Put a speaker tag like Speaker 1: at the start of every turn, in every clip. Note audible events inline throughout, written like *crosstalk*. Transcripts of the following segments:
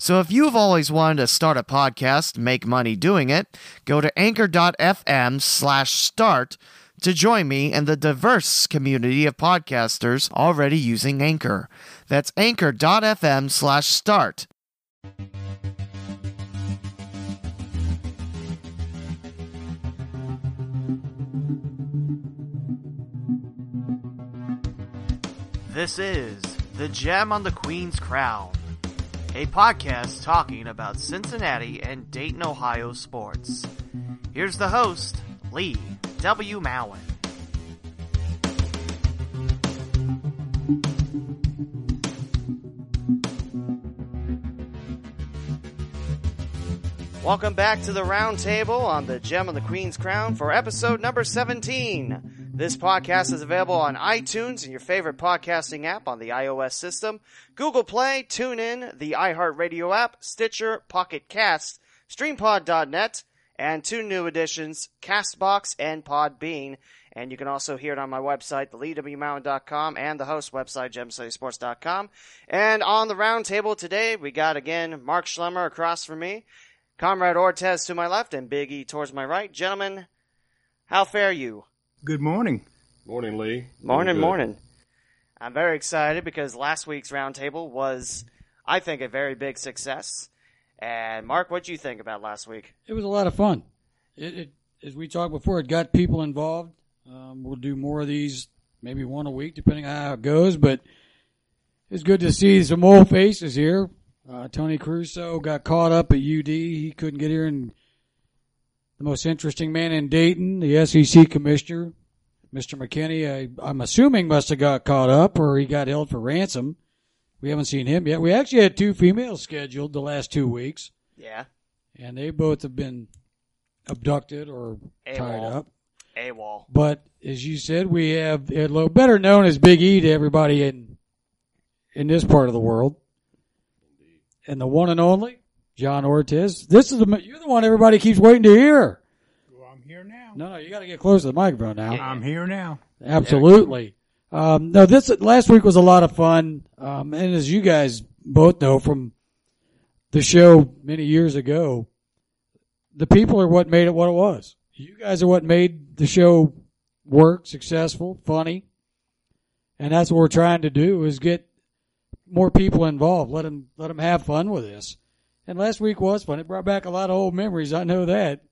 Speaker 1: So if you've always wanted to start a podcast, make money doing it, go to anchor.fm slash start to join me and the diverse community of podcasters already using Anchor. That's anchor.fm slash start. This is The Gem on the Queen's Crown a podcast talking about Cincinnati and Dayton, Ohio sports. Here's the host, Lee W. Mowen. Welcome back to the roundtable on the Gem of the Queen's Crown for episode number 17. This podcast is available on iTunes and your favorite podcasting app on the iOS system, Google Play, TuneIn, the iHeartRadio app, Stitcher, Pocket Cast, StreamPod.net, and two new additions, Castbox and Podbean. And you can also hear it on my website, theleewmountain.com, and the host website, gemcitysports.com. And on the roundtable today, we got again Mark Schlemmer across from me, Comrade Ortez to my left, and Big E towards my right. Gentlemen, how fare you?
Speaker 2: Good morning.
Speaker 3: Morning, Lee.
Speaker 1: Morning,
Speaker 3: Doing good.
Speaker 1: morning. I'm very excited because last week's roundtable was, I think, a very big success. And Mark, what would you think about last week?
Speaker 4: It was a lot of fun. It, it as we talked before, it got people involved. Um, we'll do more of these, maybe one a week, depending on how it goes. But it's good to see some old faces here. Uh, Tony Crusoe got caught up at UD. He couldn't get here, and the most interesting man in Dayton, the SEC commissioner, Mr. McKinney, I, I'm assuming must have got caught up or he got held for ransom. We haven't seen him yet. We actually had two females scheduled the last two weeks
Speaker 1: Yeah,
Speaker 4: and they both have been abducted or tied
Speaker 1: AWOL.
Speaker 4: up.
Speaker 1: AWOL.
Speaker 4: But as you said, we have Ed Lowe, better known as Big E to everybody in in this part of the world, and the one and only John Ortiz. This is the you're the one everybody keeps waiting to hear.
Speaker 2: Well, I'm here now.
Speaker 4: No, no, you got to get close to the microphone now.
Speaker 2: I'm here now.
Speaker 4: Absolutely. Um, no, this last week was a lot of fun, um, and as you guys both know from the show many years ago, the people are what made it what it was. You guys are what made the show work, successful, funny, and that's what we're trying to do: is get more people involved. Let them let them have fun with this. And last week was fun. It brought back a lot of old memories. I know that.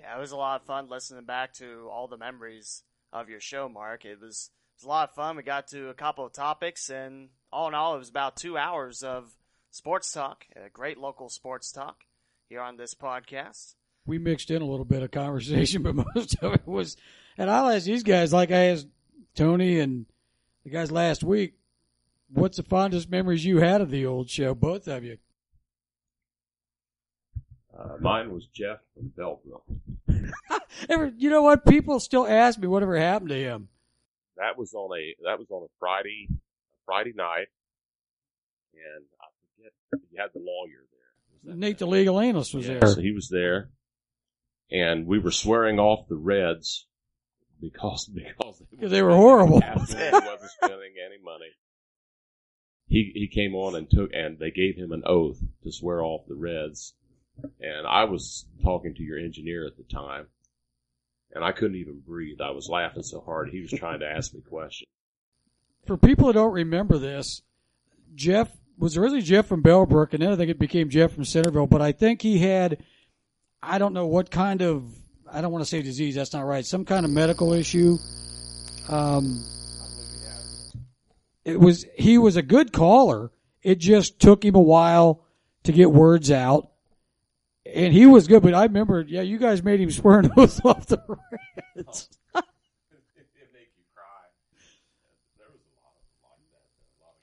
Speaker 1: Yeah, it was a lot of fun listening back to all the memories of your show, Mark. It was, it was a lot of fun. We got to a couple of topics, and all in all, it was about two hours of sports talk, uh, great local sports talk here on this podcast.
Speaker 4: we mixed in a little bit of conversation, *laughs* but most of it was. And I'll ask these guys, like I asked Tony and the guys last week, what's the fondest memories you had of the old show, both of you?
Speaker 3: Uh, mine was Jeff from Belleville.
Speaker 4: Ever, you know what? People still ask me whatever happened to him.
Speaker 3: That was on a that was on a Friday Friday night, and I forget you had the lawyer there.
Speaker 4: Nate, the legal analyst, was
Speaker 3: Yeah,
Speaker 4: there.
Speaker 3: So he was there, and we were swearing off the Reds because *laughs* because
Speaker 4: Because they were horrible.
Speaker 3: Absolutely wasn't spending any money. He he came on and took and they gave him an oath to swear off the Reds. And I was talking to your engineer at the time, and I couldn't even breathe. I was laughing so hard. He was trying to ask me questions.
Speaker 4: For people that don't remember this, Jeff was originally Jeff from Bellbrook, and then I think it became Jeff from Centerville. But I think he had, I don't know what kind of, I don't want to say disease. That's not right. Some kind of medical issue. Um, it was he was a good caller. It just took him a while to get words out, and he was good. But I remember, yeah, you guys made him swear nose *laughs* off the Reds.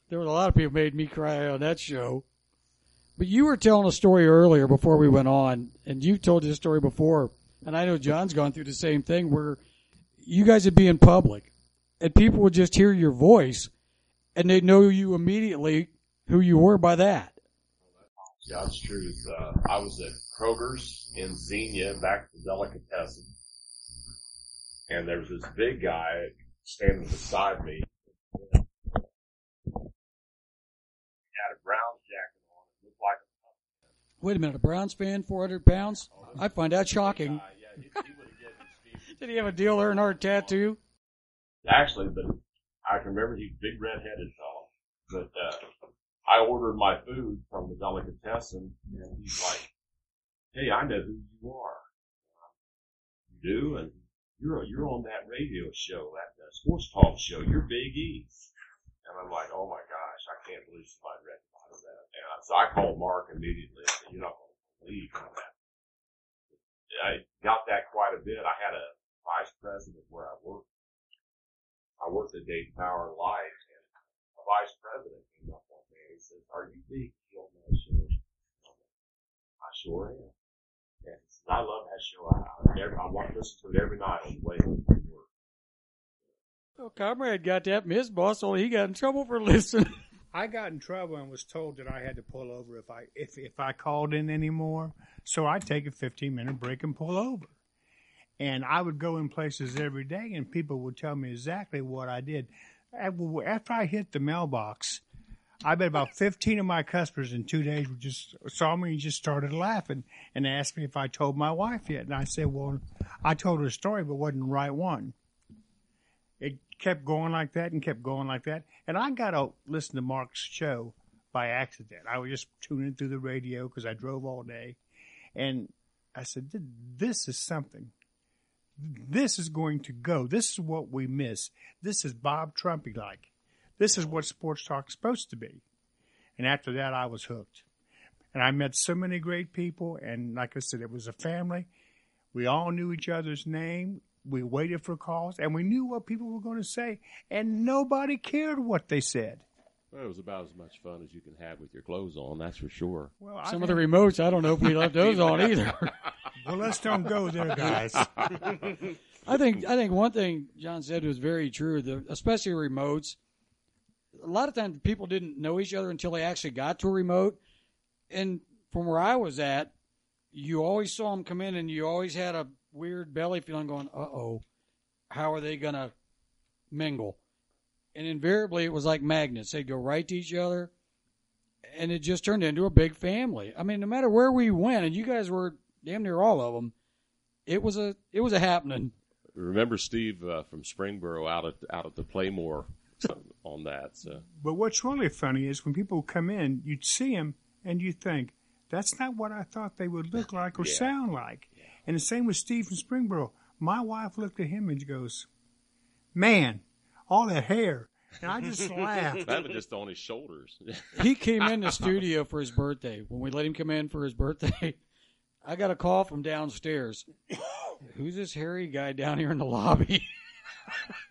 Speaker 4: There was a lot of people made me cry on that show. But you were telling a story earlier before we went on, and you've told this story before, and I know John's gone through the same thing where you guys would be in public and people would just hear your voice and they'd know you immediately who you were by that.
Speaker 3: Yeah, it's true. It's, uh, I was at Kroger's in Xenia, back to Delicatessen, and there was this big guy standing beside me. He had a brown jacket on. It looked like a
Speaker 4: Wait a minute, a brown span, 400 pounds? I find that shocking.
Speaker 3: guy. Yeah, he, he would have given Steve.
Speaker 4: *laughs* Did he have a Dale Earnhardt tattoo?
Speaker 3: Actually, but I can remember he's a big red-headed fellow. But uh, I ordered my food from the delicatessen, and he's like, "Hey, I know who you are. You do, and you're you're on that radio show, that uh, sports talk show. You're Big E." And I'm like, "Oh my gosh, I can't believe somebody recognized that." And I, so I called Mark immediately. I said, "You're not going to believe that." I got that quite a bit. I had a vice president where I worked. I worked at Dayton Power and Light, and a vice president came up one day and says, "Are you big on that show?" I'm like, I sure am. And he said, I love that show. I, I, every, I want to listen to it every night on the way home from work.
Speaker 4: Oh, comrade got that miss boss, only he got in trouble for *laughs* listening.
Speaker 2: I got in trouble and was told that I had to pull over if I if if I called in anymore. So I'd take a fifteen minute break and pull over. And I would go in places every day, and people would tell me exactly what I did. Af- After I hit the mailbox, I bet about fifteen of my customers in two days would just saw me and just started laughing and asked me if I told my wife yet. And I said, "Well, I told her a story, but wasn't the right one." it kept going like that and kept going like that. And I got to listen to Mark's show by accident. I was just tuning through the radio because I drove all day. And I said, "Th- This is something. This is going to go. This is what we miss. This is Bob Trumpy like. This is what sports talk's supposed to be. And after that, I was hooked. And I met so many great people. And like I said, it was a family. We all knew each other's name. We waited for calls and we knew what people were going to say, and nobody cared what they said.
Speaker 3: Well, it was about as much fun as you can have with your clothes on, that's for sure.
Speaker 2: Well,
Speaker 4: Some
Speaker 2: I
Speaker 4: of the remotes, I don't know if we left those on either.
Speaker 2: well let's don't go
Speaker 3: *laughs*
Speaker 2: there, guys.
Speaker 4: I think I think one thing John said was very true. The especially remotes, a lot of times people didn't know each other until they actually got to a remote. And from where I was at, you always saw them come in, and you always had a weird belly feeling, going, "Uh oh, how are they gonna mingle?" And invariably, it was like magnets. They'd go right to each other, and it just turned into a big family. I mean, no matter where we went, and you guys were damn near all of them. It was a it was a happening.
Speaker 3: Remember Steve uh, from Springboro out at out at the Playmore *laughs* on that. So
Speaker 2: but what's really funny is when people come in, you'd see them and you think, that's not what I thought they would look like or
Speaker 3: Yeah.
Speaker 2: sound like. And the same with Steve from Springboro. My wife looked at him and she goes, Man, all that hair. And I
Speaker 3: *laughs*
Speaker 2: just laughed.
Speaker 3: that was just on his shoulders. *laughs*
Speaker 4: he came in the studio for his birthday. When we let him come in for his birthday, *laughs* I got a call from downstairs. Who's this hairy guy down here in the lobby? *laughs*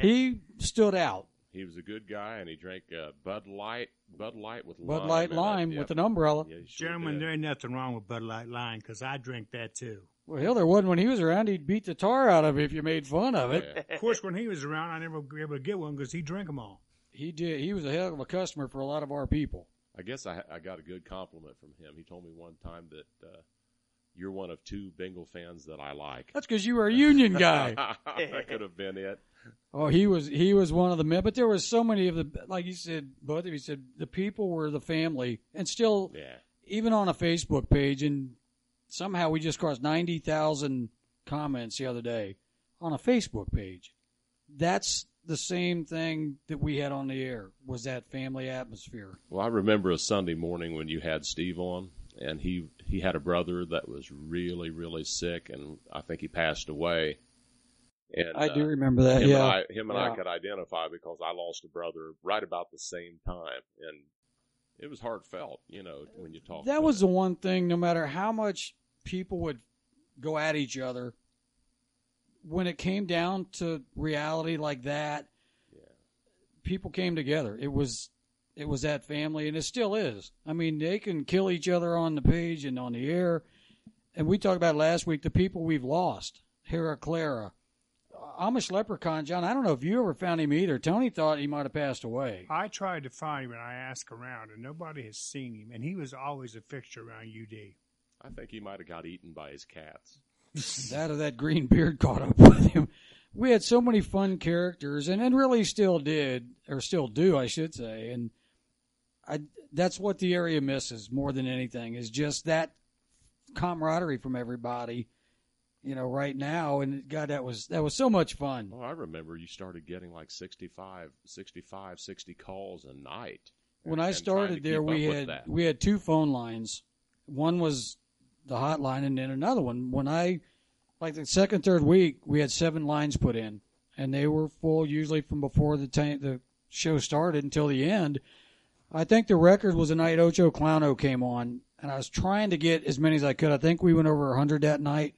Speaker 4: he stood out.
Speaker 3: he was a good guy, and he drank uh, Bud Light, Bud Light with
Speaker 4: Bud
Speaker 3: lime
Speaker 4: Light
Speaker 3: in it.
Speaker 4: Lime
Speaker 3: Yeah.
Speaker 4: with an umbrella.
Speaker 3: Yeah, he sure
Speaker 2: Gentlemen,
Speaker 3: did.
Speaker 2: there ain't nothing wrong with Bud Light Line because I drink that too.
Speaker 4: Well, hell, there wasn't when he was around. He'd beat the tar out of you if you made fun of it.
Speaker 3: Yeah.
Speaker 2: Of course, when he was around, I never was able to get one because he drank them all.
Speaker 4: He did. He was a hell of a customer for a lot of our people.
Speaker 3: I guess I, I got a good compliment from him. He told me one time that uh, you're one of two Bengal fans that I *laughs* like.
Speaker 4: That's because you were
Speaker 3: *laughs*
Speaker 4: a union guy.
Speaker 3: that could have been it.
Speaker 4: Oh, he was he was one of the men, but there was so many of the like you said, both of you said the people were the family, and still
Speaker 3: Yeah,
Speaker 4: even on a Facebook page, and somehow we just crossed 90,000 comments the other day on a Facebook page. That's the same thing that we had on the air was that family atmosphere.
Speaker 3: Well, I remember a Sunday morning when you had Steve on, and he he had a brother that was really really sick, and I think he passed away. And
Speaker 4: I do
Speaker 3: uh,
Speaker 4: remember that.
Speaker 3: him
Speaker 4: yeah.
Speaker 3: and I, him and
Speaker 4: Yeah.
Speaker 3: I could identify because I lost a brother right about the same time, and it was heartfelt, you know, when you talk.
Speaker 4: that
Speaker 3: about
Speaker 4: was
Speaker 3: it.
Speaker 4: the one thing no matter how much people would go at each other when it came down to reality like that people came together it was it was that family and it still is i mean they can kill each other on the page and on the air and we talked about last week the people we've lost hera clara amish leprechaun john i don't know if you ever found him either tony thought he might have passed away
Speaker 2: I tried to find him and I asked around, and nobody has seen him. And he was always a fixture around UD.
Speaker 3: I think he might have got eaten by his cats.
Speaker 4: *laughs* that or that green beard caught up *laughs* with him. We had so many fun characters, and, and really still did, or still do, I should say. And I, that's what the area misses more than anything is just that camaraderie from everybody. You know, right now, and God, that was that was so much fun.
Speaker 3: Oh, I remember you started getting like 65, 65, 60 calls a night.
Speaker 4: When I
Speaker 3: and trying to
Speaker 4: started there,
Speaker 3: keep up
Speaker 4: we
Speaker 3: with
Speaker 4: had
Speaker 3: that.
Speaker 4: we had two phone lines. One was the hotline, and then another one. When I like the second, third week, we had seven lines put in, and they were full usually from before the ta- the show started until the end. I think the record was the night Ocho Clowno came on, and I was trying to get as many as I could. I think we went over 100 that night.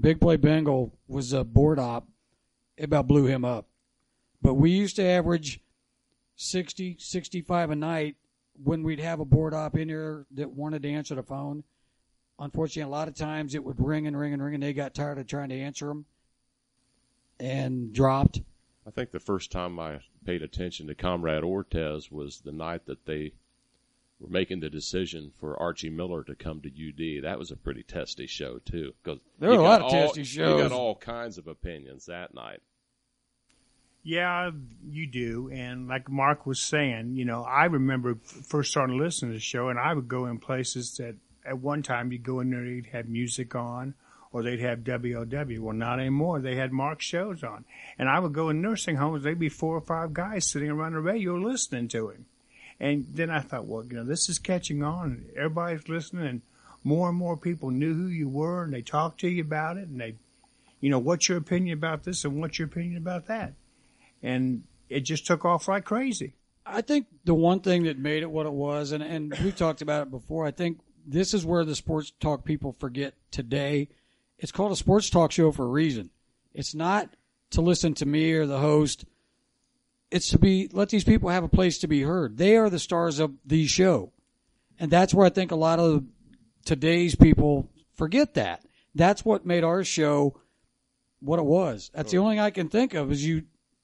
Speaker 4: Big Play Bengal was a board op. It about blew him up. But we used to average 60, 65 a night when we'd have a board op in here that wanted to answer the phone. Unfortunately, a lot of times it would ring and ring and ring, and they got tired of trying to answer them and dropped.
Speaker 3: I think the first time I paid attention to Comrade Ortez was the night that they were making the decision for Archie Miller to come to UD. That was a pretty testy show too, because
Speaker 4: There were a lot of testy
Speaker 3: You
Speaker 4: shows.
Speaker 3: got all kinds of opinions that night.
Speaker 2: Yeah, you do. And like Mark was saying, you know, I remember f- first starting to listen to the show, and I would go in places that at one time you'd go in there, they'd have music on, or they'd have WLW. Well, not anymore. They had Mark's shows on. And I would go in nursing homes, they'd be four or five guys sitting around the radio listening to him. And then I thought, well, you know, this is catching on. Everybody's listening, and more and more people knew who you were, and they talked to you about it, and they, you know, what's your opinion about this, and what's your opinion about that and it just took off like crazy.
Speaker 4: I think the one thing that made it what it was, and, and we talked about it before, I think this is where the sports talk people forget today. It's called a sports talk show for a reason. It's not to listen to me or the host. It's to be let these people have a place to be heard. They are the stars of the show. And that's where I think a lot of today's people forget that. That's what made our show what it was. That's the only thing I can think of is you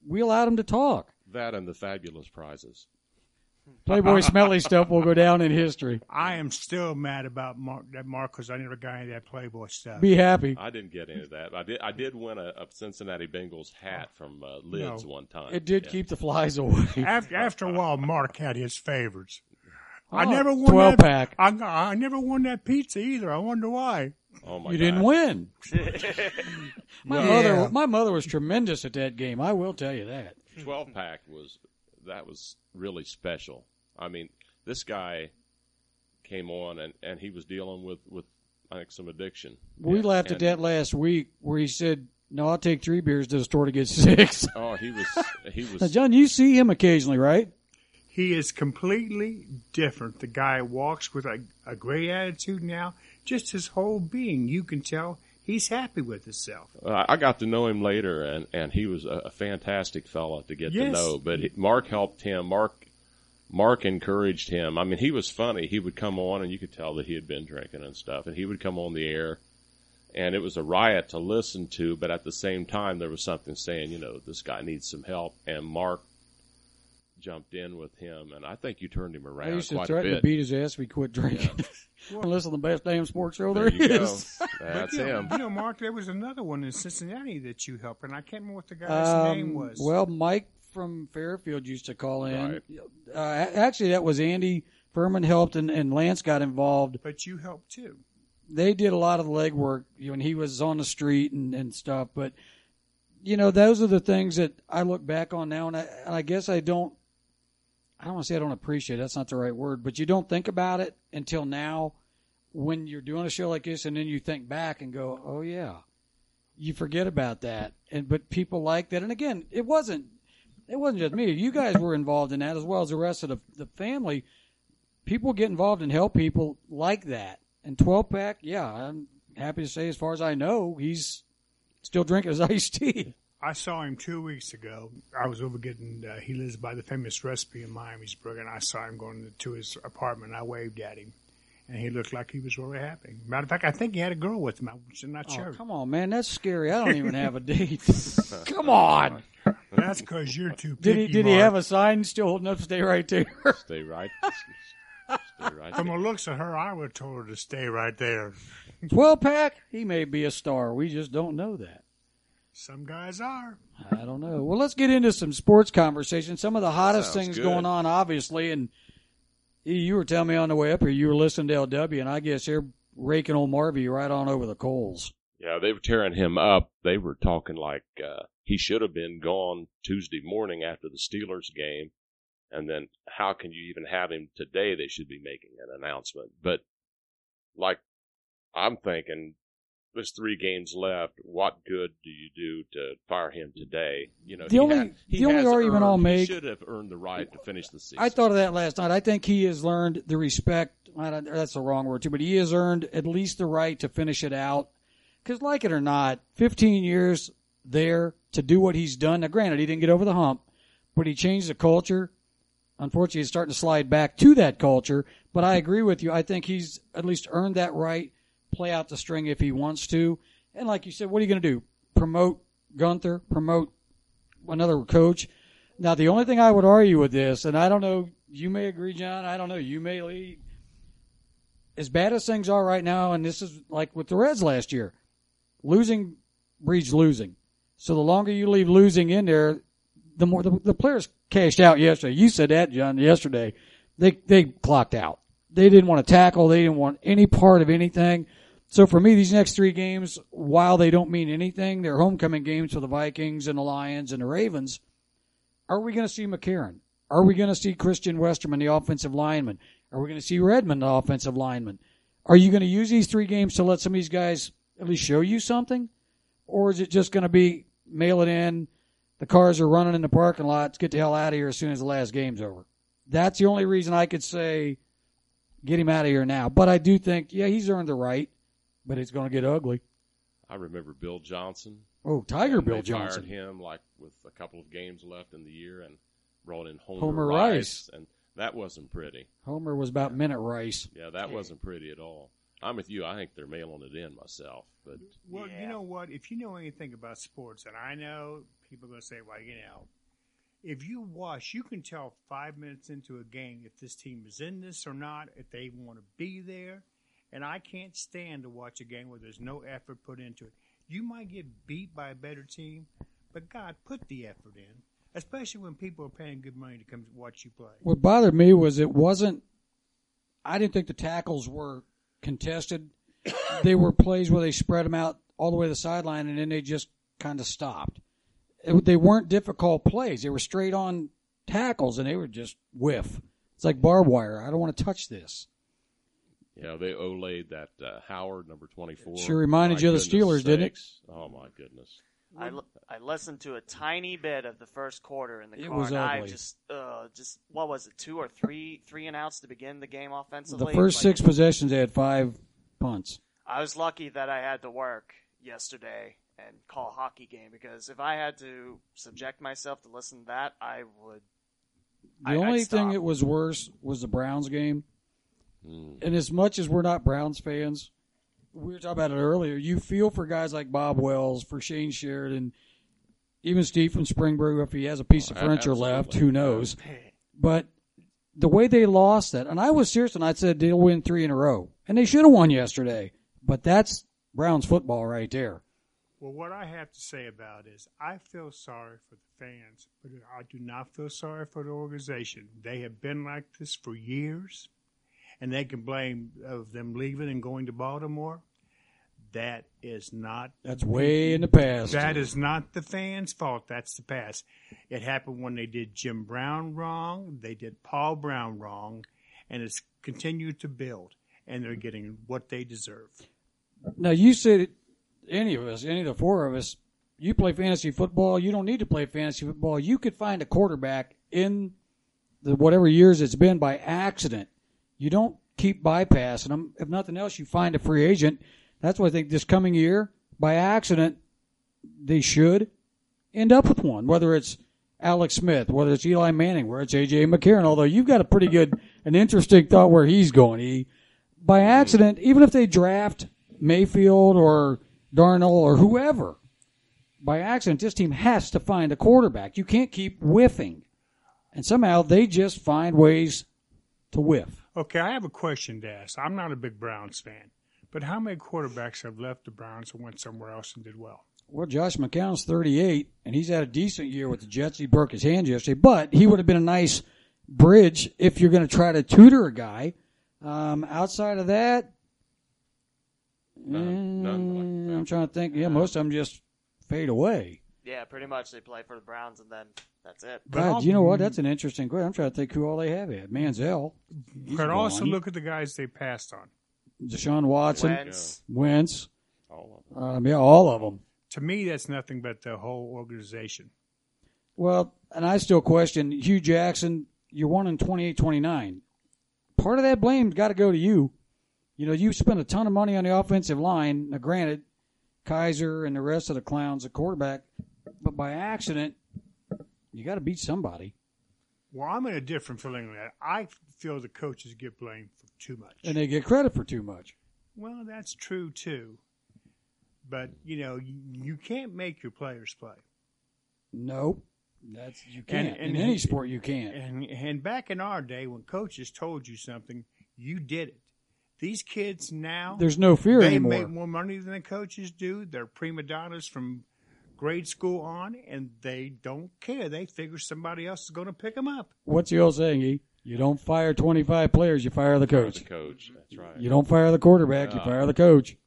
Speaker 4: we allowed them to talk.
Speaker 3: That and the fabulous prizes. *laughs*
Speaker 4: Playboy Smelly stuff will go down in history.
Speaker 2: I am still mad about Mark, that Mark because I never got any of that Playboy stuff.
Speaker 4: Be happy.
Speaker 3: I didn't get any of that. I did. I did win a, a Cincinnati Bengals hat from uh, Lids
Speaker 2: No.
Speaker 3: one time.
Speaker 4: Oh. It did
Speaker 3: Yeah.
Speaker 4: keep the
Speaker 3: *laughs*
Speaker 4: flies away.
Speaker 2: after, after a while, Mark had his favorites. I
Speaker 4: Oh,
Speaker 2: never won
Speaker 4: 12
Speaker 2: that,
Speaker 4: pack.
Speaker 2: I, I never won that pizza either. I wonder why.
Speaker 3: Oh my!
Speaker 4: You didn't
Speaker 3: God.
Speaker 4: win.
Speaker 3: *laughs*
Speaker 4: my
Speaker 2: Yeah.
Speaker 4: mother, my mother was tremendous at that game. I will tell you that.
Speaker 3: 12 pack was that was really special. I mean, this guy came on and, and he was dealing with with I think some addiction.
Speaker 4: We
Speaker 3: And-
Speaker 4: laughed at
Speaker 3: and-
Speaker 4: that last week where he said, "No, I'll take three beers to the store to
Speaker 3: *laughs*
Speaker 4: get six.
Speaker 3: Oh, he was he
Speaker 4: *laughs* now,
Speaker 3: was
Speaker 4: John, you see him occasionally, right?
Speaker 2: He is completely different. The guy walks with a, a great attitude now. Just his whole being, you can tell he's happy with himself.
Speaker 3: Uh, I I got to know him later and and he was a, a fantastic fella to get to
Speaker 2: Yes.
Speaker 3: know, but he- Mark helped him. Mark Mark encouraged him. I mean, he was funny. He would come on and you could tell that he had been drinking and stuff and he would come on the air and it was a riot to listen to, but at the same time, there was something saying, you know, this guy needs some help, and Mark jumped in with him, and I think you turned him
Speaker 4: I
Speaker 3: around
Speaker 4: used to
Speaker 3: quite a
Speaker 4: threaten to
Speaker 3: bit.
Speaker 4: beat his ass if he quit *laughs* drinking. Listen, to the best damn sports show
Speaker 3: there
Speaker 4: *laughs*
Speaker 3: you go.
Speaker 4: is.
Speaker 3: That's
Speaker 2: you know,
Speaker 3: him.
Speaker 2: You know, Mark, there was another one in Cincinnati that you helped, and I can't remember what the guy's
Speaker 4: Um,
Speaker 2: name was.
Speaker 4: Well, Mike from Fairfield used to call in.
Speaker 3: Right.
Speaker 4: Uh, a- actually, that was Andy Furman helped, and, and Lance got involved.
Speaker 2: but you helped too.
Speaker 4: They did a lot of the legwork you know, when he was on the street and, and stuff. But you know, those are the things that I look back on now, and I, and I guess I don't. I don't want to say I don't appreciate. it. That's not the right word, but you don't think about it until now. when you're doing a show like this and then you think back and go, oh yeah, you forget about that. And but people like that. And again, it wasn't it wasn't just me. You guys were involved in that as well as the rest of the, the family. People get involved and help people like that. And 12 pack, yeah, I'm happy to say, as far as I know, he's still drinking his *laughs* iced tea.
Speaker 2: I saw him two weeks ago. I was over getting, uh, he lives by the famous recipe in Miamisburg, and I saw him going to his apartment. And I waved at him, and he looked like he was really happy. Matter of fact, I think he had a girl with him. I'm just not
Speaker 4: Oh,
Speaker 2: sure.
Speaker 4: come on, man, that's scary. I don't even have
Speaker 2: *laughs*
Speaker 4: a date. come on.
Speaker 2: That's because you're too
Speaker 4: Did
Speaker 2: picky.
Speaker 4: he did he have
Speaker 2: Mark.
Speaker 4: a sign still holding up? Stay
Speaker 2: *laughs*
Speaker 4: right there.
Speaker 3: Stay right. Stay right.
Speaker 2: From the looks of her, I would have told her to stay right there.
Speaker 4: 12 pack. He may be a star. We just don't know that.
Speaker 2: Some guys are.
Speaker 4: I don't know. Well, let's get into some sports conversation. Some of the hottest
Speaker 3: sounds
Speaker 4: things
Speaker 3: good.
Speaker 4: going on, obviously. And E, you were telling me on the way up here, you were listening to LW, and I guess they're raking old Marvy right on over the coals.
Speaker 3: Yeah, they were tearing him up. They were talking like uh, he should have been gone Tuesday morning after the Steelers game, and then how can you even have him today? They should be making an announcement. But like I'm thinking, there's three games left. What good do you do to fire him today? You know,
Speaker 4: The
Speaker 3: he
Speaker 4: only-
Speaker 3: ha- he
Speaker 4: the only
Speaker 3: has
Speaker 4: argument
Speaker 3: earned,
Speaker 4: I'll
Speaker 3: he
Speaker 4: make-
Speaker 3: should have earned the right to finish the season.
Speaker 4: I thought of that last night. I think he has learned the respect. I don't- That's the wrong word too, but he has earned at least the right to finish it out. Because, like it or not, 15 years there to do what he's done. Now, granted, he didn't get over the hump, but he changed the culture. Unfortunately, he's starting to slide back to that culture. But I agree with you. I think he's at least earned that right. Play out the string if he wants to. And like you said, what are you going to do? Promote Gunther? Promote another coach? Now, the only thing I would argue with this, and I don't know, you may agree, John. I don't know, you may. Lee. As bad as things are right now, and this is like with the Reds last year, losing breeds losing. So the longer you leave losing in there, the more the, the players cashed out yesterday. You said that, John, yesterday. They they clocked out. They didn't want to tackle. They didn't want any part of anything. So for me, these next three games, while they don't mean anything, they're homecoming games for the Vikings and the Lions and the Ravens. Are we going to see McCarron? Are we going to see Christian Westerman, the offensive lineman? Are we going to see Redmond, the offensive lineman? Are you going to use these three games to let some of these guys at least show you something? Or is it just going to be mail it in? The cars are running in the parking lot. Get the hell out of here as soon as the last game's over. That's the only reason I could say get him out of here now. But I do think, yeah, he's earned the right, but it's going to get ugly.
Speaker 3: I remember Bill Johnson
Speaker 4: Oh, Tiger
Speaker 3: And
Speaker 4: Bill
Speaker 3: they
Speaker 4: Johnson.
Speaker 3: Fired him like with a couple of games left in the year and brought in Homer,
Speaker 4: Homer
Speaker 3: Rice, and that wasn't pretty.
Speaker 4: Homer was about minute rice.
Speaker 3: Yeah, that wasn't pretty at all. I'm with you. I think they're mailing it in myself, but
Speaker 2: Well, you know what? If you know anything about sports, and I know people are going to say, well, you know, if you watch, you can tell five minutes into a game if this team is in this or not, if they want to be there. And I can't stand to watch a game where there's no effort put into it. You might get beat by a better team, but God, put the effort in, especially when people are paying good money to come watch you play.
Speaker 4: What bothered me was it wasn't. I didn't think the tackles were contested. they were plays where they spread them out all the way to the sideline, and then they just kind of stopped. It, they weren't difficult plays. They were straight on tackles, and they were just whiff. It's like barbed wire. I don't want to touch this.
Speaker 3: yeah, they olayed that uh, Howard number 24.
Speaker 4: Sure reminded
Speaker 3: My
Speaker 4: you of
Speaker 3: goodness
Speaker 4: the Steelers, didn't it?
Speaker 3: sakes. Oh my goodness.
Speaker 1: I, l- I listened to a tiny bit of the first quarter in the
Speaker 4: It
Speaker 1: car,
Speaker 4: was
Speaker 1: and I
Speaker 4: ugly.
Speaker 1: just, uh, just what was it, two or three, three and outs to begin the game offensively.
Speaker 4: The first
Speaker 1: Like,
Speaker 4: six possessions, they had five punts.
Speaker 1: I was lucky that I had to work yesterday and call a hockey game because if I had to subject myself to listen to that, I would.
Speaker 4: The
Speaker 1: I- I'd
Speaker 4: only thing
Speaker 1: stop.
Speaker 4: that was worse was the Browns game. And as much as we're not Browns fans, we were talking about it earlier. You feel for guys like Bob Wells, for Shane Sheridan, even Steve from Springboro, if he has a piece of
Speaker 3: Oh, a-
Speaker 4: furniture left,
Speaker 3: absolutely.
Speaker 4: who knows? But the way they lost that, and I was serious when I said they'll win three in a row, and they should have won yesterday. But that's Browns football right there.
Speaker 2: Well, what I have to say about is I feel sorry for the fans, but I do not feel sorry for the organization. They have been like this for years, and they can blame of them leaving and going to Baltimore. That is not
Speaker 4: That's way in the past.
Speaker 2: that is not the fans' fault. That's the past. It happened when they did Jim Brown wrong. They did Paul Brown wrong, and it's continued to build. and they're getting what they deserve.
Speaker 4: Now you said it- any of us, any of the four of us, you play fantasy football. You don't need to play fantasy football. You could find a quarterback in the whatever years it's been by accident. You don't keep bypassing them. If nothing else, you find a free agent. That's why I think this coming year, by accident, they should end up with one. Whether it's Alex Smith, whether it's Eli Manning, whether it's AJ McCarron. Although you've got a pretty good, an interesting thought where he's going. He by accident, even if they draft Mayfield or Darnell or whoever, by accident, this team has to find a quarterback. You can't keep whiffing. And somehow they just find ways to whiff.
Speaker 2: Okay, I have a question to ask. I'm not a big Browns fan, but how many quarterbacks have left the Browns and went somewhere else and did well?
Speaker 4: Well, Josh McCown's 38, and he's had a decent year with the Jets. He broke his hand yesterday, but he would have been a nice bridge if you're going to try to tutor a guy. Um, outside of that,
Speaker 3: None- none like
Speaker 4: mm,
Speaker 3: that.
Speaker 4: I'm trying to think. Yeah, most of them just fade away.
Speaker 1: *laughs* Yeah, pretty much they play for the Browns and then that's it.
Speaker 2: But
Speaker 4: God,
Speaker 2: I'll-
Speaker 4: you know what? That's an interesting question. I'm trying to think who all they have had. Manziel,
Speaker 2: But
Speaker 4: gone.
Speaker 2: also look at the guys they passed on.
Speaker 4: Deshaun Watson,
Speaker 1: Wentz,
Speaker 4: Wentz,
Speaker 3: All of them.
Speaker 4: um, yeah, all of them.
Speaker 2: To me, that's nothing but the whole organization.
Speaker 4: Well, and I still question Hugh Jackson. You're one in 28, 29. Part of that blame's got to go to you. You know, you spent a ton of money on the offensive line. Now, granted, Kaiser and the rest of the clowns, the quarterback, but by accident, you got to beat somebody.
Speaker 2: Well, I'm in a different feeling on that. I feel the coaches get blamed for too much.
Speaker 4: And they get credit for too much.
Speaker 2: well, that's true too. But you know, you, you can't make your players play.
Speaker 4: Nope. That's you can't.
Speaker 2: and-
Speaker 4: in any sport, you can't.
Speaker 2: And and back in our day, when coaches told you something, you did it. These kids now
Speaker 4: There's no fear
Speaker 2: they
Speaker 4: anymore.
Speaker 2: make more money than the coaches do. They're prima donnas from grade school on, and they don't care. They figure somebody else is going to pick them up.
Speaker 4: What's the old saying? E? You don't fire 25 players, you fire the coach.
Speaker 3: The coach. That's right.
Speaker 4: You don't fire the quarterback, you
Speaker 3: Yeah.
Speaker 4: fire the coach.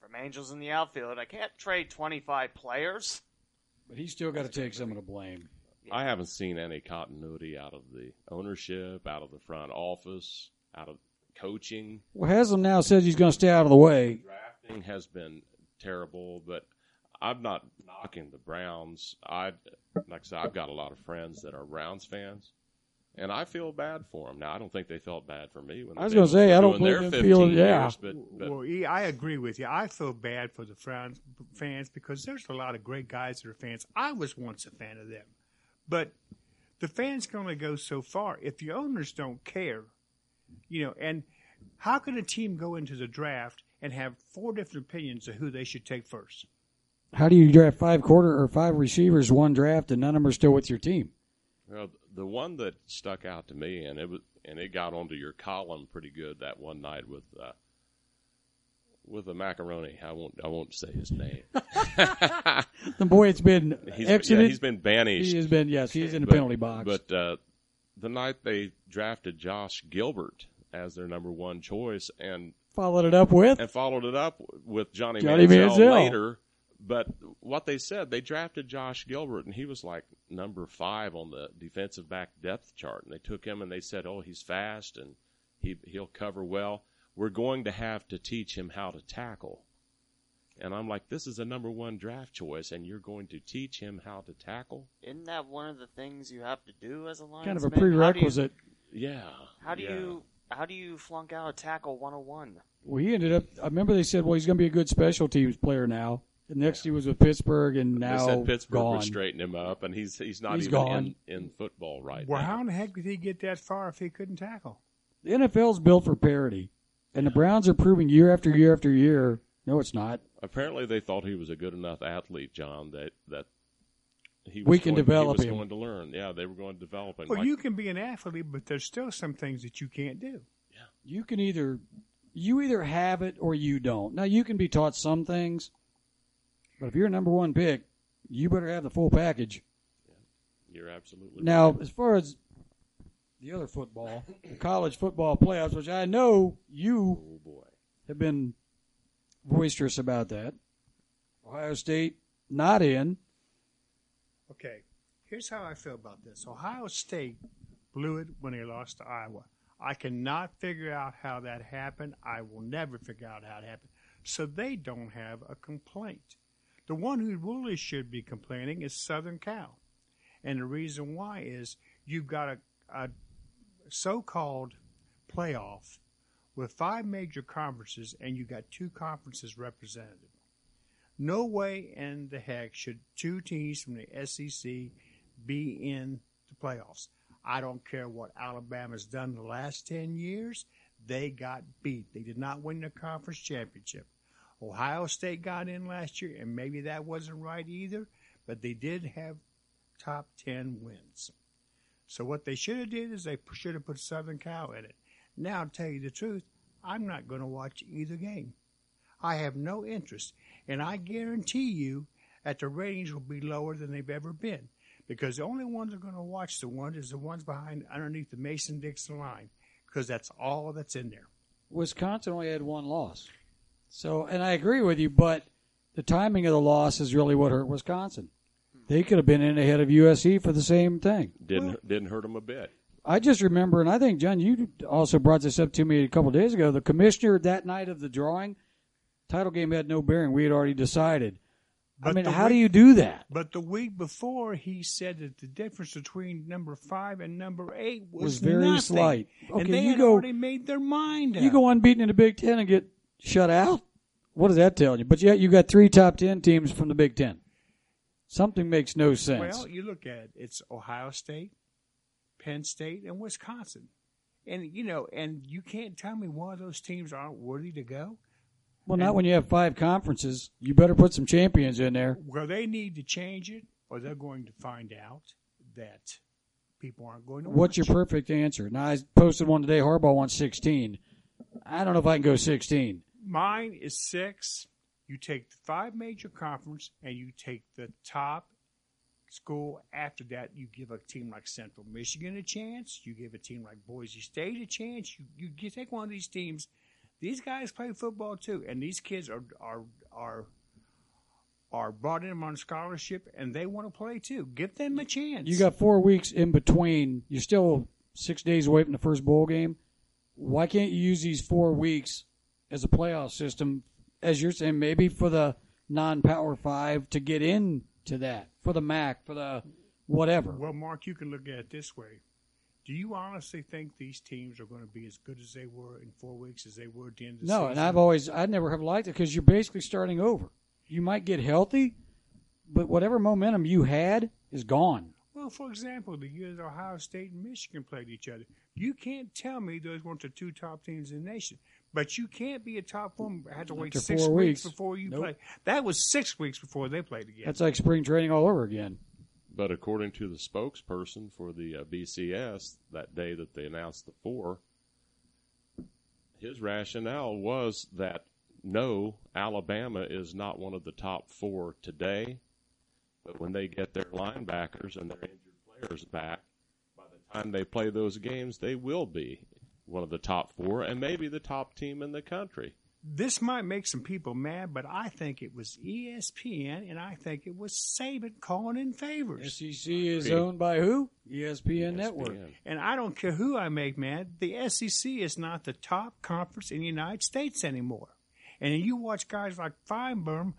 Speaker 1: from Angels in the outfield. I can't trade 25 players.
Speaker 4: But he's still got to take some of the blame.
Speaker 3: I haven't seen any continuity out of the ownership, out of the front office, out of coaching.
Speaker 4: Well, Haslam now says he's going to stay out of the way.
Speaker 3: Drafting has been terrible, but I'm not knocking the Browns. I, like I said, I've got a lot of friends that are Browns fans, and I feel bad for them. Now, I don't think they felt bad for me when
Speaker 4: I was
Speaker 3: going
Speaker 4: gonna
Speaker 3: to
Speaker 4: say, I don't
Speaker 3: their
Speaker 4: believe
Speaker 3: 15
Speaker 4: they feel- yeah.
Speaker 3: years, but, but
Speaker 2: well, E, I agree with you. I feel bad for the Browns fans because there's a lot of great guys that are fans. I was once a fan of them, but the fans can only go so far if the owners don't care. You know, and how can a team go into the draft and have four different opinions of who they should take first?
Speaker 4: How do you draft five quarter or five receivers, one draft, and none of them are still with your team?
Speaker 3: Well, the one that stuck out to me, and it was, and it got onto your column pretty good that one night with uh, with a macaroni. I won't I won't say his
Speaker 4: *laughs*
Speaker 3: name.
Speaker 4: The boy, it's been
Speaker 3: He's, yeah,
Speaker 4: exited.
Speaker 3: he's been banished.
Speaker 4: he has been, yes, he's in the
Speaker 3: But-
Speaker 4: penalty box.
Speaker 3: But uh, the night they drafted Josh Gilbert as their number one choice, and
Speaker 4: Followed it up with
Speaker 3: and followed it up with Johnny,
Speaker 4: Johnny
Speaker 3: Manziel,
Speaker 4: Manziel.
Speaker 3: later. But what they said, they drafted Josh Gilbert, and he was like number five on the defensive back depth chart. And they took him, and they said, "Oh, he's fast, and he he'll cover well. We're going to have to teach him how to tackle." And I'm like, "This is a number one draft choice, and you're going to teach him how to tackle?"
Speaker 1: Isn't that one of the things you have to do as a lineman?
Speaker 4: kind of a prerequisite.
Speaker 3: Yeah.
Speaker 1: How do you
Speaker 3: yeah.
Speaker 1: how do you, how do you flunk out a tackle 101?
Speaker 4: Well, he ended up. I remember they said, "Well, he's going to be a good special teams player now." And next, he was with Pittsburgh, and
Speaker 3: They
Speaker 4: now
Speaker 3: said Pittsburgh
Speaker 4: gone.
Speaker 3: was straightening him up, and he's he's not
Speaker 4: He's
Speaker 3: even
Speaker 4: gone.
Speaker 3: in in football right
Speaker 2: Well,
Speaker 3: now.
Speaker 2: how in the heck did he get that far if he couldn't tackle?
Speaker 4: The NFL's built for parity, and the Browns are proving year after year after year. No, it's not.
Speaker 3: Apparently, they thought he was a good enough athlete, John, that that he was
Speaker 4: We can
Speaker 3: going,
Speaker 4: develop
Speaker 3: he was
Speaker 4: him.
Speaker 3: going to learn. Yeah, they were going to develop him.
Speaker 2: Well,
Speaker 3: Like,
Speaker 2: you can be an athlete, but there's still some things that you can't do.
Speaker 4: You can either you either have it or you don't. Now you can be taught some things, but if you're a number one pick, you better have the full package.
Speaker 3: you're absolutely
Speaker 4: Now,
Speaker 3: right.
Speaker 4: as far as the other football, the college football playoffs, which I know you
Speaker 3: Oh boy,
Speaker 4: have been boisterous about that. Ohio State not in.
Speaker 2: Okay, here's how I feel about this. Ohio State blew it when they lost to Iowa. I cannot figure out how that happened. I will never figure out how it happened. So they don't have a complaint. The one who really should be complaining is Southern Cal. And the reason why is you've got a, a so called playoff with five major conferences and you got two conferences represented. No way in the heck should two teams from the SEC be in the playoffs. I don't care what Alabama's done the last 10 years. They got beat. They did not win the conference championship. Ohio State got in last year, and maybe that wasn't right either, but they did have top 10 wins. So what they should have did is they should have put Southern Cal in it. Now, to tell you the truth, I'm not going to watch either game. I have no interest, and I guarantee you that the ratings will be lower than they've ever been, because the only ones that are going to watch the ones is the ones behind underneath the Mason-Dixon line, because that's all that's in there.
Speaker 4: Wisconsin only had one loss. So, and I agree with you, but the timing of the loss is really what hurt Wisconsin. They could have been in ahead of USC for the same thing.
Speaker 3: Didn't didn't hurt them a bit.
Speaker 4: I just remember, and I think John, you also brought this up to me a couple days ago. The commissioner that night of the drawing, title game had no bearing. We had already decided. I
Speaker 2: But
Speaker 4: mean,
Speaker 2: the
Speaker 4: how do
Speaker 2: week-
Speaker 4: you do that?
Speaker 2: But the week before, he said that the difference between number five and number eight was,
Speaker 4: Was very
Speaker 2: nothing.
Speaker 4: slight. Okay,
Speaker 2: and they
Speaker 4: you
Speaker 2: had
Speaker 4: go-
Speaker 2: already made their mind up.
Speaker 4: You go unbeaten in the Big Ten and get shut out. What does that tell you? But yet you got three top ten teams from the Big Ten. Something makes no sense.
Speaker 2: Well, you look at it, it's Ohio State, Penn State, and Wisconsin. And you know, and you can't tell me one of those teams aren't worthy to go.
Speaker 4: Well, not when you have five conferences. You better put some champions in there.
Speaker 2: Well, they need to change it, or they're going to find out that people aren't going to.
Speaker 4: What's
Speaker 2: watch.
Speaker 4: your perfect answer? Now I posted one today. Harbaugh wants 16. I don't know if I can go 16.
Speaker 2: Mine is six. You take the five major conference, and you take the top school after that. You give a team like Central Michigan a chance. You give a team like Boise State a chance. You you get- take one of these teams. These guys play football too, and these kids are are are are brought in on scholarship, and they want to play too. Give them a chance.
Speaker 4: You got four weeks in between. You're still six days away from the first bowl game. Why can't you use these four weeks as a playoff system, as you're saying, maybe for the non-power five to get in to that, for the MAC, for the whatever?
Speaker 2: Well, Mark, you can look at it this way. Do you honestly think these teams are going to be as good as they were in four weeks as they were at the end of the
Speaker 4: No,
Speaker 2: season?
Speaker 4: and I've always, I never have liked it because you're basically starting over. You might get healthy, but whatever momentum you had is gone.
Speaker 2: Well, for example, the year that Ohio State and Michigan played each other, you can't tell me those weren't the two top teams in the nation. But you can't be a top one. Had to wait
Speaker 4: After
Speaker 2: six
Speaker 4: four
Speaker 2: weeks.
Speaker 4: weeks.
Speaker 2: before you
Speaker 4: Nope.
Speaker 2: play. That was six weeks before they played again.
Speaker 4: That's like spring training all over again.
Speaker 3: But according to the spokesperson for the uh, BCS that day that they announced the four, his rationale was that no, Alabama is not one of the top four today. But when they get their linebackers and their injured players back, by the time they play those games, they will be one of the top four and maybe the top team in the country.
Speaker 2: this might make some people mad, but I think it was E ESPN and I think it was Saban calling in favors.
Speaker 4: SEC E is owned by who? E ESPN
Speaker 3: E
Speaker 4: Network.
Speaker 3: ESPN.
Speaker 2: And I don't care who I make man. the SEC is not the top conference in the United States anymore. And you watch guys like Feinberg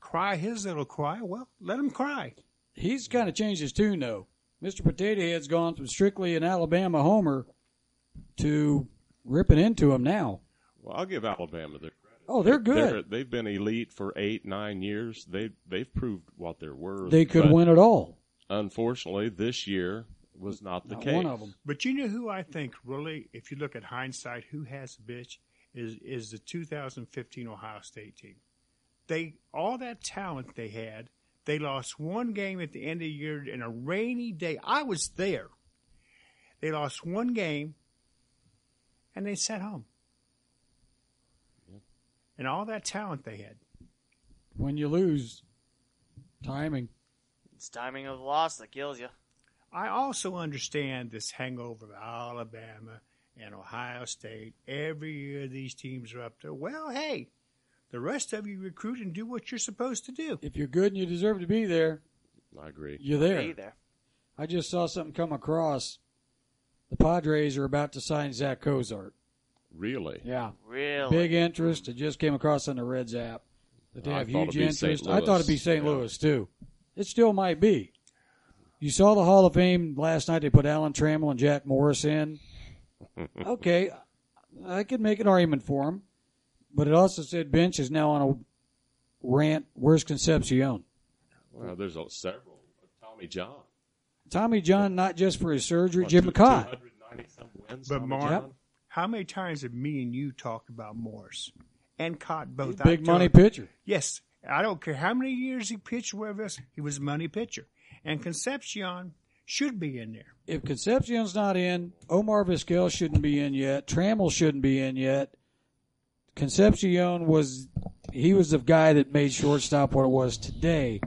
Speaker 2: cry his little cry. Well, let him cry.
Speaker 4: He's kind of changed his tune, though. Mr. Potato Head's gone from strictly an Alabama homer to ripping into him now.
Speaker 3: Well, I'll give Alabama their credit.
Speaker 4: Oh, they're good.
Speaker 3: they have been elite for eight, nine years. They they've proved what they're worth.
Speaker 4: they could
Speaker 3: but
Speaker 4: win it all.
Speaker 3: Unfortunately, this year was not the
Speaker 4: Not
Speaker 3: case.
Speaker 4: one of them.
Speaker 2: But you know who I think really, if you look at hindsight, who has a bitch is is the 2015 Ohio State team. They all that talent they had, they lost one game at the end of the year in a rainy day. I was there. They lost one game, and they sat home. And all that talent they had.
Speaker 4: When you lose, timing.
Speaker 1: It's timing of the loss that kills you.
Speaker 2: I also understand this hangover of Alabama and Ohio State. Every year these teams are up there. Well, hey, the rest of you recruit and do what you're supposed to do.
Speaker 4: If you're good and you deserve to be there,
Speaker 3: I agree.
Speaker 4: you're there.
Speaker 1: Be there.
Speaker 4: I just saw something come across the Padres are about to sign Zach Cozart.
Speaker 3: Really?
Speaker 4: Yeah.
Speaker 1: Really?
Speaker 4: Big interest. It just came across on the Reds app that they
Speaker 3: I
Speaker 4: have
Speaker 3: thought it'd
Speaker 4: huge
Speaker 3: be St.
Speaker 4: interest. I thought it'd be
Speaker 3: Louis.
Speaker 4: St.
Speaker 3: Yeah.
Speaker 4: Louis too. It still might be. You saw the Hall of Fame last night. They put Alan Trammell and Jack
Speaker 3: *laughs*
Speaker 4: Morris in. okay, I could make an argument for him, but it also said Bench is now on a rant. Where's Concepcion?
Speaker 3: Well, there's a, several. Tommy John.
Speaker 4: Tommy John, not just for his surgery.
Speaker 3: What,
Speaker 4: Jim
Speaker 3: two-
Speaker 4: McCott.
Speaker 3: 290 some wins,
Speaker 2: But
Speaker 3: Tommy
Speaker 2: Mark-
Speaker 3: John?
Speaker 2: How many times have me and you talked about Morris and Cott both? I
Speaker 4: Big
Speaker 2: tell
Speaker 4: money
Speaker 2: you-
Speaker 4: pitcher.
Speaker 2: Yes, I don't care how many years he pitched with us. He was a money pitcher, and Concepcion should be in there.
Speaker 4: if Concepcion's not in, Omar Vizquel shouldn't be in yet. Trammell shouldn't be in yet. Concepcion was he was the guy that made shortstop what it was today.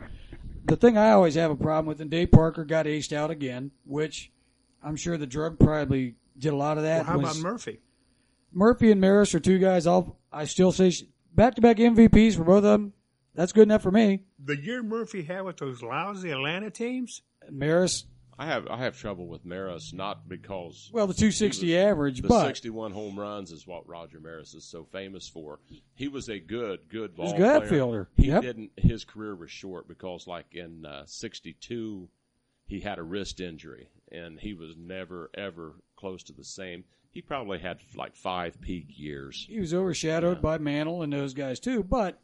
Speaker 4: The thing I always have a problem with, and Dave Parker got aced out again, which I'm sure the drug probably did a lot of
Speaker 2: Well,
Speaker 4: that.
Speaker 2: how about
Speaker 4: was-
Speaker 2: Murphy?
Speaker 4: Murphy and Maris are two guys. I'll I still say back to back MVPs for both of them. That's good enough for me.
Speaker 2: The year Murphy had with those lousy Atlanta teams.
Speaker 4: Maris,
Speaker 3: I have I have trouble with Maris not because
Speaker 4: well, the 260
Speaker 3: he was-
Speaker 4: average,
Speaker 3: the
Speaker 4: but
Speaker 3: 61 home runs is what Roger Maris is so famous for. He was a good good ball
Speaker 4: He's a good
Speaker 3: player.
Speaker 4: outfielder.
Speaker 3: He
Speaker 4: Yep.
Speaker 3: didn't. His career was short because, like in uh, '62, he had a wrist injury, and he was never ever close to the same. He probably had like five peak years.
Speaker 4: he was overshadowed by Mantle and those guys too. But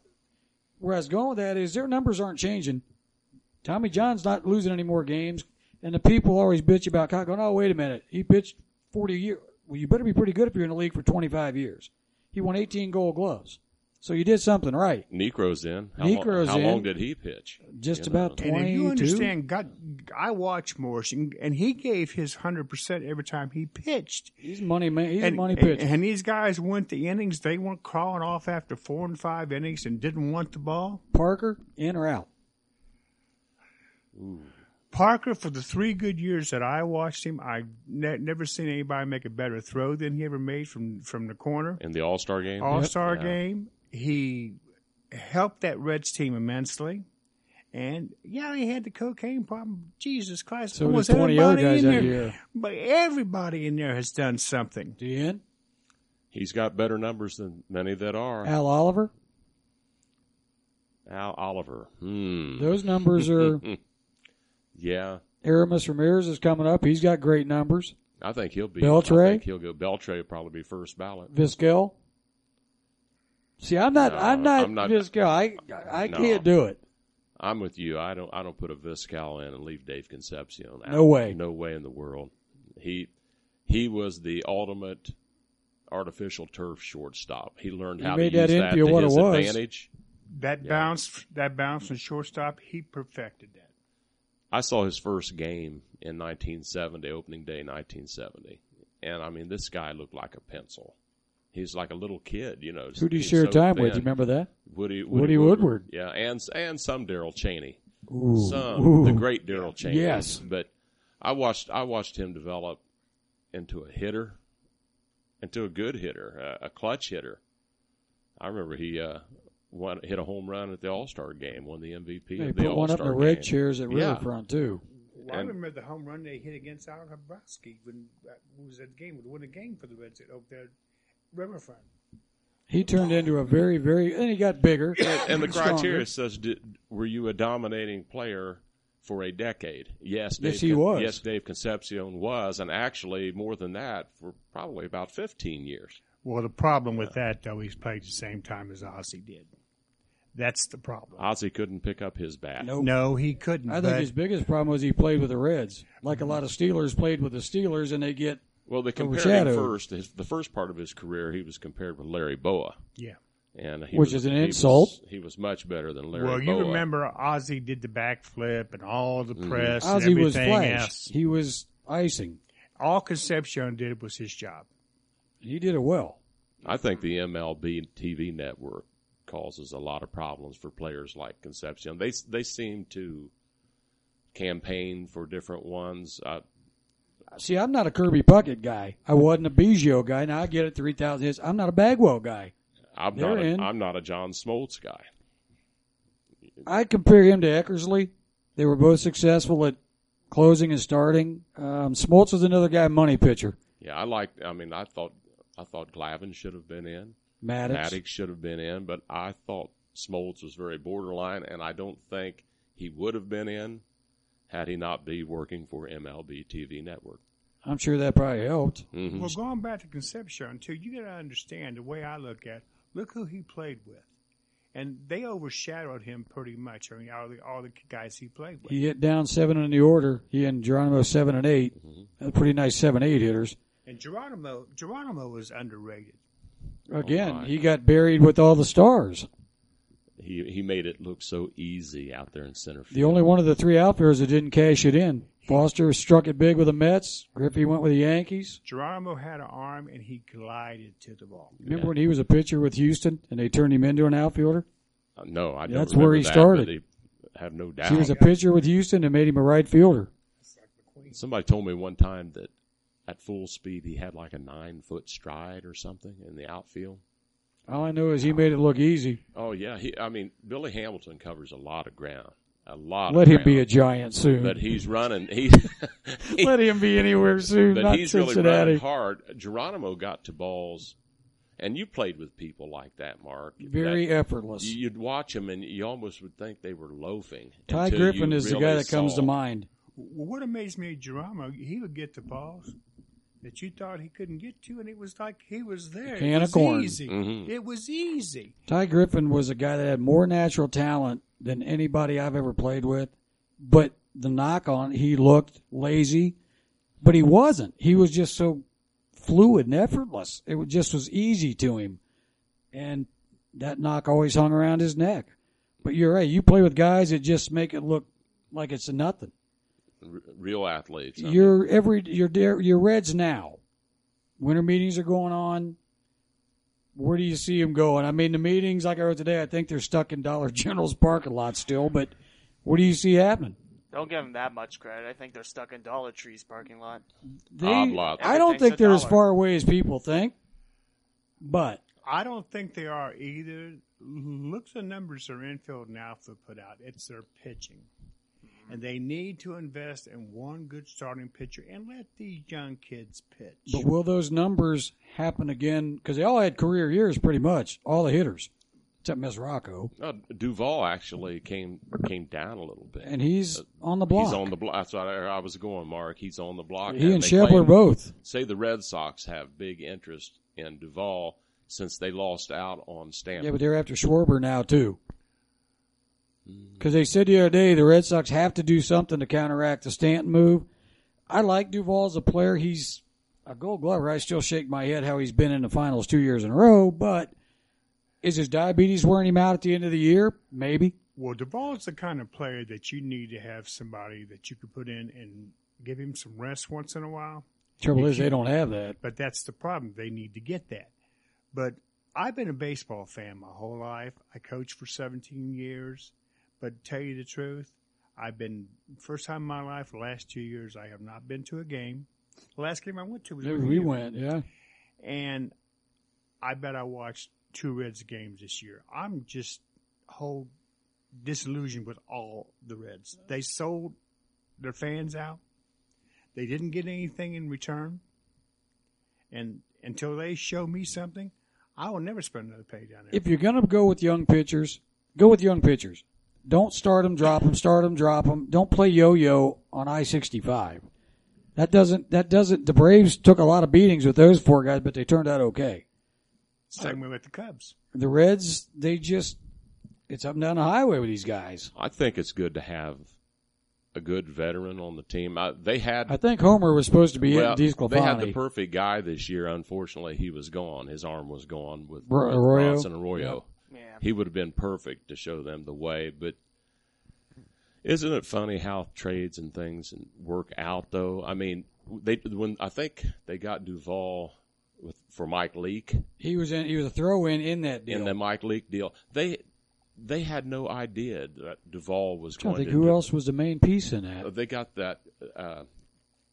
Speaker 4: where I was going with that is their numbers aren't changing. Tommy John's not losing any more games, and the people always bitch about Cott going, "Oh, wait a minute, he pitched 40 years. Well, you better be pretty good if you're in the league for 25 years. He won 18 Gold Gloves, so you did something right.
Speaker 3: Necro's in. How, long,
Speaker 4: Necro's
Speaker 3: how
Speaker 4: in.
Speaker 3: long did he pitch?
Speaker 4: Just
Speaker 3: You
Speaker 4: about
Speaker 3: know?
Speaker 2: And if you
Speaker 4: 22?
Speaker 2: understand, God, I watch Morris, and, and he gave his hundred percent every time he pitched.
Speaker 4: He's money man. He's
Speaker 2: and,
Speaker 4: a money
Speaker 2: and-
Speaker 4: pitcher.
Speaker 2: And, these guys went the innings. They weren't crawling off after four and five innings and didn't want the ball.
Speaker 4: Parker in or out?
Speaker 2: Parker, for the three good years that I watched him, I ne- never seen anybody make a better throw than he ever made from from the corner.
Speaker 3: in the All Star game.
Speaker 2: All Star
Speaker 3: Yeah.
Speaker 2: game, he helped that Reds team immensely. And yeah, he had the cocaine problem. Jesus Christ!
Speaker 4: So
Speaker 2: almost
Speaker 4: did 20 other
Speaker 2: everybody
Speaker 4: guys
Speaker 2: in
Speaker 4: out
Speaker 2: there,
Speaker 4: here.
Speaker 2: but everybody in there has done something.
Speaker 4: Do you in?
Speaker 3: He's got better numbers than many that are. Al,
Speaker 4: Al Oliver.
Speaker 3: Oliver. Hmm.
Speaker 4: Those numbers
Speaker 2: *laughs*
Speaker 4: are.
Speaker 3: Yeah.
Speaker 4: Aramis Ramirez is coming up. He's got great numbers.
Speaker 3: I think he'll be.
Speaker 4: Beltray?
Speaker 3: I think he'll go. Beltray will probably be first ballot.
Speaker 4: Viscal. See, I'm not,
Speaker 3: No,
Speaker 4: I'm not,
Speaker 3: I'm not-
Speaker 4: Viscal. I, I
Speaker 3: No.
Speaker 4: can't do it.
Speaker 3: I'm with you. I don't. I don't put a Viscal in and leave Dave Concepcion. Out.
Speaker 4: No way.
Speaker 3: No way in the world. He he was the ultimate artificial turf shortstop. He learned
Speaker 4: He
Speaker 3: how
Speaker 4: made
Speaker 3: to use
Speaker 4: that
Speaker 3: that
Speaker 4: infield
Speaker 3: to
Speaker 4: what it
Speaker 3: his
Speaker 4: was.
Speaker 3: advantage.
Speaker 2: That
Speaker 3: Yeah.
Speaker 2: bounce, that bounce from shortstop, he perfected that.
Speaker 3: I saw his first game in 1970, opening day 1970, and I mean this guy looked like a pencil. He's like a little kid, you know.
Speaker 4: Who do you
Speaker 3: He's
Speaker 4: share
Speaker 3: so
Speaker 4: time with? You
Speaker 3: thin.
Speaker 4: remember that?
Speaker 3: Woody,
Speaker 4: Woody Woodward.
Speaker 3: Yeah, and and some Daryl Cheney.
Speaker 4: Ooh.
Speaker 3: some the great Daryl Cheney.
Speaker 4: Yes.
Speaker 3: but I watched I watched him develop into a hitter, into a good hitter, a, a clutch hitter. I remember he uh, won, hit a home run at the All Star game, won the MVP
Speaker 4: They
Speaker 3: of the
Speaker 4: put
Speaker 3: All
Speaker 4: one
Speaker 3: Star
Speaker 4: up in
Speaker 3: game.
Speaker 4: the red chairs at
Speaker 3: Yeah.
Speaker 4: Riverfront too.
Speaker 2: Well, I
Speaker 3: And-
Speaker 2: remember the home run they hit against Al Habrowski when uh, was that game would win a game for the Reds at Oak there, Riverfront.
Speaker 4: He turned into a very, very, and he got bigger.
Speaker 3: *coughs* And the
Speaker 4: stronger.
Speaker 3: criteria says, did, were you a dominating player for a decade? Yes, Dave,
Speaker 4: Yes, he was.
Speaker 3: Yes, Dave Concepcion was, and actually more than that for probably about fifteen years.
Speaker 2: Well, the problem with that though, he's played the same time as Ozzy did. That's the problem.
Speaker 3: Ozzy couldn't pick up his bat.
Speaker 4: Nope.
Speaker 2: No, he couldn't.
Speaker 4: I think
Speaker 2: but
Speaker 4: his biggest problem was he played with the Reds, like a lot of Steelers played with the Steelers, and they get
Speaker 3: Well, they compared
Speaker 4: Overshadowed.
Speaker 3: him first. His, the first part of his career, he was compared with Larry Boa,
Speaker 2: yeah.
Speaker 3: and he
Speaker 4: Which
Speaker 3: was,
Speaker 4: is an
Speaker 3: he was-
Speaker 4: insult.
Speaker 3: he was much better than Larry.
Speaker 2: Well, you
Speaker 3: Boa.
Speaker 2: remember Ozzy did the backflip and all the press and
Speaker 4: Ozzy
Speaker 2: everything
Speaker 4: was flash.
Speaker 2: else.
Speaker 4: He was icing.
Speaker 2: All Concepcion did was his job.
Speaker 4: He did it well.
Speaker 3: I think the MLB TV network causes a lot of problems for players like Concepcion. They they seem to campaign for different ones. Uh,
Speaker 4: See, I'm not a Kirby Puckett guy. I wasn't a Biggio guy. Now I get it, three thousand hits. I'm not a Bagwell guy.
Speaker 3: I'm
Speaker 4: They're
Speaker 3: not
Speaker 4: in.
Speaker 3: a, I'm not a John Smoltz guy.
Speaker 4: I compare him to Eckersley. They were both successful at closing and starting. Um, Smoltz was another guy, money pitcher.
Speaker 3: Yeah, I like. I mean, I thought I thought Glavin should have been in.
Speaker 4: Maddox.
Speaker 3: Maddox should have been in, but I thought Smoltz was very borderline, and I don't think he would have been in had he not be working for MLB TV Network.
Speaker 4: I'm sure that probably helped.
Speaker 3: hmm
Speaker 2: Well, going back to Concepcion, too, you got to understand the way I look at. Look who he played with, and they overshadowed him pretty much. I mean, all the all the guys he played with.
Speaker 4: He hit down seven in the order. He and Geronimo seven and 8
Speaker 3: Mm-hmm.
Speaker 4: That's Pretty nice seven eight hitters.
Speaker 2: And Geronimo, Geronimo was underrated.
Speaker 4: Again,
Speaker 3: Oh, my.
Speaker 4: he got buried with all the stars.
Speaker 3: He he made it look so easy out there in center field.
Speaker 4: The only one of the three outfielders that didn't cash it in. Foster struck it big with the Mets. Griffey went with the Yankees.
Speaker 2: Geronimo had an arm, and he glided to the ball.
Speaker 4: Remember when he was a pitcher with Houston and they turned him into an outfielder?
Speaker 3: Uh, no, I don't.
Speaker 4: That's
Speaker 3: remember
Speaker 4: where he
Speaker 3: that,
Speaker 4: started.
Speaker 3: but He, have no doubt.
Speaker 4: He was a pitcher with Houston and made him a right fielder.
Speaker 3: Somebody told me one time that at full speed he had like a nine foot stride or something in the outfield.
Speaker 4: All I know is he made it look easy.
Speaker 3: Oh yeah, he, I mean Billy Hamilton covers a lot of ground, a lot.
Speaker 4: Let
Speaker 3: of
Speaker 4: him be a
Speaker 3: ground.
Speaker 4: giant soon.
Speaker 3: But he's running. He, *laughs*
Speaker 4: Let him be anywhere soon.
Speaker 3: but
Speaker 4: not
Speaker 3: he's
Speaker 4: Cincinnati.
Speaker 3: really running hard. Geronimo got to balls, and you played with people like that, Mark.
Speaker 4: Very
Speaker 3: That-
Speaker 4: effortless.
Speaker 3: you- You'd watch them, and you almost would think they were loafing.
Speaker 4: Ty
Speaker 3: until
Speaker 4: Griffin
Speaker 3: you
Speaker 4: is the
Speaker 3: really
Speaker 4: guy that comes
Speaker 3: saw-
Speaker 4: to mind.
Speaker 2: Well, what amazed me, Geronimo, he would get the balls that you thought he couldn't get to, and it was like he was there.
Speaker 4: Can
Speaker 2: it
Speaker 4: of
Speaker 2: was
Speaker 4: corn. Mm-hmm.
Speaker 2: easy.
Speaker 3: Mhm.
Speaker 2: It was easy.
Speaker 4: Ty Griffin was a guy that had more natural talent than anybody I've ever played with. But the knock on, he looked lazy, but he wasn't. He was just so fluid and effortless. It was- just was easy to him. And that knock always hung around his neck. But you're right. You play with guys that just make it look like it's nothing.
Speaker 3: r- real athletes. I mean,
Speaker 4: your every your dare- your Reds now. Winter meetings are going on. Where do you see them going? I mean, the meetings, like I wrote today, I think they're stuck in Dollar *laughs* General's parking lot still. But what do you see happening?
Speaker 1: Don't give them that much credit. I think they're stuck in Dollar Tree's parking lot.
Speaker 4: They,
Speaker 3: Odd lots.
Speaker 4: I don't
Speaker 1: Everything's
Speaker 4: think
Speaker 1: a
Speaker 4: they're as
Speaker 1: dollar.
Speaker 4: far away as people think. But
Speaker 2: I don't think they are either. Look, the numbers their infield and outfield put out. It's their pitching, and they need to invest in one good starting pitcher and let these young kids pitch.
Speaker 4: but will those numbers happen again? Because they all had career years, pretty much all the hitters, except Miss Rocco,
Speaker 3: uh, Duval actually came came down a little bit.
Speaker 4: and he's on the block.
Speaker 3: Uh, He's on the block. That's what I, I was going, Mark. He's on the block.
Speaker 4: He and
Speaker 3: they
Speaker 4: Shep
Speaker 3: claim-
Speaker 4: were both.
Speaker 3: Say the Red Sox have big interest in Duval since they lost out on Stanton.
Speaker 4: Yeah, but they're after Schwarber now too. Because they said the other day the Red Sox have to do something to counteract the Stanton move. I like Duvall as a player. He's a Gold Glover. I still shake my head how he's been in the finals two years in a row. But is his diabetes wearing him out at the end of the year? Maybe.
Speaker 2: Well, Duvall is the kind of player that you need to have somebody that you can put in and give him some rest once in a while.
Speaker 4: Trouble is they don't have that.
Speaker 2: But that's the problem. They need to get that. But I've been a baseball fan my whole life. I coached for 17 years. But to tell you the truth, I've been, first time in my life, the last two years, I have not been to a game. The last game I went to was with
Speaker 4: We
Speaker 2: you.
Speaker 4: went, yeah.
Speaker 2: And I bet I watched two Reds games this year. I'm just whole disillusioned with all the Reds. They sold their fans out. They didn't get anything in return. And until they show me something, I will never spend another penny down there.
Speaker 4: If you're gonna go with young pitchers, go with young pitchers. Don't start them, drop them, start them, drop them. Don't play yo-yo on I-65. That doesn't. That doesn't. The Braves took a lot of beatings with those four guys, but they turned out okay.
Speaker 2: Same way with the Cubs.
Speaker 4: The Reds, they just. It's up and down the highway with these guys.
Speaker 3: I think it's good to have a good veteran on the team. I, they had
Speaker 4: I think Homer was supposed to be
Speaker 3: well,
Speaker 4: in
Speaker 3: they had the
Speaker 4: DeSclafani.
Speaker 3: perfect guy this year. Unfortunately, he was gone. His arm was gone with
Speaker 4: Bro-
Speaker 3: with
Speaker 4: Arroyo?
Speaker 3: Bronson Arroyo.
Speaker 1: Yeah.
Speaker 3: He would have been perfect to show them the way. But isn't it funny how trades and things work out? Though I mean, they when I think they got Duvall with for Mike Leake
Speaker 4: he was in. He was a throw-in in that deal.
Speaker 3: in the Mike Leake deal. They they had no idea that Duvall was
Speaker 4: I'm trying
Speaker 3: going
Speaker 4: to think
Speaker 3: to
Speaker 4: who
Speaker 3: do-
Speaker 4: else was the main piece in
Speaker 3: Uh,
Speaker 4: that.
Speaker 3: they got that uh,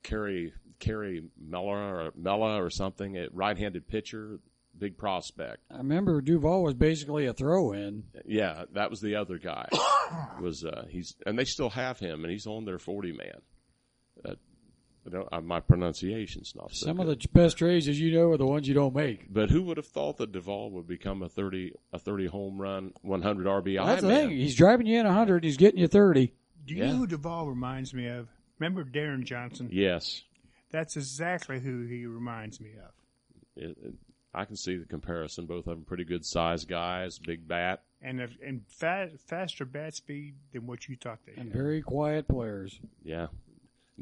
Speaker 3: Kerry Kerry Mella or Mella or something, a right-handed pitcher, big prospect.
Speaker 4: I remember Duval was basically a throw-in.
Speaker 3: Yeah, that was the other guy. was uh, he's and they still have him, and he's on their forty man. Uh, I don't, uh, my pronunciation's not so
Speaker 4: Some
Speaker 3: good.
Speaker 4: of the best trades, as you know, are the ones you don't make.
Speaker 3: But who would have thought that Duvall would become a thirty a thirty home run, one hundred RBI
Speaker 4: That's the
Speaker 3: man?
Speaker 4: thing. He's driving you in 100 and he's getting you 30.
Speaker 2: Do
Speaker 3: Yeah.
Speaker 2: you know who Duvall reminds me of? Remember Darren Johnson?
Speaker 3: Yes,
Speaker 2: That's exactly who he reminds me of.
Speaker 3: It- it- I can see the comparison. Both of them pretty good sized guys, big bat.
Speaker 2: And if, and fa- faster bat speed than what you thought they
Speaker 4: And
Speaker 2: had.
Speaker 4: very quiet players.
Speaker 3: Yeah.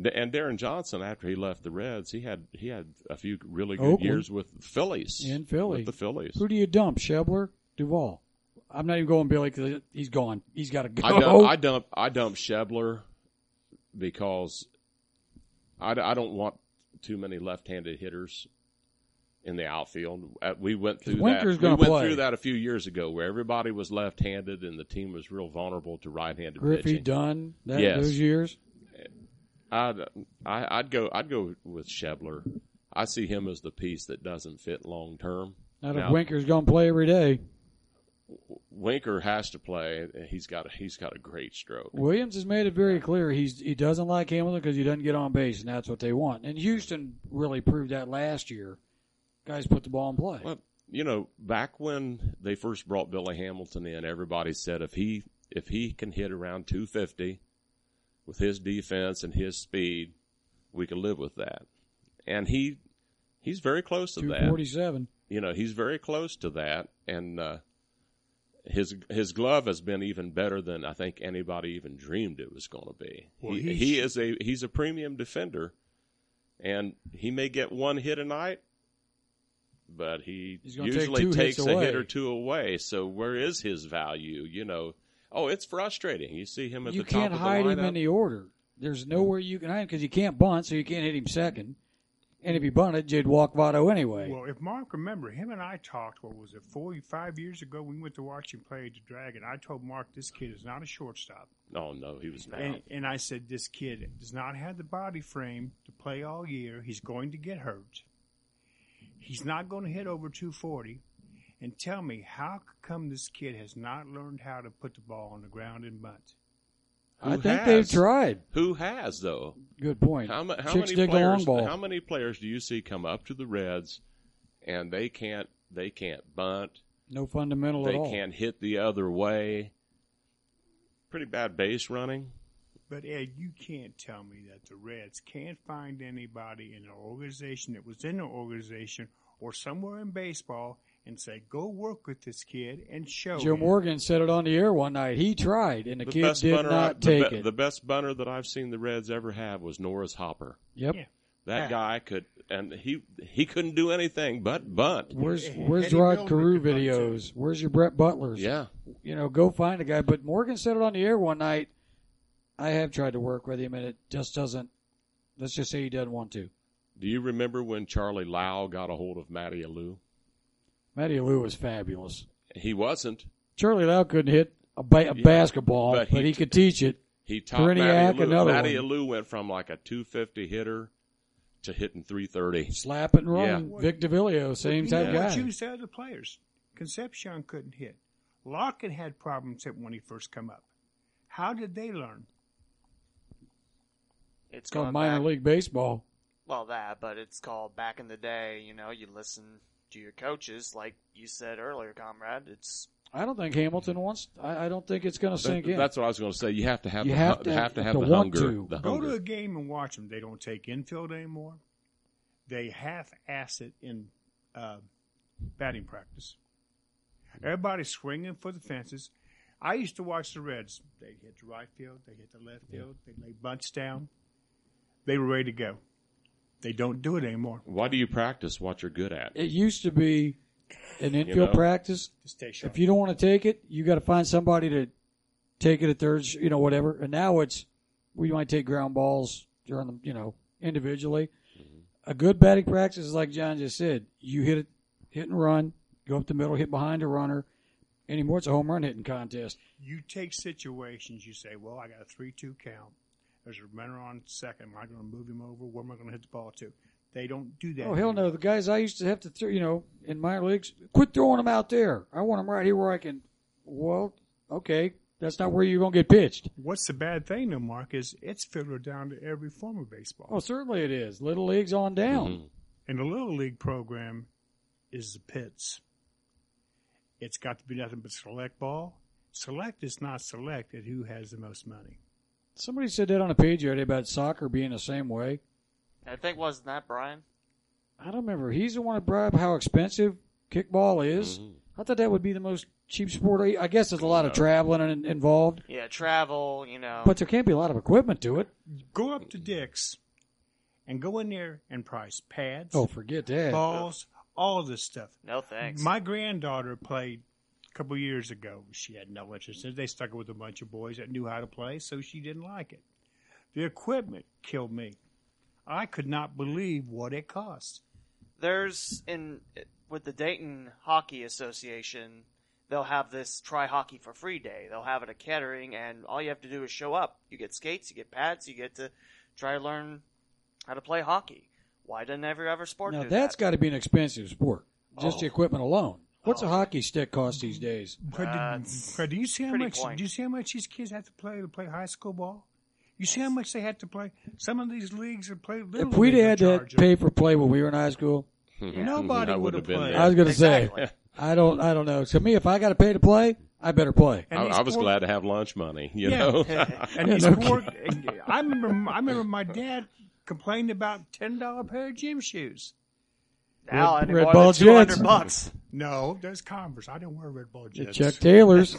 Speaker 3: D- And Darren Johnson, after he left the Reds, he had he had a few really good
Speaker 4: Oakland.
Speaker 3: years with the Phillies.
Speaker 4: In Philly.
Speaker 3: with the Phillies.
Speaker 4: Who do you dump? Shebler? Duvall? I'm not even going Billy because he's gone. He's got to go.
Speaker 3: I dump, I dump I dump Shebler because I, d- I don't want too many left-handed hitters in the outfield. Uh, We went
Speaker 4: 'Cause
Speaker 3: through
Speaker 4: Winker's
Speaker 3: that. We
Speaker 4: gonna
Speaker 3: went
Speaker 4: play.
Speaker 3: through that a few years ago where everybody was left-handed and the team was real vulnerable to right-handed
Speaker 4: *laughs* Griffey,
Speaker 3: pitching.
Speaker 4: Dunn, that,
Speaker 3: Yes.
Speaker 4: those years.
Speaker 3: I'd, I, I'd go I'd go with Shebler. I see him as the piece that doesn't fit long term.
Speaker 4: Not if
Speaker 3: Now-
Speaker 4: Winker's going to play every day.
Speaker 3: Winker has to play. He's got a, he's got a great stroke.
Speaker 4: Williams has made it very clear he's he doesn't like Hamilton because he doesn't get on base, and that's what they want. And Houston really proved that last year. Guys put the ball in play.
Speaker 3: Well, you know, back when they first brought Billy Hamilton in, everybody said if he if he can hit around 250 with his defense and his speed, we could live with that. And he he's very close to
Speaker 4: Two
Speaker 3: that.
Speaker 4: forty-seven.
Speaker 3: You know, he's very close to that, and uh, his his glove has been even better than I think anybody even dreamed it was going to be.
Speaker 2: Well,
Speaker 3: he,
Speaker 2: he's-
Speaker 3: he is a he's a premium defender, and he may get one hit a night, but he
Speaker 4: He's gonna take
Speaker 3: usually
Speaker 4: two hits
Speaker 3: takes a hit
Speaker 4: away.
Speaker 3: or two away. So where is his value? You know, oh, it's frustrating. You see him at
Speaker 4: You
Speaker 3: the top
Speaker 4: can't
Speaker 3: of the
Speaker 4: hide him
Speaker 3: lineup.
Speaker 4: in the order. There's nowhere you can hide him because you can't bunt, so you can't hit him second. And if you bunted, you'd walk Votto anyway.
Speaker 2: Well, if Mark remember, him and I talked. What was it, four, five years ago? when We went to watch him play at the Dragon. I told Mark this kid is not a shortstop,
Speaker 3: oh no, he was down.
Speaker 2: and, and I said this kid does not have the body frame to play all year. He's going to get hurt. He's not going to hit over 240. And tell me, how come this kid has not learned how to put the ball on the ground and bunt?
Speaker 4: I
Speaker 3: Who
Speaker 4: think
Speaker 3: has?
Speaker 4: they've tried.
Speaker 3: Who has though?
Speaker 4: Good point.
Speaker 3: How, mu- how
Speaker 4: Chicks
Speaker 3: many
Speaker 4: dig the long
Speaker 3: players?
Speaker 4: ball.
Speaker 3: How many players do you see come up to the Reds, and they can't they can't bunt,
Speaker 4: no fundamental
Speaker 3: they
Speaker 4: at all.
Speaker 3: can't hit the other way? Pretty bad base running.
Speaker 2: But Ed, you can't tell me that the Reds can't find anybody in an organization that was in an organization or somewhere in baseball and say, "Go work with this kid and show
Speaker 4: Joe
Speaker 2: him."
Speaker 4: Morgan said it on the air one night. He tried, and the,
Speaker 3: the
Speaker 4: kid
Speaker 3: best
Speaker 4: did
Speaker 3: bunter I,
Speaker 4: not
Speaker 3: the
Speaker 4: take
Speaker 3: be-
Speaker 4: it.
Speaker 3: The best bunter that I've seen the Reds ever have was Norris Hopper.
Speaker 4: yep.
Speaker 2: Yeah.
Speaker 3: That
Speaker 2: Yeah.
Speaker 3: guy could, and he he couldn't do anything but bunt.
Speaker 4: Where's
Speaker 2: Eddie
Speaker 4: Where's Rod
Speaker 2: Milner
Speaker 4: Carew
Speaker 2: could run too.
Speaker 4: videos? Where's your Brett Butlers?
Speaker 3: Yeah,
Speaker 4: You know, go find a guy. But Morgan said it on the air one night. I have tried to work with him, and it just doesn't. Let's just say he doesn't want to.
Speaker 3: do you remember when Charlie Lau got a hold of Matty Alou?
Speaker 4: Matty Lou was fabulous.
Speaker 3: He wasn't.
Speaker 4: Charlie Lau couldn't hit a, ba- a basketball, but
Speaker 3: but
Speaker 4: he,
Speaker 3: he-
Speaker 4: could teach it.
Speaker 3: He topped
Speaker 4: Periniac,
Speaker 3: Matty Alou.
Speaker 4: another
Speaker 3: Matty
Speaker 4: one.
Speaker 3: Alou went from like a 250 hitter to hitting 330.
Speaker 4: Slap it and run.
Speaker 2: Yeah.
Speaker 4: Vic DeVillio, same
Speaker 2: You
Speaker 4: type
Speaker 2: know,
Speaker 4: guy.
Speaker 2: Choose the other players. Concepcion couldn't hit. Lockett had problems at when he first come up. How did they learn?
Speaker 1: It's
Speaker 4: It's called
Speaker 1: going
Speaker 4: minor
Speaker 1: back-
Speaker 4: league baseball.
Speaker 1: Well, that, but it's called back in the day. You know, you listen to your coaches, like you said earlier, comrade. It's
Speaker 4: I don't think Hamilton wants. I, I don't think it's going to
Speaker 3: That-
Speaker 4: sink in.
Speaker 3: That's what I was going to say. You have to have
Speaker 4: You
Speaker 3: the,
Speaker 4: have
Speaker 3: hu-
Speaker 4: to-
Speaker 3: have to have
Speaker 4: to
Speaker 3: the
Speaker 4: want
Speaker 3: hunger.
Speaker 4: to.
Speaker 3: The
Speaker 2: Go to
Speaker 3: hunger.
Speaker 2: a game and watch them. They don't take infield anymore. They half-ass it in uh, batting practice. Everybody's swinging for the fences. I used to watch the Reds. They hit the right field. They hit the left field. They lay bunts down. They were ready to go. They don't do it anymore.
Speaker 3: Why do you practice what you're good at?
Speaker 4: it used to be an infield
Speaker 3: know?
Speaker 4: practice.
Speaker 2: Just stay sharp.
Speaker 4: If you don't want to take it, you got to find somebody to take it at third, you know, whatever. And now it's we might take ground balls during the, you know, individually. A good batting practice is like John just said: you hit it, hit and run, go up the middle, hit behind a runner. Anymore, it's a home run hitting contest.
Speaker 2: you take situations, you say, well, I got a 3 2 count. There's a runner on second. Am I going to move him over? Where am I going to hit the ball to? They don't do that.
Speaker 4: Oh hell
Speaker 2: anymore.
Speaker 4: no! The guys I used to have to, throw, you know, in minor leagues, quit throwing them out there. I want them right here where I can. Well, okay, that's not where you're going to get pitched.
Speaker 2: What's the bad thing, though, Mark, is it's filtered down to every form of
Speaker 4: Oh,
Speaker 2: baseball.
Speaker 4: certainly it is. Little leagues on down.
Speaker 3: Mhm.
Speaker 2: And the little league program is the pits. It's got to be nothing but select ball. Select is not select at who has the most money.
Speaker 4: Somebody said that on a page the other day about soccer being the same way.
Speaker 1: I think wasn't that Brian?
Speaker 4: I don't remember. He's the one that brought up how expensive kickball is.
Speaker 3: Mhm.
Speaker 1: Mm-hmm.
Speaker 4: I thought that would be the most cheap sport. I guess there's a lot of
Speaker 3: No.
Speaker 4: traveling in- involved,
Speaker 1: Yeah, travel. You know.
Speaker 4: but there can't be a lot of equipment to it.
Speaker 2: Go up to Dick's and go in there and price pads,
Speaker 4: Oh, forget that.
Speaker 2: balls, all this stuff.
Speaker 1: no thanks.
Speaker 2: My granddaughter played a couple years ago. She had no interest. in it. They stuck it with a bunch of boys that knew how to play, so she didn't like it. The equipment killed me. I could not believe what it cost.
Speaker 1: There's in with the Dayton Hockey Association. They'll have this try hockey for free day. They'll have it at Kettering, and all you have to do is show up. You get skates, you get pads, you get to try to learn how to play hockey. Why doesn't every other sport
Speaker 4: Now
Speaker 1: do
Speaker 4: that's
Speaker 1: that?
Speaker 4: got to be an expensive sport. Just the
Speaker 1: Oh.
Speaker 4: equipment alone. What's a
Speaker 1: Oh.
Speaker 4: hockey stick cost these days?
Speaker 2: But did,
Speaker 1: That's
Speaker 2: but do you see how
Speaker 1: pretty
Speaker 2: much?
Speaker 1: point.
Speaker 2: Do you see how much these kids have to play to play high school ball? You see how much they had to play. Some of these leagues are play. Little
Speaker 4: if we'd
Speaker 2: league
Speaker 4: had
Speaker 2: in
Speaker 4: to
Speaker 2: charge of-
Speaker 4: pay for play when we were in high school,
Speaker 2: Nobody
Speaker 3: Mm-hmm. I
Speaker 2: would have
Speaker 3: would've been
Speaker 2: played.
Speaker 3: there.
Speaker 4: I was going to
Speaker 1: Exactly.
Speaker 4: say, I don't, I don't know. To me, if I got to pay to play, I better play.
Speaker 2: and
Speaker 3: I,
Speaker 2: these
Speaker 3: I was
Speaker 2: poor-
Speaker 3: glad to have lunch money, you
Speaker 2: Yeah.
Speaker 3: know.
Speaker 2: *laughs* And
Speaker 3: *laughs*
Speaker 4: Yeah,
Speaker 2: these
Speaker 4: *laughs* no
Speaker 2: poor, I remember, I remember my dad complained about ten dollar pair of gym shoes.
Speaker 1: now
Speaker 4: Red-
Speaker 1: any
Speaker 4: Red
Speaker 1: more
Speaker 4: Ball
Speaker 1: than two
Speaker 4: Jets.
Speaker 1: hundred bucks.
Speaker 2: No, there's Converse. I don't wear Red Bull
Speaker 4: At
Speaker 2: Jets.
Speaker 4: Chuck Taylor's.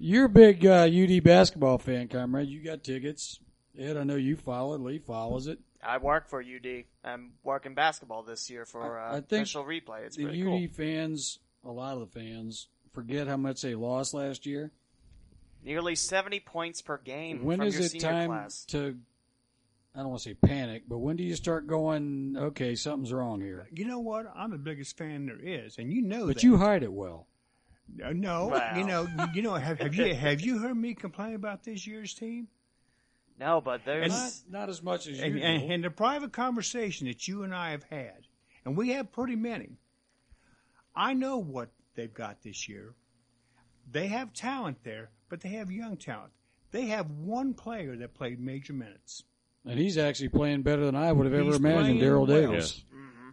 Speaker 4: You're a big uh, UD basketball fan, comrade. You got tickets. Ed, I know you follow it. Lee follows it.
Speaker 1: I work for UD. I'm working basketball this year for
Speaker 4: I-
Speaker 1: uh,
Speaker 4: I think
Speaker 1: official replay. It's
Speaker 4: the
Speaker 1: pretty
Speaker 4: UD
Speaker 1: cool.
Speaker 4: fans, a lot of the fans, forget how much they lost last year.
Speaker 1: Nearly 70 points per game
Speaker 4: when
Speaker 1: from
Speaker 4: is
Speaker 1: your
Speaker 4: it
Speaker 1: senior
Speaker 4: time
Speaker 1: class.
Speaker 4: to? I don't want to say panic, but when do you start going? Okay, something's wrong here.
Speaker 2: You know what? I'm the biggest fan there is, and you know
Speaker 4: But
Speaker 2: that.
Speaker 4: you hide it well.
Speaker 2: Uh, no,
Speaker 1: Wow.
Speaker 2: you know, you know. Have, have you have you heard me complain about this year's team?
Speaker 1: No, but there's
Speaker 4: not, not as much as
Speaker 2: And,
Speaker 4: you.
Speaker 2: and, and the private conversation that you and I have had, and we have pretty many. I know what they've got this year. They have talent there, but they have young talent. They have one player that played major minutes.
Speaker 4: and he's actually playing better than I would have ever
Speaker 2: He's playing
Speaker 4: imagined. Daryl
Speaker 2: well.
Speaker 4: Davis.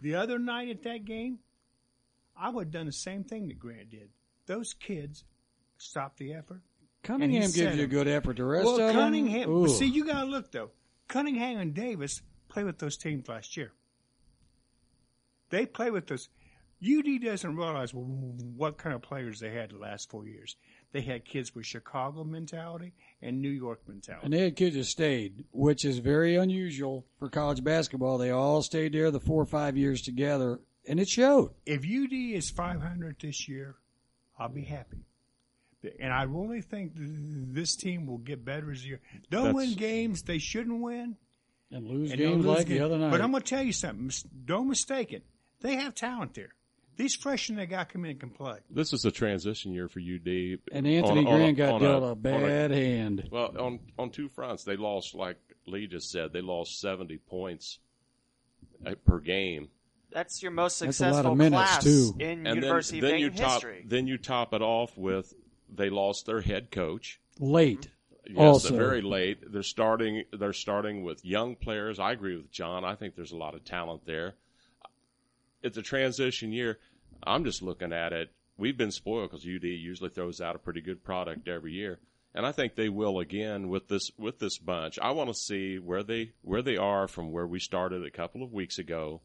Speaker 2: The other night at that game, I would have done the same thing that Grant did. Those kids stopped the effort.
Speaker 4: Cunningham
Speaker 2: set
Speaker 4: gives you a
Speaker 2: him.
Speaker 4: good effort. The rest
Speaker 2: well,
Speaker 4: of 'em,
Speaker 2: Cunningham.
Speaker 4: ooh.
Speaker 2: See, you got to look though. Cunningham and Davis played with those teams last year. They play with those. UD doesn't realize wh- what kind of players they had the last four years. They had kids with Chicago mentality and New York mentality.
Speaker 4: And they had kids that stayed, which is very unusual for college basketball. They all stayed there the four or five years together, and it showed.
Speaker 2: if UD is 500 this year, I'll be happy. And I really think th- this team will get better as the year. They'll
Speaker 3: That's-
Speaker 2: win games they shouldn't win.
Speaker 4: And lose
Speaker 2: and they'll
Speaker 4: games
Speaker 2: lose
Speaker 4: like
Speaker 2: games.
Speaker 4: the other night.
Speaker 2: But I'm going to tell you something. Mis- Don't mistake it. They have talent there. These freshmen they got come in and can play.
Speaker 3: This is a transition year for UD.
Speaker 4: and Anthony
Speaker 3: On- on a-
Speaker 4: Grant got
Speaker 3: on
Speaker 4: dealt a,
Speaker 3: on
Speaker 4: bad hand.
Speaker 3: well, on on two fronts, they lost. Like Lee just said, they lost seventy points uh, per game.
Speaker 1: that's your most
Speaker 4: That's a lot
Speaker 1: successful
Speaker 4: of minutes,
Speaker 1: class
Speaker 4: too.
Speaker 1: in
Speaker 3: And
Speaker 1: University
Speaker 3: then, then you
Speaker 1: of Dayton
Speaker 3: top
Speaker 1: history.
Speaker 3: then you top it off with they lost their head coach.
Speaker 4: Late.
Speaker 3: Yes,
Speaker 4: Also.
Speaker 3: very late. They're starting. They're starting with young players. I agree with John. I think there's a lot of talent there. It's a transition year. I'm just looking at it. We've been spoiled because UD usually throws out a pretty good product every year, and I think they will again with this with this bunch. I want to see where they where they are from where we started a couple of weeks ago,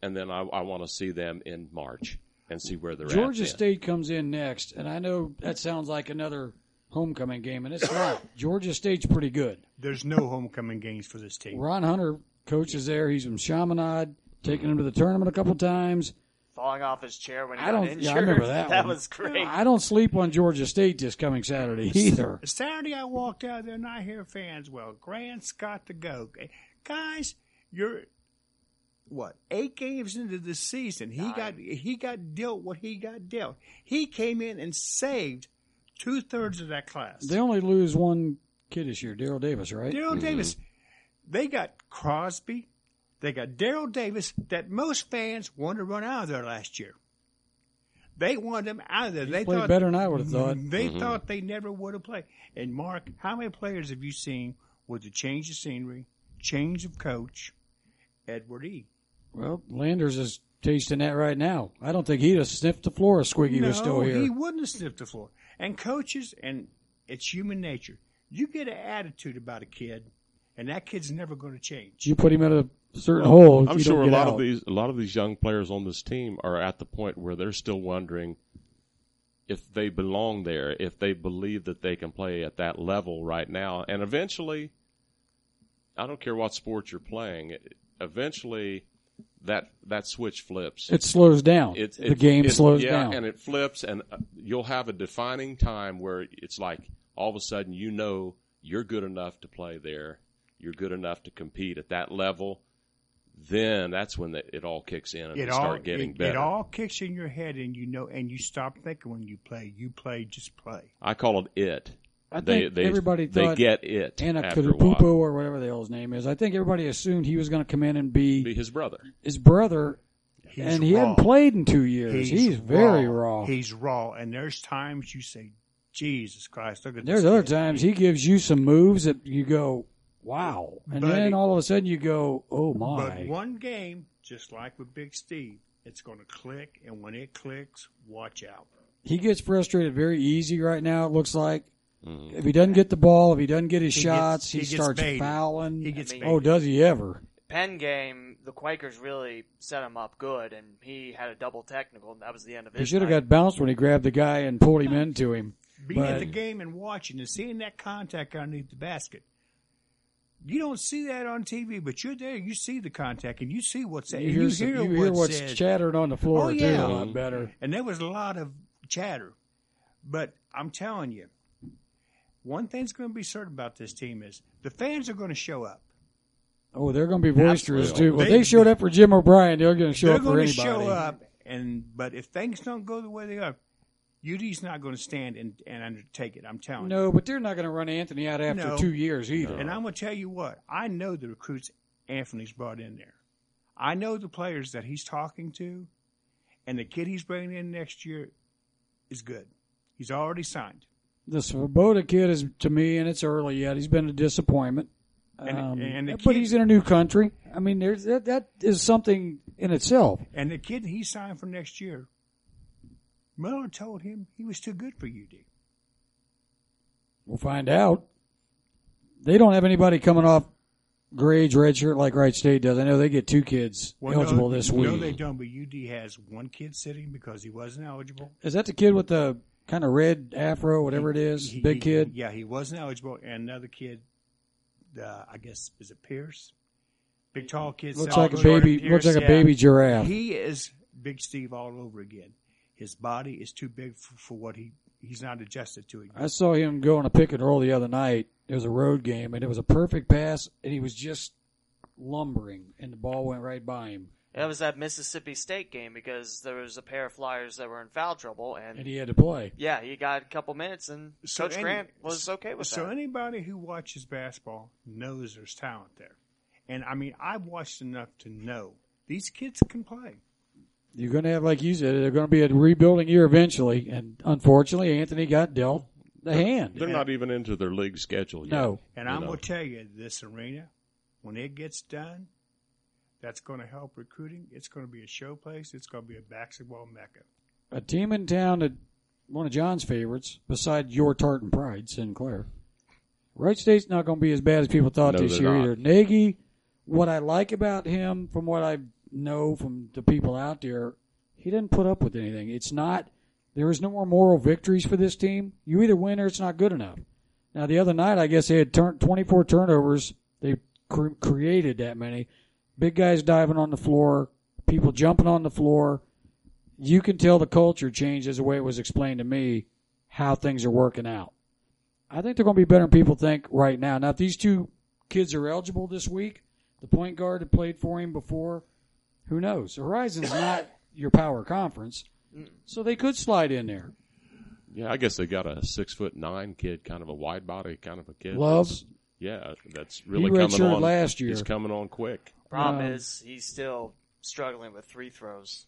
Speaker 3: and then I, I want to see them in March and see where they're at.
Speaker 4: Georgia
Speaker 3: then.
Speaker 4: State comes in next, and I know that sounds like another homecoming game, and it's not.
Speaker 3: *coughs*
Speaker 4: Georgia State's pretty good.
Speaker 2: There's no homecoming games for this team.
Speaker 4: Ron Hunter coaches there. He's from Chaminade, taking him to the tournament a couple times.
Speaker 1: falling off his chair when he got
Speaker 4: I don't.
Speaker 1: injured.
Speaker 4: Yeah, I remember
Speaker 1: *laughs*
Speaker 4: that.
Speaker 1: that
Speaker 4: one.
Speaker 1: was great.
Speaker 4: I don't sleep on Georgia State this coming Saturday either.
Speaker 2: Saturday I walked out there and I hear fans, well, Grant's got to go. Guys, you're what, eight games into the season. He got he got dealt what he got dealt. He came in and saved two thirds of that class.
Speaker 4: They only lose one kid this year, Daryl Davis, right? Mm-hmm.
Speaker 2: Daryl Davis. They got Crosby. They got Daryl Davis that most fans wanted to run out of there last year. They wanted him out of there. they
Speaker 4: played
Speaker 2: thought
Speaker 4: better than I would have thought. Mm-hmm.
Speaker 2: They thought they never would have played. And Mark, how many players have you seen with the change of scenery, change of coach, Edward E.
Speaker 4: Well, Landers is tasting that right now. I don't think he'd have sniffed the floor if Squiggy
Speaker 2: no,
Speaker 4: was still here.
Speaker 2: he wouldn't have sniffed the floor. And coaches, and it's human nature. You get an attitude about a kid, and that kid's never going to change.
Speaker 4: You put him at a certain hole. if
Speaker 3: Oh, I'm
Speaker 4: you
Speaker 3: sure
Speaker 4: don't
Speaker 3: a
Speaker 4: get
Speaker 3: lot
Speaker 4: out.
Speaker 3: of these a lot of these young players on this team are at the point where they're still wondering if they belong there, if they believe that they can play at that level right now, and eventually, I don't care what sport you're playing, eventually that that switch flips.
Speaker 4: It slows down.
Speaker 3: It-
Speaker 4: the
Speaker 3: it-
Speaker 4: game
Speaker 3: it-
Speaker 4: slows
Speaker 3: yeah,
Speaker 4: down.
Speaker 3: and it flips, and uh, you'll have a defining time where it's like all of a sudden you know you're good enough to play there, you're good enough to compete at that level. Then that's when the, it all kicks in and
Speaker 2: it
Speaker 3: uh, they
Speaker 2: all
Speaker 3: start getting
Speaker 2: it- it,
Speaker 3: better.
Speaker 2: all kicks in your head, and you know, and you stop thinking when you play. You play, just play.
Speaker 3: I call it it.
Speaker 4: I
Speaker 3: they,
Speaker 4: think
Speaker 3: they,
Speaker 4: everybody
Speaker 3: they
Speaker 4: thought
Speaker 3: get it
Speaker 4: Anna
Speaker 3: after a while.
Speaker 4: Kulupupo or whatever the hell his name is. I think everybody assumed he was going to come in and be,
Speaker 3: Be his brother.
Speaker 4: his brother,
Speaker 2: He's
Speaker 4: and he hadn't
Speaker 2: raw.
Speaker 4: played in two years. He's, very raw.
Speaker 2: He's raw, and there's times you say, "Jesus Christ, look at
Speaker 4: There's
Speaker 2: this."
Speaker 4: other
Speaker 2: kid."
Speaker 4: times he gives you some moves that you go, wow, and
Speaker 2: But
Speaker 4: then
Speaker 2: it-
Speaker 4: all of a sudden you go, oh
Speaker 2: But
Speaker 4: my.
Speaker 2: one game, just like with Big Steve, it's going to click, and when it clicks, watch out.
Speaker 4: He gets frustrated very easy right now. It looks like
Speaker 3: Mm-hmm.
Speaker 4: if he doesn't get the ball, if he doesn't get his
Speaker 2: He gets-
Speaker 4: shots,
Speaker 2: he
Speaker 4: he,
Speaker 2: gets
Speaker 4: starts
Speaker 2: baited.
Speaker 4: fouling.
Speaker 2: He gets
Speaker 1: I mean-
Speaker 2: baited.
Speaker 4: oh, does he ever?
Speaker 1: Penn game, the Quakers really set him up good, and he had a double technical, and that was the end of
Speaker 4: He
Speaker 1: his.
Speaker 4: should have
Speaker 1: night.
Speaker 4: got bounced when he grabbed the guy and pulled him into him.
Speaker 2: being at
Speaker 4: But-
Speaker 2: the game and watching and seeing that contact underneath the basket. You don't see that on TV, but you're there. You see the contact and you see what's
Speaker 4: You
Speaker 2: said.
Speaker 4: hear,
Speaker 2: you
Speaker 4: some-
Speaker 2: hear
Speaker 4: you
Speaker 2: what's
Speaker 4: hear what's
Speaker 2: said.
Speaker 4: chattered on the floor
Speaker 2: Oh,
Speaker 4: too
Speaker 2: yeah.
Speaker 4: a lot better.
Speaker 2: And there was a lot of chatter. But I'm telling you, one thing's going to be certain about this team is the fans are going to show up.
Speaker 4: Oh, they're going to be boisterous
Speaker 3: Absolutely.
Speaker 4: too. Well,
Speaker 2: They-
Speaker 4: they showed up for Jim O'Brien. They're going to show
Speaker 2: They're
Speaker 4: up for
Speaker 2: going
Speaker 4: anybody.
Speaker 2: to show up, and but if things don't go the way they are, UD's not going to stand and, and undertake it. I'm telling you.
Speaker 4: No, but they're not going to run Anthony out after
Speaker 2: No.
Speaker 4: two years either.
Speaker 2: And I'm going to tell you what, I know the recruits Anthony's brought in there. I know the players that he's talking to, and the kid he's bringing in next year is good. He's already signed.
Speaker 4: the Svoboda kid is to me, and it's early yet. He's been a disappointment.
Speaker 2: And-
Speaker 4: Um,
Speaker 2: and the
Speaker 4: but
Speaker 2: kid-
Speaker 4: he's in a new country. I mean, there's that, that is something in itself.
Speaker 2: And the kid he signed for next year, Miller told him he was too good for UD.
Speaker 4: We'll find out. They don't have anybody coming off grades redshirt like Wright State does. I know they get two kids eligible
Speaker 2: no,
Speaker 4: this
Speaker 2: no,
Speaker 4: week.
Speaker 2: they don't, but UD has one kid sitting because he wasn't eligible.
Speaker 4: Is that the kid with the kind of red afro, whatever it is,
Speaker 2: He-
Speaker 4: big
Speaker 2: he-
Speaker 4: kid?
Speaker 2: Yeah, he wasn't eligible. And another kid, uh, I guess, is it Pierce? Big tall kid.
Speaker 4: looks
Speaker 2: South
Speaker 4: like a
Speaker 2: Dakota.
Speaker 4: baby.
Speaker 1: Pierce,
Speaker 4: looks like a
Speaker 1: yeah.
Speaker 4: baby giraffe.
Speaker 2: He is Big Steve all over again. His body is too big for, for what he he's not adjusted to it.
Speaker 4: I saw him go on a pick and roll the other night. It was a road game, and it was a perfect pass, and he was just lumbering, and the ball went right by him,
Speaker 1: That was that Mississippi State game because there was a pair of Flyers that were in foul trouble, and,
Speaker 4: and he had to play.
Speaker 1: yeah, he got a couple minutes, and
Speaker 2: So
Speaker 1: Coach
Speaker 2: any-
Speaker 1: Grant was okay with
Speaker 2: so
Speaker 1: that.
Speaker 2: anybody who watches basketball knows there's talent there, and I mean I've watched enough to know these kids can play.
Speaker 4: You're going to have, like you said, they're going to be a rebuilding year eventually, and unfortunately, Anthony got dealt the hand.
Speaker 3: They're not even into their league schedule yet.
Speaker 4: No.
Speaker 2: And
Speaker 3: You
Speaker 2: I'm
Speaker 3: know.
Speaker 2: going to tell you, this arena, when it gets done, that's going to help recruiting. It's going to be a showplace. It's going to be a basketball mecca.
Speaker 4: A team in town that one of John's favorites, beside your Tartan Pride, Sinclair. Wright State's not going to be as bad as people thought
Speaker 3: No,
Speaker 4: this
Speaker 3: they're
Speaker 4: year
Speaker 3: not.
Speaker 4: either. Nagy, what I like about him, from what I know from the people out there, he didn't put up with anything. It's not there is no more moral victories for this team. You either win or it's not good enough. Now the other night, I guess they had turn, 24 turnovers. They cr- created that many. Big guys diving on the floor, people jumping on the floor. You can tell the culture changes the way it was explained to me how things are working out. I think they're going to be better than people think right now. Now, if these two kids are eligible this week, the point guard that played for him before, who knows? Horizon's not your power conference, so they could slide in there.
Speaker 3: Yeah, I guess they got a six foot nine kid, kind of a wide body kind of a kid.
Speaker 4: Love.
Speaker 3: That's- yeah, that's really
Speaker 4: redshirted
Speaker 3: coming on
Speaker 4: last
Speaker 1: *laughs*
Speaker 4: year.
Speaker 3: He's coming on quick. *laughs*
Speaker 1: Problem
Speaker 4: Um,
Speaker 1: is, he's still struggling with three throws.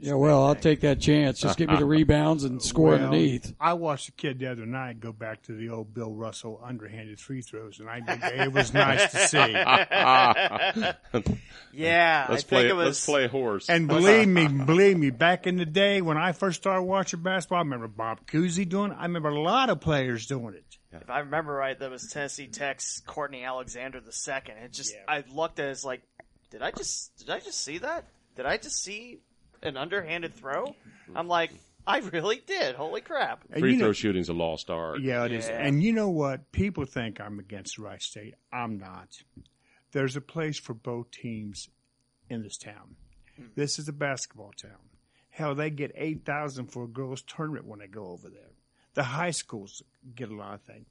Speaker 4: Yeah, well, I'll take that chance. Just get me the rebounds and score
Speaker 2: Well,
Speaker 4: underneath.
Speaker 2: I watched a kid the other night go back to the old Bill Russell underhanded free throws, and I it was nice to see.
Speaker 3: *laughs*
Speaker 1: Yeah,
Speaker 3: let's
Speaker 1: I
Speaker 3: play.
Speaker 1: think it was.
Speaker 3: Let's play horse.
Speaker 2: And believe me, believe me, back in the day when I first started watching basketball, I remember Bob Cousy doing it. I remember a lot of players doing it.
Speaker 1: If I remember right, that was Tennessee Tech's Courtney Alexander the second. It just I looked at it as like, did I just did I just see that? Did I just see an underhanded throw? I'm like, I really did. Holy crap!
Speaker 2: And
Speaker 3: free
Speaker 2: you know-
Speaker 3: throw shooting's a lost art.
Speaker 2: Yeah, it is.
Speaker 1: Yeah.
Speaker 2: And you know what? People think I'm against Wright State. I'm not. There's a place for both teams in this town. This is a basketball town. Hell, they get eight thousand for a girls' tournament when they go over there. The high schools get a lot of things,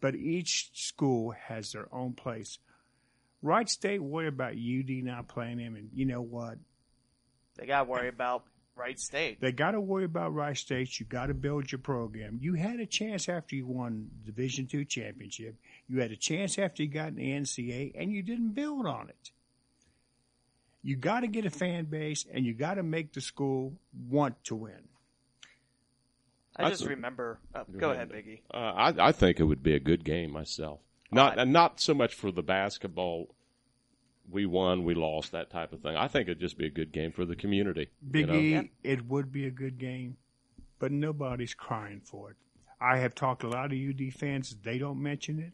Speaker 2: but each school has their own place. Wright State worry about UD not playing him, and you know what?
Speaker 1: They got to worry about Wright State.
Speaker 2: They got to worry about Rice State. You got to build your program. You had a chance after you won Division two championship. You had a chance after you got in the NCAA, and you didn't build on it. You got to get a fan base, and you got to make the school want to win.
Speaker 1: I
Speaker 3: I
Speaker 1: just
Speaker 3: thought-
Speaker 1: remember. Oh, go ahead, Biggie.
Speaker 3: Uh, I, I think it would be a good game myself. Not and not so much for the basketball. We won, we lost, that type of thing. I think it'd just be a good game for the community.
Speaker 2: Big
Speaker 3: you know?
Speaker 2: E, it would be a good game, but nobody's crying for it. I have talked to a lot of UD fans. They don't mention it.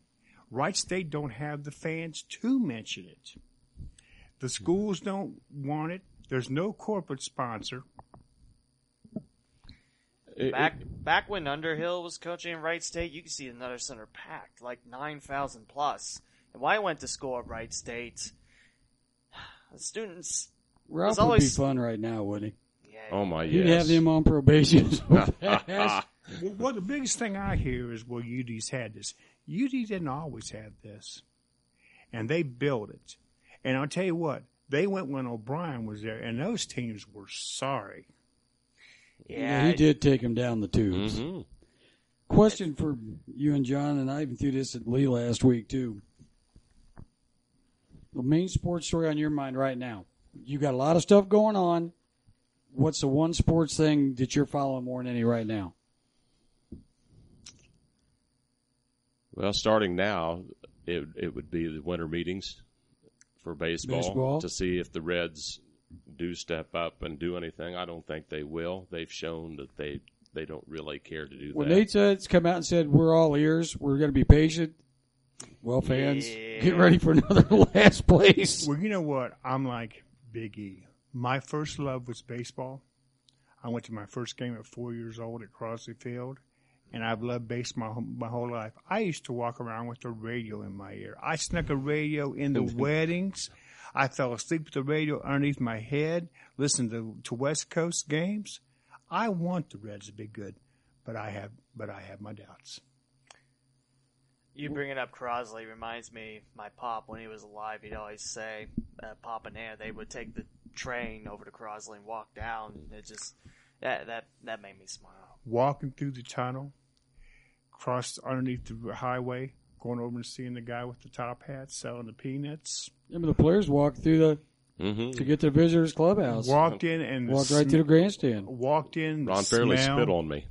Speaker 2: Wright State don't have the fans to mention it. The
Speaker 3: Hmm.
Speaker 2: schools don't want it. There's no corporate sponsor.
Speaker 3: It-
Speaker 1: Back
Speaker 3: it-
Speaker 1: back when Underhill was coaching Wright State, you could see another center packed, like nine thousand plus. And when I went to school at Wright State, *sighs* the students,
Speaker 4: Ralph
Speaker 1: It's
Speaker 4: would
Speaker 1: always-
Speaker 4: be fun right now, wouldn't
Speaker 1: yeah,
Speaker 3: oh my
Speaker 4: he? He'd
Speaker 3: yes.
Speaker 4: have him on probation. *laughs* so fast.
Speaker 2: Well, well, the biggest thing I hear is, well, UD's had this. UD didn't always have this, and they built it. And I'll tell you what, they went when O'Brien was there, and those teams were sorry.
Speaker 4: yeah, he did take him down the tubes.
Speaker 3: Mhm.
Speaker 4: Question for you and John, and I even threw this at Lee last week too. The main sports story on your mind right now. You got a lot of stuff going on. What's the one sports thing that you're following more than any right now?
Speaker 3: Well, starting now, it it would be the winter meetings for baseball,
Speaker 4: Baseball.
Speaker 3: to see if the Reds do step up and do anything. I don't think they will. They've shown that they they don't really care to do
Speaker 4: When
Speaker 3: that.
Speaker 4: Nate said come out and said we're all ears, we're going to be patient. Well, fans, get ready for another *laughs* last place.
Speaker 2: Well, you know what? I'm like Big E. My first love was baseball. I went to my first game at four years old at Crosley Field, and I've loved baseball my, my whole life. I used to walk around with the radio in my ear. I snuck a radio in the weddings. I fell asleep with the radio underneath my head, listened to, to West Coast games. I want the Reds to be good, but I have but I have my doubts.
Speaker 1: You bringing up Crosley reminds me, my pop, when he was alive, he'd always say, uh, Pop and Aunt, they would take the train over to Crosley and walk down. It just, that, that, that made me smile.
Speaker 2: walking through the tunnel, crossed underneath the highway, going over and seeing the guy with the top hat selling the peanuts.
Speaker 4: Remember the players walked through the
Speaker 3: hmm
Speaker 4: to get to the visitors clubhouse.
Speaker 2: Walked in and
Speaker 4: Walked right to the grandstand.
Speaker 2: Walked in. the
Speaker 3: Ron fairly
Speaker 2: smell,
Speaker 3: spit on me.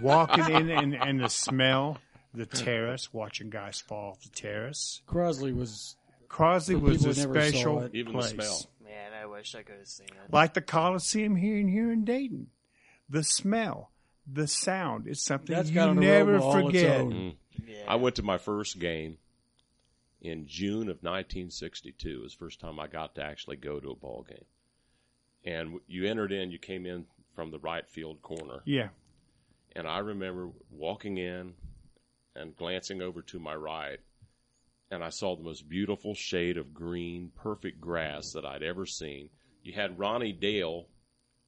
Speaker 2: Walking
Speaker 3: *laughs*
Speaker 2: in and, and the smell, the terrace, watching guys fall off the terrace.
Speaker 4: Crosley was
Speaker 2: Crosley was
Speaker 4: People
Speaker 2: a
Speaker 4: never saw
Speaker 2: special
Speaker 4: it.
Speaker 3: Even the
Speaker 2: place.
Speaker 3: smell.
Speaker 1: Man, I wish I could have seen it.
Speaker 2: Like the Coliseum here and here in Dayton. The smell, the sound, it's something
Speaker 4: That's got
Speaker 2: you
Speaker 4: an
Speaker 2: never
Speaker 4: aroma all its
Speaker 2: forget.
Speaker 4: own.
Speaker 1: Yeah.
Speaker 3: I went to my first game in June of 1962. It was the first time I got to actually go to a ball game. And you entered in, you came in from the right field corner.
Speaker 2: Yeah.
Speaker 3: And I remember walking in and glancing over to my right, and I saw the most beautiful shade of green, perfect grass that I'd ever seen. You had Ronnie Dale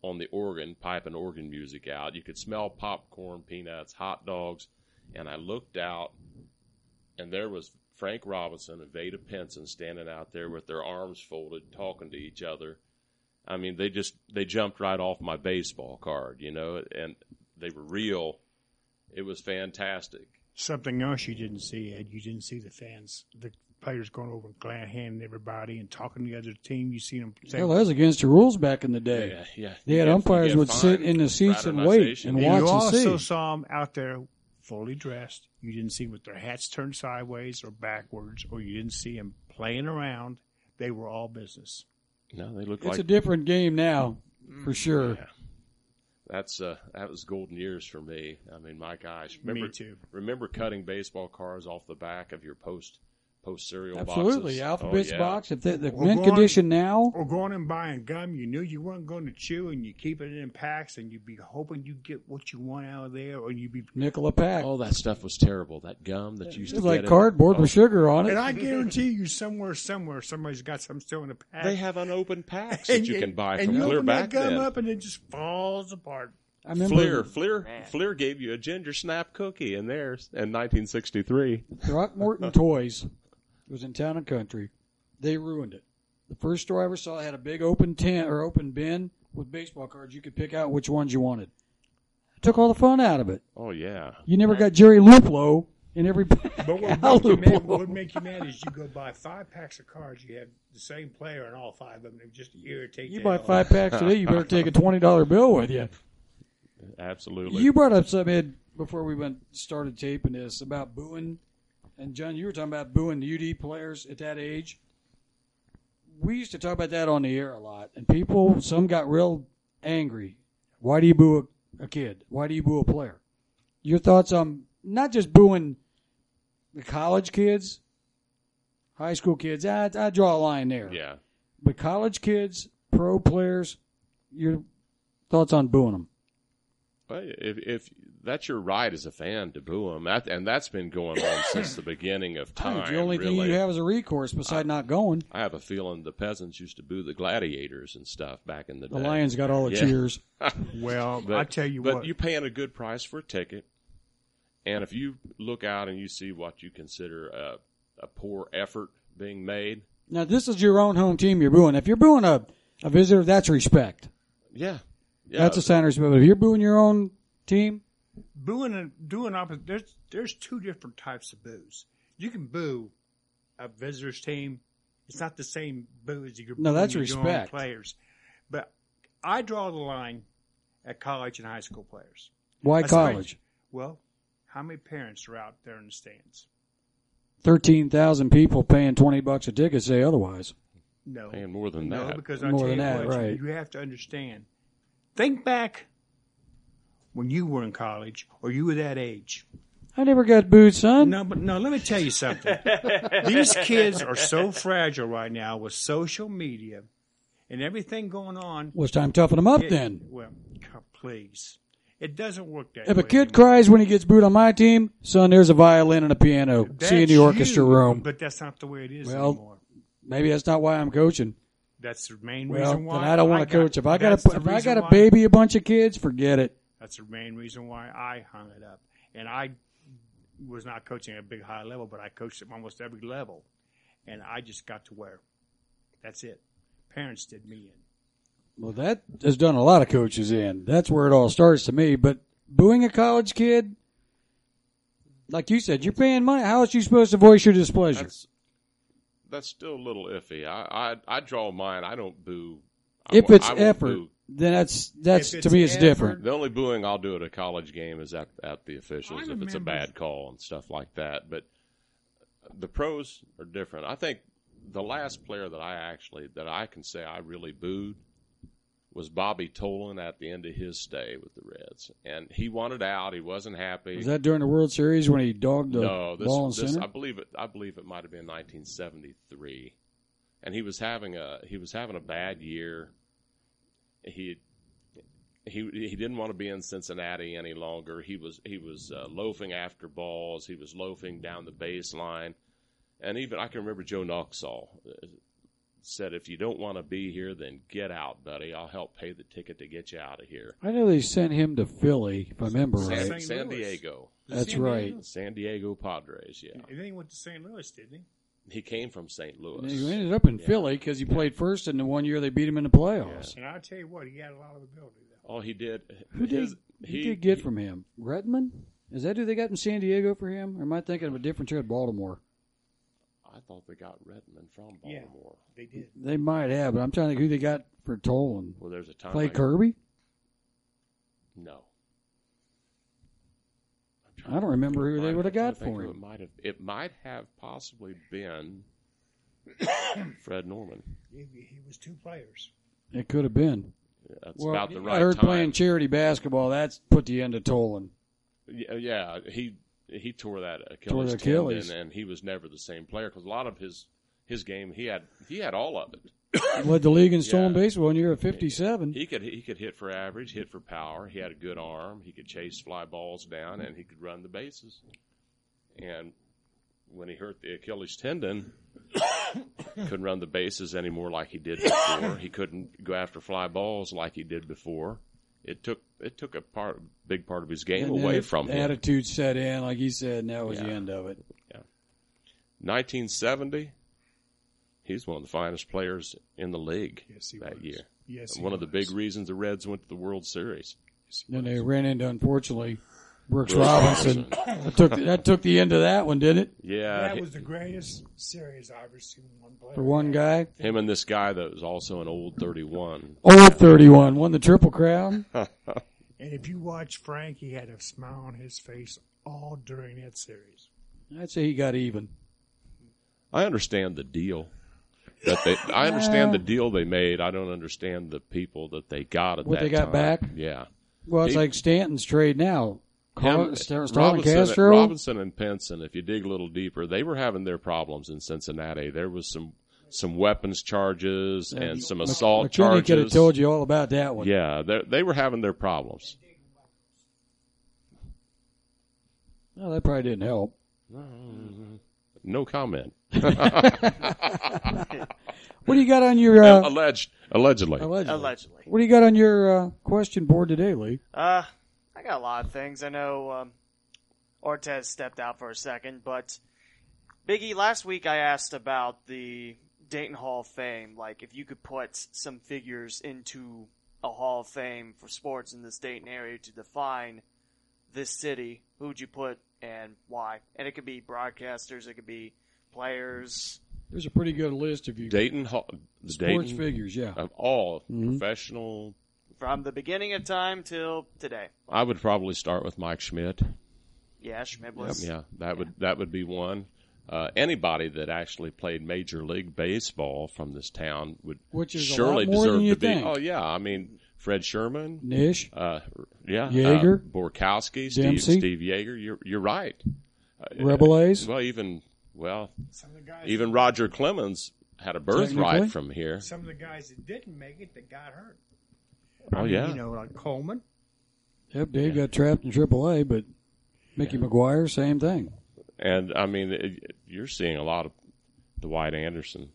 Speaker 3: on the organ, piping organ music out. You could smell popcorn, peanuts, hot dogs. And I looked out, and there was Frank Robinson and Veda Penson standing out there with their arms folded, talking to each other. I mean, they just they jumped right off my baseball card, you know, and they were real. It was fantastic.
Speaker 2: Something else you didn't see, Ed. You didn't see the fans, the players going over and glad handing everybody and talking to the other team. You see them.
Speaker 4: Hell, that was against the rules back in the day.
Speaker 3: Yeah, yeah.
Speaker 4: They had
Speaker 3: You get-
Speaker 4: umpires
Speaker 3: you get
Speaker 4: would sit
Speaker 3: fined
Speaker 4: in the
Speaker 3: for
Speaker 4: seats and wait and
Speaker 3: fraternization.
Speaker 4: watch
Speaker 2: you also
Speaker 4: see.
Speaker 2: saw them out there fully dressed. You didn't see them with their hats turned sideways or backwards, or you didn't see them playing around. They were all business.
Speaker 3: No, they look
Speaker 4: It's
Speaker 3: like Mm.
Speaker 4: a different game now, for sure.
Speaker 3: Yeah. That's uh, that was golden years for me. I mean, my gosh,
Speaker 2: Me
Speaker 3: remember,
Speaker 2: too.
Speaker 3: Remember cutting baseball cards off the back of your post post cereal
Speaker 4: Absolutely,
Speaker 3: boxes?
Speaker 4: alphabet's
Speaker 3: Oh, yeah.
Speaker 4: box. If the, the
Speaker 2: Well,
Speaker 4: mint
Speaker 2: go on.
Speaker 4: condition now,
Speaker 2: Or going and buying gum you knew you weren't going to chew, and you keep it in packs, and you'd be hoping you get what you want out of there, or you'd be.
Speaker 4: nickel a pack.
Speaker 3: All that stuff was terrible. That gum that you used
Speaker 4: it's
Speaker 3: to
Speaker 4: like
Speaker 3: get in-
Speaker 4: cardboard
Speaker 3: Oh,
Speaker 4: with sugar on it.
Speaker 2: And I guarantee you, somewhere, somewhere, somebody's got some still in a pack.
Speaker 3: They have unopened packs that you can buy
Speaker 2: and
Speaker 3: from
Speaker 2: you
Speaker 3: clear
Speaker 2: open
Speaker 3: back
Speaker 2: that gum
Speaker 3: then.
Speaker 2: up, and it just falls apart.
Speaker 4: I remember
Speaker 3: Fleer, Fleer,
Speaker 1: Man.
Speaker 3: Fleer gave you a ginger snap cookie in theirs in 1963. *laughs*
Speaker 4: Throckmorton Toys was in town and country. They ruined it. The first store I ever saw had a big open tent or open bin with baseball cards. You could pick out which ones you wanted. took all the fun out of it.
Speaker 3: Oh yeah,
Speaker 4: You never got Jerry Luplo in every pack.
Speaker 2: But
Speaker 4: *laughs*
Speaker 2: what
Speaker 4: Al
Speaker 2: would, make you mad,
Speaker 4: Luplo.
Speaker 2: what would make you mad is you go buy five packs of cards, you have the same player in all five of them, and just irritate
Speaker 4: You
Speaker 2: the
Speaker 4: buy
Speaker 2: hell
Speaker 4: five packs today, you better take a twenty dollar bill with you.
Speaker 3: absolutely.
Speaker 4: You brought up something Ed, before we went started taping this about booing, and John, you were talking about booing the UD players at that age. We used to talk about that on the air a lot, and people some got real angry. Why do you boo a, a kid? Why do you boo a player? Your thoughts on not just booing the college kids, high school kids. I, I draw a line there,
Speaker 3: yeah,
Speaker 4: but college kids, pro players. Your thoughts on booing them?
Speaker 3: Well, if, if that's your right as a fan to boo them, that, and that's been going
Speaker 4: *coughs*
Speaker 3: on since the beginning of
Speaker 4: It's
Speaker 3: time.
Speaker 4: the only
Speaker 3: really.
Speaker 4: thing you have is a recourse beside not going.
Speaker 3: I have a feeling the peasants used to boo the gladiators and stuff back in the,
Speaker 4: The
Speaker 3: day.
Speaker 4: Lions got all the
Speaker 3: Yeah.
Speaker 4: cheers.
Speaker 2: off. Well,
Speaker 3: *laughs* But,
Speaker 2: I tell you
Speaker 3: but
Speaker 2: what,
Speaker 3: you're paying a good price for a ticket, and if you look out and you see what you consider a, a poor effort being made,
Speaker 4: Now this is your own home team you're booing. If you're booing a, a visitor, that's respect.
Speaker 3: yeah, yeah,
Speaker 4: That's a sign of respect. But if you're booing your own team,
Speaker 2: booing and doing opposite. There's there's two different types of boos. You can boo a visitors team. It's not the same boo as you're
Speaker 4: No,
Speaker 2: booing
Speaker 4: that's
Speaker 2: your own
Speaker 4: respect.
Speaker 2: players. But I draw the line at college and high school players.
Speaker 4: why
Speaker 2: That's right.
Speaker 4: college?
Speaker 2: Well, how many parents are out there in the stands?
Speaker 4: Thirteen thousand people paying twenty bucks a ticket say otherwise.
Speaker 2: No,
Speaker 3: paying more than
Speaker 2: No,
Speaker 3: that.
Speaker 2: because I
Speaker 4: More
Speaker 2: tell you
Speaker 4: than that,
Speaker 2: what,
Speaker 4: right.
Speaker 2: you have to understand. Think back when you were in college or you were that age.
Speaker 4: I never got booed, son.
Speaker 2: No, but no, let me tell you
Speaker 4: *laughs*
Speaker 2: something. These kids are so fragile right now with social media and everything going on.
Speaker 4: Was time toughing them up
Speaker 2: It-
Speaker 4: then?
Speaker 2: Well, co- please. It doesn't work that
Speaker 4: If
Speaker 2: way.
Speaker 4: a kid cries when he gets booed on my team, son, there's a violin and a piano.
Speaker 2: That's
Speaker 4: See you in the orchestra
Speaker 2: you,
Speaker 4: room.
Speaker 2: But that's not the way it is
Speaker 4: Well-
Speaker 2: anymore.
Speaker 4: Maybe that's not why I'm coaching.
Speaker 2: That's the main
Speaker 4: Well,
Speaker 2: reason
Speaker 4: then
Speaker 2: why.
Speaker 4: I don't want to
Speaker 2: got-
Speaker 4: coach. If I got
Speaker 2: that's
Speaker 4: to,
Speaker 2: the
Speaker 4: if I
Speaker 2: reason
Speaker 4: got to
Speaker 2: why-
Speaker 4: baby a bunch of kids, forget it.
Speaker 2: That's the main reason why I hung it up. And I was not coaching at a big high level, but I coached at almost every level. And I just got to where that's it. Parents did me in.
Speaker 4: Well, that has done a lot of coaches in. That's where it all starts to me. But booing a college kid, like you said, you're paying money. How else you supposed to voice your displeasure?
Speaker 3: that's that's still a little iffy. I I, I draw mine. I don't boo. I
Speaker 4: if
Speaker 3: won't-
Speaker 4: it's
Speaker 3: I won't
Speaker 4: effort,
Speaker 3: boo.
Speaker 4: then that's that's
Speaker 2: If it's
Speaker 4: to me it's
Speaker 2: effort-
Speaker 4: different.
Speaker 3: The only booing I'll do at a college game is at, at the officials
Speaker 2: I
Speaker 3: if it's a
Speaker 2: remember-
Speaker 3: bad call and stuff like that. But the pros are different. I think the last player that I actually that I can say I really booed was Bobby Tolan at the end of his stay with the Reds, and he wanted out. He wasn't happy.
Speaker 4: Was that during the World Series when he dogged the
Speaker 3: no, this,
Speaker 4: ball in
Speaker 3: this
Speaker 4: center?
Speaker 3: I believe it. I believe it might have been 1973, and he was having a he was having a bad year. He he he didn't want to be in Cincinnati any longer. He was he was uh, loafing after balls. He was loafing down the baseline, and even I can remember Joe Knoxall uh, said, "If you don't want to be here, then get out, buddy. I'll help pay the ticket to get you out of here."
Speaker 4: I know they sent him to Philly, if I remember
Speaker 3: San,
Speaker 4: right.
Speaker 2: St.
Speaker 3: San
Speaker 2: Louis.
Speaker 3: Diego,
Speaker 4: That's
Speaker 2: San
Speaker 4: right.
Speaker 2: Diego.
Speaker 3: San Diego Padres. Yeah,
Speaker 2: And then he went to St. Louis, didn't he?
Speaker 3: he came from St. Louis.
Speaker 4: And he ended up in Philly 'cause Philly because he played first in the one year they beat him in the playoffs.
Speaker 2: And I'll tell you what, he had a lot of ability, though.
Speaker 3: Oh, he did.
Speaker 4: Who did,
Speaker 3: his-
Speaker 4: who did get from him? Redmond? Is that who they got in San Diego for him? Or am I thinking of a different year at Baltimore?
Speaker 3: I thought they got Redmond from
Speaker 2: Yeah.
Speaker 3: Baltimore.
Speaker 2: They did.
Speaker 4: They might have, but I'm trying to think who they got for Tolan.
Speaker 3: Well, there's a time.
Speaker 4: Play
Speaker 3: I-
Speaker 4: Kirby?
Speaker 3: No. I'm
Speaker 4: I
Speaker 3: trying
Speaker 4: don't
Speaker 3: to think
Speaker 4: remember
Speaker 3: who it
Speaker 4: who they
Speaker 3: might-
Speaker 4: would
Speaker 3: I'm
Speaker 4: have
Speaker 3: trying
Speaker 4: got
Speaker 3: to think
Speaker 4: for
Speaker 3: who
Speaker 4: him.
Speaker 3: It might have. It might have possibly been Fred Norman.
Speaker 2: He, he was two players.
Speaker 4: It could have been.
Speaker 3: Yeah, That's
Speaker 4: Well,
Speaker 3: about the right
Speaker 4: I heard
Speaker 3: time.
Speaker 4: playing charity basketball. That's put the end to Tolan.
Speaker 3: Yeah, yeah, he he tore that Achilles,
Speaker 4: Tore the Achilles.
Speaker 3: tendon, and he was never the same player because a lot of his his game he had he had all of it.
Speaker 4: Led the league in stolen
Speaker 3: Yeah.
Speaker 4: base one year at 57.
Speaker 3: He could he could hit for average, hit for power. He had a good arm. He could chase fly balls down, and he could run the bases. And when he hurt the Achilles tendon, *coughs* couldn't run the bases anymore like he did before. He couldn't go after fly balls like he did before. It took it took a part big part of his game
Speaker 4: And then
Speaker 3: away
Speaker 4: it-
Speaker 3: from him.
Speaker 4: Attitude set in, like he said, and that was the
Speaker 3: Yeah.
Speaker 4: end of it.
Speaker 3: 1970, he's one of the finest players in the league
Speaker 2: Yes, he
Speaker 3: that
Speaker 2: was.
Speaker 3: year.
Speaker 2: Yes, he
Speaker 3: one of the
Speaker 2: was.
Speaker 3: big reasons the Reds went to the World Series.
Speaker 4: Then they ran into, unfortunately, Brooks
Speaker 3: Brooks
Speaker 4: Robinson. that, took the, that took the end of that one, didn't it?
Speaker 3: Yeah,
Speaker 2: That
Speaker 3: hi-
Speaker 2: was the greatest series I've ever seen one player.
Speaker 4: For one guy.
Speaker 3: him and this guy that was also an old 31.
Speaker 4: Old 31 Oh, won the Triple Crown.
Speaker 2: And if you watch Frank, he had a smile on his face all during that series.
Speaker 4: I'd say he got even.
Speaker 3: I understand the deal that they. I understand the deal they made. I don't understand the people that they got at
Speaker 4: What
Speaker 3: that
Speaker 4: they got
Speaker 3: time.
Speaker 4: back?
Speaker 3: Yeah,
Speaker 4: Well, it's
Speaker 3: He-
Speaker 4: like Stanton's trade now. Car-
Speaker 3: Him-
Speaker 4: Star- Starlin
Speaker 3: Robinson,
Speaker 4: Castro.
Speaker 3: Robinson and Pinson, if you dig a little deeper, they were having their problems in Cincinnati. There was some some weapons charges and some assault
Speaker 4: McKinney
Speaker 3: charges.
Speaker 4: could have told you all about that one.
Speaker 3: Yeah, they they were having their problems.
Speaker 4: Well, that probably didn't help.
Speaker 3: No comment.
Speaker 4: What do you got on your uh,
Speaker 3: Alleged, allegedly.
Speaker 4: allegedly.
Speaker 1: Allegedly.
Speaker 4: What do you got on your uh, question board today, Lee?
Speaker 1: Uh, I got a lot of things. I know um, Ortez stepped out for a second, but Biggie, last week I asked about the Dayton Hall of Fame. Like, if you could put some figures into a Hall of Fame for sports in this Dayton area to define this city, who would you put and why? And it could be broadcasters, it could be players.
Speaker 4: There's a pretty good list of you
Speaker 3: Dayton, Hall- the
Speaker 4: sports
Speaker 3: Dayton Uh,
Speaker 4: figures. Yeah,
Speaker 3: of all
Speaker 4: Mhm.
Speaker 3: professional.
Speaker 1: From the beginning of time till today.
Speaker 3: I would probably start with Mike Schmidt.
Speaker 1: Yeah, Schmidt was.
Speaker 3: Yeah, that would that would be one. Uh, anybody that actually played major league baseball from this town would
Speaker 4: Which is a lot
Speaker 3: surely
Speaker 4: more
Speaker 3: deserve
Speaker 4: than you
Speaker 3: to be.
Speaker 4: think.
Speaker 3: Oh yeah, I mean Fred Sherman,
Speaker 4: Nish.
Speaker 3: uh, yeah,
Speaker 4: Yeager.
Speaker 3: uh, Borkowski, Steve,
Speaker 4: Dempsey.
Speaker 3: Steve Yeager. You're you're right. Uh,
Speaker 4: Rebel A's.
Speaker 3: Well, even well,
Speaker 2: Some of the guys,
Speaker 3: even Roger Clemens had a birthright
Speaker 4: Technically.
Speaker 3: from here.
Speaker 2: some of the guys that didn't make it that got hurt. I
Speaker 3: Oh
Speaker 2: mean,
Speaker 3: yeah,
Speaker 2: you know, like Coleman.
Speaker 4: Yep, Dave got trapped in AAA, but Mickey McGuire, same thing.
Speaker 3: and I mean it, you're seeing a lot of Dwight Anderson,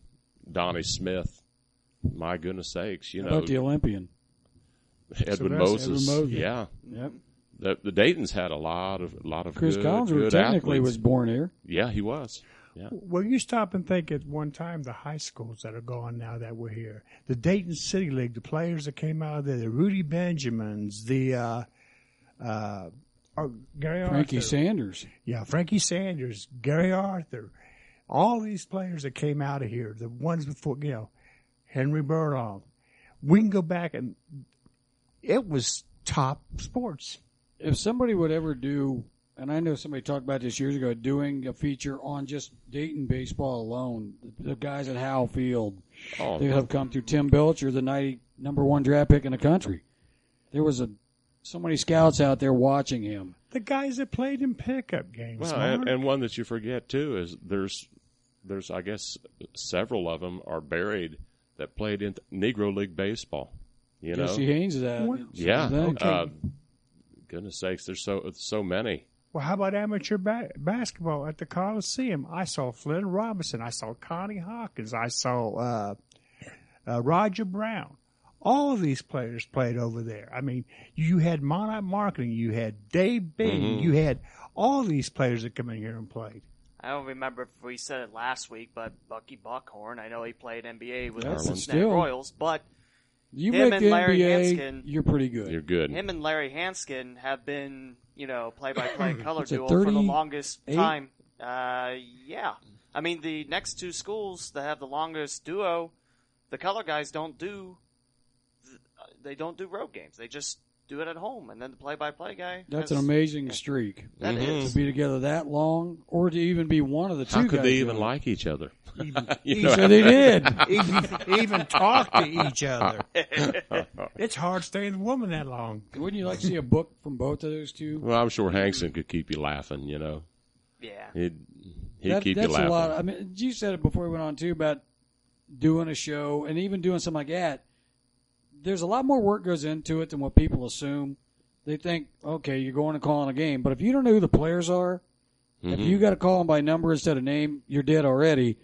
Speaker 3: Donnie Smith. My goodness sakes, you
Speaker 4: How
Speaker 3: know
Speaker 4: about the Olympian?
Speaker 3: Edwin
Speaker 2: Sylvester,
Speaker 3: Moses.
Speaker 4: Edwin Moses.
Speaker 3: Yeah,
Speaker 4: Yep.
Speaker 3: the the Dayton's had a lot of a lot of
Speaker 4: Chris
Speaker 3: good,
Speaker 4: Collinsworth
Speaker 3: good
Speaker 4: technically
Speaker 3: athletes.
Speaker 4: was born here.
Speaker 3: Yeah, he was. Yeah,
Speaker 2: Well, you stop and think at one time the high schools that are gone now that were here, the Dayton City League, the players that came out of there, the Rudy Benjamins, the uh, uh, or Gary
Speaker 4: Frankie
Speaker 2: Arthur,
Speaker 4: Sanders.
Speaker 2: yeah, Frankie Sanders, Gary Arthur, all these players that came out of here, the ones before, you know, Henry Burloff. We can go back and it was top sports.
Speaker 4: If somebody would ever do, and I know somebody talked about this years ago, doing a feature on just Dayton baseball alone, the, the guys at Howell Field,
Speaker 3: oh,
Speaker 4: they have come through Tim Belcher, the night number one draft pick in the country. There was a so many scouts out there watching him.
Speaker 2: The guys that played in pickup games.
Speaker 3: well,
Speaker 2: Mark.
Speaker 3: and, and one that you forget too is there's there's I guess several of them are buried that played in Negro League baseball. You know,
Speaker 4: Jesse Haynes is that.
Speaker 2: Wow.
Speaker 3: yeah.
Speaker 4: Same thing.
Speaker 3: Uh, goodness sakes, there's so so many.
Speaker 2: Well, how about amateur ba- basketball at the Coliseum? I saw Flynn Robinson. I saw Connie Hawkins. I saw uh, uh, Roger Brown. All of these players played over there. I mean, you had Monarch Marketing. You had Dave Bing.
Speaker 3: Mm-hmm.
Speaker 2: You had all these players that come in here and
Speaker 3: *laughs*
Speaker 2: played.
Speaker 1: I don't remember if we said it last week, but Bucky Buckhorn, I know he played NBA with the
Speaker 4: That's
Speaker 1: Cincinnati
Speaker 4: still-
Speaker 1: Royals, but
Speaker 4: you
Speaker 1: him
Speaker 4: make
Speaker 1: and
Speaker 4: the
Speaker 1: Larry
Speaker 4: NBA,
Speaker 1: Hanskin.
Speaker 4: you're pretty good.
Speaker 3: You're good.
Speaker 1: him and Larry Hanskin have
Speaker 4: *clears throat*
Speaker 1: been, you know, play by play color
Speaker 4: It's a
Speaker 1: duo for the
Speaker 4: 38?
Speaker 1: longest time. Uh, yeah. I mean, the next two schools that have the longest duo, the color guys don't do, they don't do road games. They just do it at home, and then the play-by-play guy.
Speaker 4: That's an
Speaker 1: has-
Speaker 4: amazing streak.
Speaker 1: That
Speaker 3: Mhm.
Speaker 1: is.
Speaker 4: To be together that long, or to even be one of the two
Speaker 3: How could
Speaker 4: guys
Speaker 3: they even
Speaker 4: doing it.
Speaker 3: like each
Speaker 4: *laughs*
Speaker 3: other?
Speaker 4: He
Speaker 3: *laughs* you
Speaker 4: said they did.
Speaker 2: *laughs* even, even talk to each
Speaker 3: *laughs*
Speaker 2: other. It's hard staying a woman that long.
Speaker 4: Wouldn't you like to see a book from both of those two?
Speaker 3: Well, I'm sure Hankson could keep you laughing. You know,
Speaker 1: Yeah. *laughs*
Speaker 3: he'd he'd
Speaker 4: That-
Speaker 3: keep
Speaker 4: that's
Speaker 3: you laughing.
Speaker 4: a lot. I mean, you said it before we went on too about doing a show and even doing something like that. There's a lot more work goes into it than what people assume. They think, okay, you're going to call in a game, but if you don't know who the players are,
Speaker 3: Mm-hmm.
Speaker 4: if
Speaker 3: *laughs*
Speaker 4: you got to call them by number instead of name, you're dead already.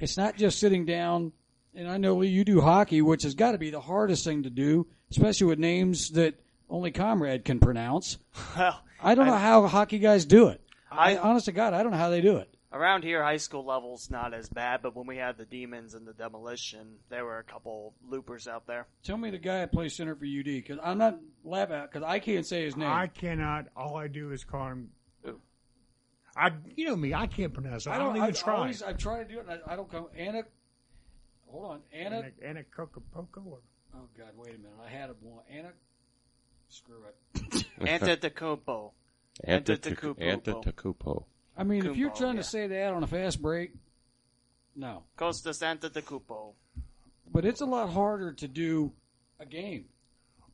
Speaker 4: It's not just sitting down. And I know Lee, you do hockey, which has got to be the hardest thing to do, especially with names that only Comrade can pronounce.
Speaker 1: Well,
Speaker 4: I don't know how hockey guys do it. I,
Speaker 1: I-
Speaker 4: honest to God, I don't know how they do it.
Speaker 1: around here, high school level's not as bad, but when we had the demons and the demolition, there were a couple loopers out there.
Speaker 4: Tell me the guy that plays center for UD because I'm not laughing because I can't say his name.
Speaker 2: I cannot. All I do is call him. I, you know me. I can't pronounce. it. I don't, even
Speaker 4: I've
Speaker 2: try.
Speaker 4: Always, I've tried to do it. And I, I don't come. Anna, hold on, Anna.
Speaker 2: Anna, Anna Kokopoka or
Speaker 4: Oh God, wait a minute. I had a one. Anna, screw it.
Speaker 2: *laughs*
Speaker 1: Antetokounmpo.
Speaker 3: Antetokounmpo.
Speaker 1: Antetokounmpo.
Speaker 3: Antetokounmpo.
Speaker 4: I mean, if you're
Speaker 1: Kumbal,
Speaker 4: trying
Speaker 1: yeah.
Speaker 4: to say that on a fast break, no.
Speaker 1: Costas Antetokounmpo.
Speaker 4: But it's a lot harder to do a game.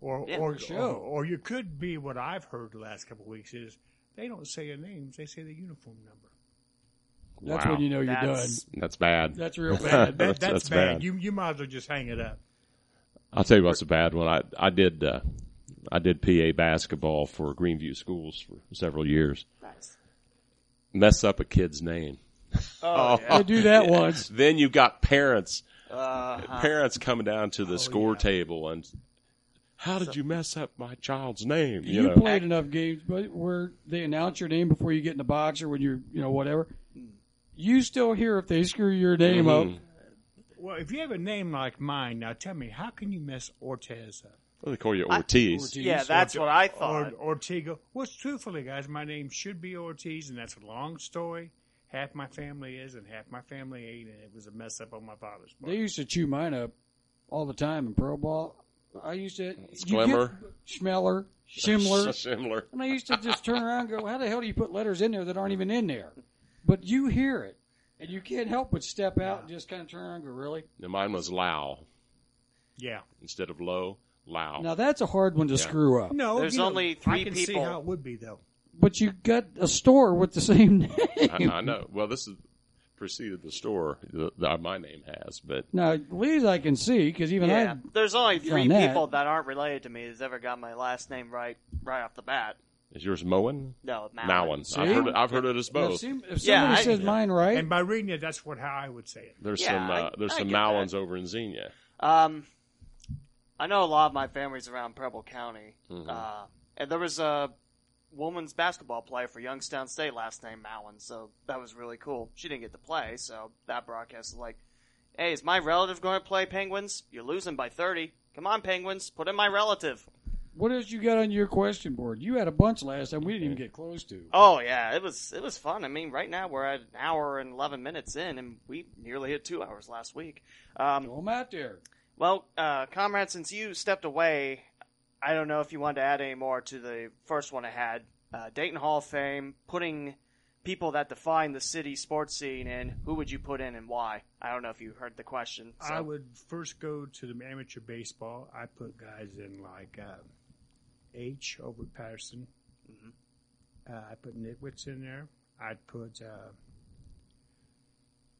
Speaker 2: or,
Speaker 1: Yeah,
Speaker 2: or,
Speaker 4: sure.
Speaker 2: or or you could be what I've heard the last couple of weeks is they don't say your names. They say the uniform number.
Speaker 4: That's
Speaker 3: wow.
Speaker 4: when you know you're
Speaker 1: That's-
Speaker 4: done.
Speaker 3: That's bad.
Speaker 4: That's real
Speaker 2: Bad.
Speaker 4: bad.
Speaker 2: That, that's,
Speaker 3: That's- that's
Speaker 2: bad.
Speaker 3: bad.
Speaker 2: You you might as well just hang it up.
Speaker 3: I'll tell you what's a bad one. I I did uh, I did PA basketball for Greenview Schools for several years.
Speaker 1: Nice.
Speaker 3: Mess up a kid's name.
Speaker 1: Oh,
Speaker 4: I
Speaker 2: *laughs*
Speaker 3: *laughs*
Speaker 4: do that once.
Speaker 3: Then you've got parents
Speaker 1: yeah. Uh,
Speaker 3: parents coming down
Speaker 4: Oh,
Speaker 3: to the score table and how did you mess up my child's name? You,
Speaker 4: You,
Speaker 3: know.
Speaker 4: played enough games, but where they announce your name before you get in the box or when you're, you know, whatever. You still hear if they screw your name
Speaker 3: Mm-hmm.
Speaker 4: up.
Speaker 2: Well, if you have a name like mine, now tell me how can you mess Ortez up?
Speaker 3: Well, they call you Ortiz.
Speaker 1: yeah, that's what I thought.
Speaker 2: Or Ortega. What's truthfully, guys, my name should be Ortiz, and that's a long story. Half my family is, and half my family ain't, and it was a mess up on my father's part.
Speaker 4: They used to chew mine up all the time in pro ball. I used to you get
Speaker 3: Schlemmer.
Speaker 4: Schmeller, *laughs* Schimler,
Speaker 3: Similar.
Speaker 4: and I used to just turn around and go, "How the hell do you put letters in there that aren't even in there?" But you hear it, and you can't help but step out and just kind of turn around and go, "Really?"
Speaker 3: Now, mine was Lau
Speaker 2: yeah.
Speaker 3: instead of low. Lau.
Speaker 4: Now that's a hard one to screw up.
Speaker 2: No,
Speaker 1: There's
Speaker 2: you know,
Speaker 1: only
Speaker 2: I
Speaker 1: three
Speaker 2: can see
Speaker 1: people.
Speaker 2: how it would be, though.
Speaker 4: But you got a store with the same *laughs* name.
Speaker 3: I, I know. Well, this is preceded the store that that my name has, but
Speaker 4: Now, Lee's I can see because even
Speaker 1: yeah, there's only three
Speaker 4: on that.
Speaker 1: people that aren't related to me that's ever got my last name right right off the bat.
Speaker 3: is yours Moen?
Speaker 1: No, Malin.
Speaker 3: Mowen.
Speaker 4: See?
Speaker 3: I've heard, it, I've heard it as
Speaker 4: I, now, if
Speaker 3: both.
Speaker 4: some- if somebody
Speaker 1: Yeah, I-
Speaker 4: says mine right,
Speaker 2: And by reading it, that's what how I would say it.
Speaker 3: There's
Speaker 1: Yeah,
Speaker 3: some uh,
Speaker 1: I-
Speaker 3: there's
Speaker 1: I
Speaker 3: some
Speaker 1: get
Speaker 3: Malins
Speaker 1: that.
Speaker 3: over in Xenia.
Speaker 1: Um, I know a lot of my family's around Preble County, uh, and there was a woman's basketball player for Youngstown State last name Malin, so that was really cool. She didn't get to play, so that broadcast was like, "Hey, is my relative going to play Penguins? You're losing by thirty. Come on, Penguins, put in my relative."
Speaker 4: what else you got on your question board? You had a bunch last time we didn't even get close to.
Speaker 1: Oh yeah, it was it was fun. I mean, right now we're at an hour and eleven minutes in, and we nearly hit two hours last week. Um,
Speaker 4: Throw 'em out there.
Speaker 1: Well, uh, comrade, since you stepped away, I don't know if you wanted to add any more to the first one I had. Uh, Dayton Hall of Fame, putting people that define the city sports scene in, who would you put in and why? I don't know if you heard the question. So.
Speaker 2: I would first go to the amateur baseball. I put guys in like uh, H over at Patterson. Uh, I put Nitwits in there. I'd put uh,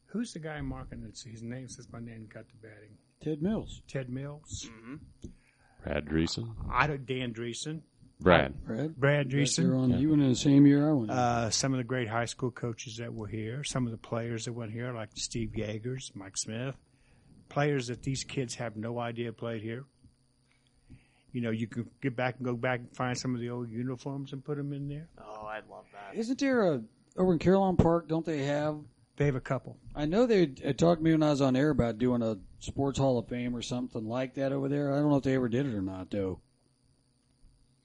Speaker 2: who's the guy marking? It's his name since my name got to batting.
Speaker 4: Ted Mills.
Speaker 2: Ted Mills.
Speaker 3: Brad Dreesen.
Speaker 2: I don't Dan Dreesen.
Speaker 3: Brad.
Speaker 4: Brad.
Speaker 2: Brad
Speaker 4: You're
Speaker 2: Dreesen.
Speaker 4: on, You went in the same year I went.
Speaker 2: Uh, some of the great high school coaches that were here, some of the players that went here, like Steve Yeagers, Mike Smith, players that these kids have no idea played here. You know, you can get back and go back and find some of the old uniforms and put them in there.
Speaker 1: oh, I'd love that.
Speaker 4: Isn't there a over in Caroline Park? Don't they have?
Speaker 2: They have a couple.
Speaker 4: I know they had talked to me when I was on air about doing a sports hall of fame or something like that over there. I don't know if they ever did it or not though.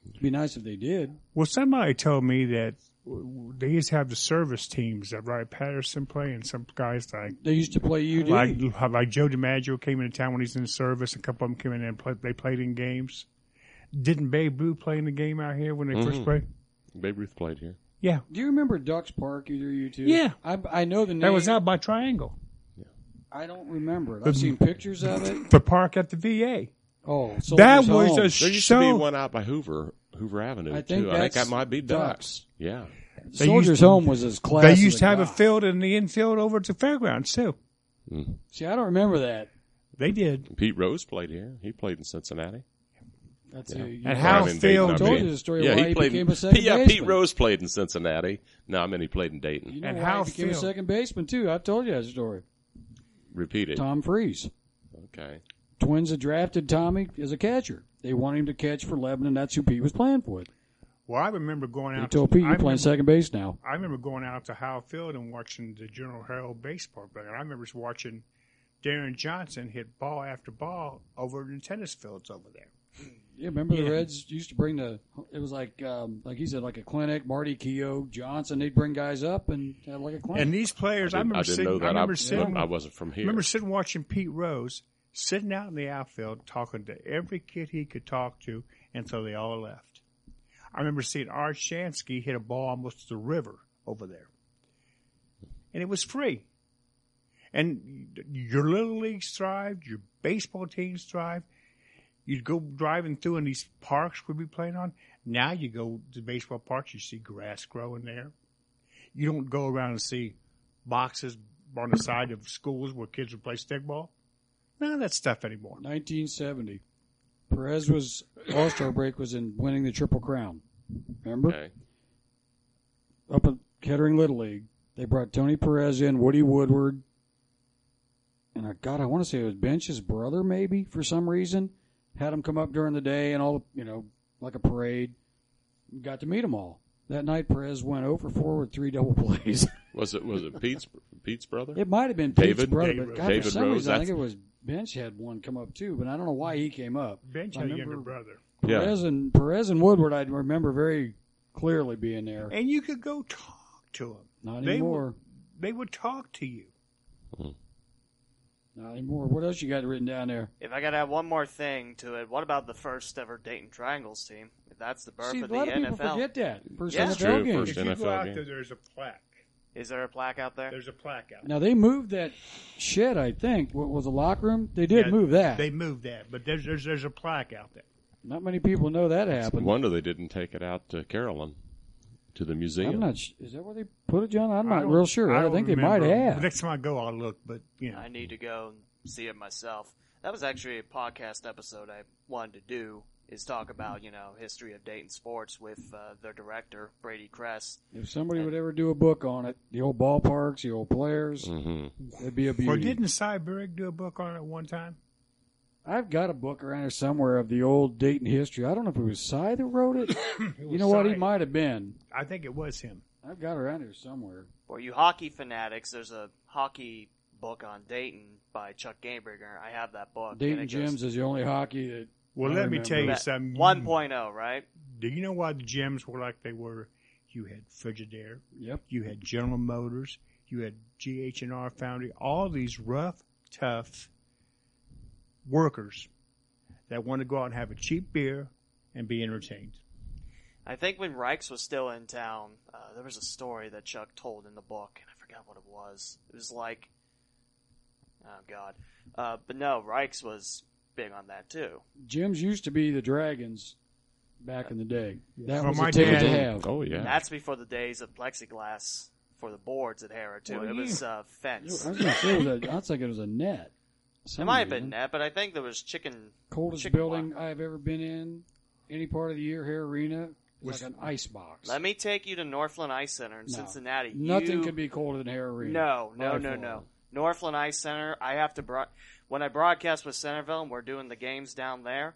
Speaker 4: It'd be nice if they did.
Speaker 2: Well, somebody told me that They used to have the service teams that Wright Patterson play, and some guys like
Speaker 4: They used to play UD.
Speaker 2: like like Joe DiMaggio came into town when he's in the service. A couple of them came in and played, they played in games. Didn't Babe Ruth play in the game out here when they first
Speaker 3: Mhm.
Speaker 2: played?
Speaker 3: Babe Ruth played here.
Speaker 2: Yeah,
Speaker 4: Do you remember Ducks Park? Either you two?
Speaker 2: Yeah.
Speaker 4: I, I know the name.
Speaker 2: that was out by Triangle,
Speaker 4: I don't remember it. I've seen pictures of it.
Speaker 2: the park at the VA.
Speaker 4: Oh, so
Speaker 2: That was a
Speaker 3: There used to be
Speaker 2: show.
Speaker 3: one out by Hoover, Hoover Avenue
Speaker 4: I think
Speaker 3: too. I think
Speaker 4: that's
Speaker 3: that might be
Speaker 4: Ducks.
Speaker 3: Ducks. Yeah,
Speaker 2: They
Speaker 4: Soldiers
Speaker 2: used-
Speaker 4: Home was as class.
Speaker 2: They
Speaker 4: as
Speaker 2: used to have a
Speaker 4: got.
Speaker 2: field in the infield over at the fairgrounds too.
Speaker 4: See, I don't remember that.
Speaker 2: They did.
Speaker 3: Mm. Pete Rose played here. He played in Cincinnati.
Speaker 4: That's a, you-
Speaker 2: And
Speaker 3: Or, I
Speaker 2: how
Speaker 3: mean,
Speaker 2: Phil
Speaker 3: Dayton, I
Speaker 2: told
Speaker 3: mean.
Speaker 4: you the story of
Speaker 3: yeah,
Speaker 4: why
Speaker 3: he,
Speaker 4: he
Speaker 3: played
Speaker 4: became
Speaker 3: in,
Speaker 4: a second
Speaker 3: Yeah, Pete
Speaker 4: baseman.
Speaker 3: Rose played in Cincinnati. No, I mean he played in Dayton.
Speaker 4: you know
Speaker 2: And
Speaker 4: why
Speaker 2: how
Speaker 4: he became a
Speaker 2: Phil-
Speaker 4: second baseman too. I've told you that story.
Speaker 3: Repeat it.
Speaker 4: Tom Freeze.
Speaker 3: Okay.
Speaker 4: Twins had drafted Tommy as a catcher. They wanted him to catch for Lebanon. That's who Pete was playing for.
Speaker 2: Well, I remember going
Speaker 4: He
Speaker 2: out.
Speaker 4: told Pete,
Speaker 2: I
Speaker 4: "You're playing
Speaker 2: remember-
Speaker 4: second base now."
Speaker 2: I remember going out to Howe Field and watching the General Herald baseball play. And I remember just watching Darren Johnson hit ball after ball over in the tennis fields over there.
Speaker 4: Yeah, remember
Speaker 2: Yeah.
Speaker 4: the Reds used to bring the. It was like, um, like he said, like a clinic. Marty Keogh, Johnson, they'd bring guys up and have like a clinic.
Speaker 2: And these players, I,
Speaker 3: I didn't,
Speaker 2: remember
Speaker 3: didn't
Speaker 2: sitting.
Speaker 3: know that.
Speaker 2: I remember sitting.
Speaker 3: I wasn't from here.
Speaker 2: remember sitting watching Pete Rose sitting out in the outfield talking to every kid he could talk to until they all left. I remember seeing Art Shansky hit a ball almost to the river over there, and it was free. And your little leagues thrived, your baseball teams thrived. You'd go driving through, and these parks we'd be playing on. Now you go to baseball parks, you see grass growing there. You don't go around and see boxes on the side of schools where kids would play stickball. None of that stuff anymore.
Speaker 4: 1970. Perez was All Star break was in winning the Triple Crown. Remember
Speaker 3: Okay.
Speaker 4: up at Kettering Little League, they brought Tony Perez in, Woody Woodward, and I, God, I want to say it was Bench's brother, maybe for some reason, had him come up during the day and all you know, like a parade. Got to meet them all that night. Perez went over four with three double plays. *laughs*
Speaker 3: Was it was it Pete's Pete's brother?
Speaker 4: It might have been Pete's
Speaker 3: David-
Speaker 4: brother,
Speaker 2: David-
Speaker 4: but God, for
Speaker 3: David
Speaker 4: some
Speaker 3: Rose,
Speaker 4: reason, I
Speaker 3: that's-
Speaker 4: think it was Bench had one come up too, but I don't know why he came up.
Speaker 2: Bench
Speaker 4: I
Speaker 2: had a
Speaker 4: remember-
Speaker 2: younger brother.
Speaker 3: Yeah.
Speaker 4: Perez and Perez and Woodward, I remember very clearly being there.
Speaker 2: And you could go talk to them.
Speaker 4: Not
Speaker 2: They
Speaker 4: anymore.
Speaker 2: They would talk to you.
Speaker 4: Not anymore. What else you got written down there?
Speaker 1: If I gotta add one more thing to it, what about the first ever Dayton Triangles team? If that's the birth
Speaker 4: See, a
Speaker 1: of the
Speaker 4: lot of people
Speaker 1: NFL,
Speaker 4: forget that. First
Speaker 1: Yeah.
Speaker 4: NFL
Speaker 1: That's
Speaker 3: true.
Speaker 4: game.
Speaker 3: First
Speaker 2: if you go
Speaker 3: NFL
Speaker 2: out
Speaker 3: game.
Speaker 2: there, there's a plaque.
Speaker 1: is there a plaque out there?
Speaker 2: There's a plaque out. there.
Speaker 4: Now they moved that shed. I think what was the locker room? They did
Speaker 2: Yeah,
Speaker 4: move that.
Speaker 2: They moved that, but there's there's, there's a plaque out there.
Speaker 4: Not many people know that happened.
Speaker 3: Wonder they didn't take it out to Carolyn, to the museum.
Speaker 4: I'm not. sh- Is that where they put it, John? I'm
Speaker 2: I
Speaker 4: not
Speaker 2: don't-
Speaker 4: real sure. I,
Speaker 2: don't
Speaker 4: think
Speaker 2: remember.
Speaker 4: they might have.
Speaker 2: Next time I go, I'll look. But you know,
Speaker 1: I need to go and see it myself. That was actually a podcast episode I wanted to do is talk about you know history of Dayton sports with uh, their director Brady Kress.
Speaker 4: If somebody would ever do a book on it, the old ballparks, the old players,
Speaker 3: hmm
Speaker 4: it'd be a beauty.
Speaker 2: or didn't Cy Berg do a book on it one time? *clears throat*
Speaker 4: I've got a book around here somewhere of the old Dayton history. I don't know if it was Cy that
Speaker 1: *coughs*
Speaker 4: wrote it. you know what? He
Speaker 2: Cy.
Speaker 4: might have been.
Speaker 2: I think it was him.
Speaker 4: I've got it around here somewhere.
Speaker 1: For you hockey fanatics, there's a hockey book on Dayton by Chuck Gabringer. I have that book. and
Speaker 4: Dayton
Speaker 1: it goes-
Speaker 4: Gyms is the only hockey that.
Speaker 2: Well,
Speaker 4: I
Speaker 2: let me
Speaker 4: remember.
Speaker 2: tell you
Speaker 1: that
Speaker 2: something.
Speaker 1: 1.0, oh, right?
Speaker 2: Do you know why the gyms were like they were? You had Frigidaire,
Speaker 4: Yep.
Speaker 2: you had General Motors, you had GH and R Foundry, all these rough, tough workers that want to go out and have a cheap beer and be entertained.
Speaker 1: I think when Reichs was still in town, uh, there was a story that Chuck told in the book, and I forgot what it was. It was like, oh god, uh, but no, Reichs was big on that too.
Speaker 4: Gyms used to be the Dragons back in the day. That
Speaker 2: Well,
Speaker 4: was
Speaker 2: my
Speaker 4: a ticket to
Speaker 2: dad-
Speaker 4: have.
Speaker 3: Oh yeah.
Speaker 1: That's before the days of plexiglass for the boards at Harrod too.
Speaker 2: Well,
Speaker 1: it
Speaker 2: yeah.
Speaker 1: was uh,
Speaker 4: I
Speaker 1: fence.
Speaker 4: was gonna say it was a, I was thinking it was a net.
Speaker 1: It
Speaker 4: Some
Speaker 1: might have
Speaker 4: reason.
Speaker 1: been that, but I think there was chicken.
Speaker 4: Coldest
Speaker 1: Chicken
Speaker 4: building
Speaker 1: block.
Speaker 4: I've ever been in, any part of the year, Hair Arena, was
Speaker 2: Was-
Speaker 4: like an ice box.
Speaker 1: Let me take you to Northland Ice Center in Cincinnati.
Speaker 4: Nothing
Speaker 1: You-
Speaker 4: could be colder than Hair Arena.
Speaker 1: No, no,
Speaker 4: By
Speaker 1: no,
Speaker 4: far.
Speaker 1: no. Northland Ice Center. I have to broad when I broadcast with Centerville, and we're doing the games down there.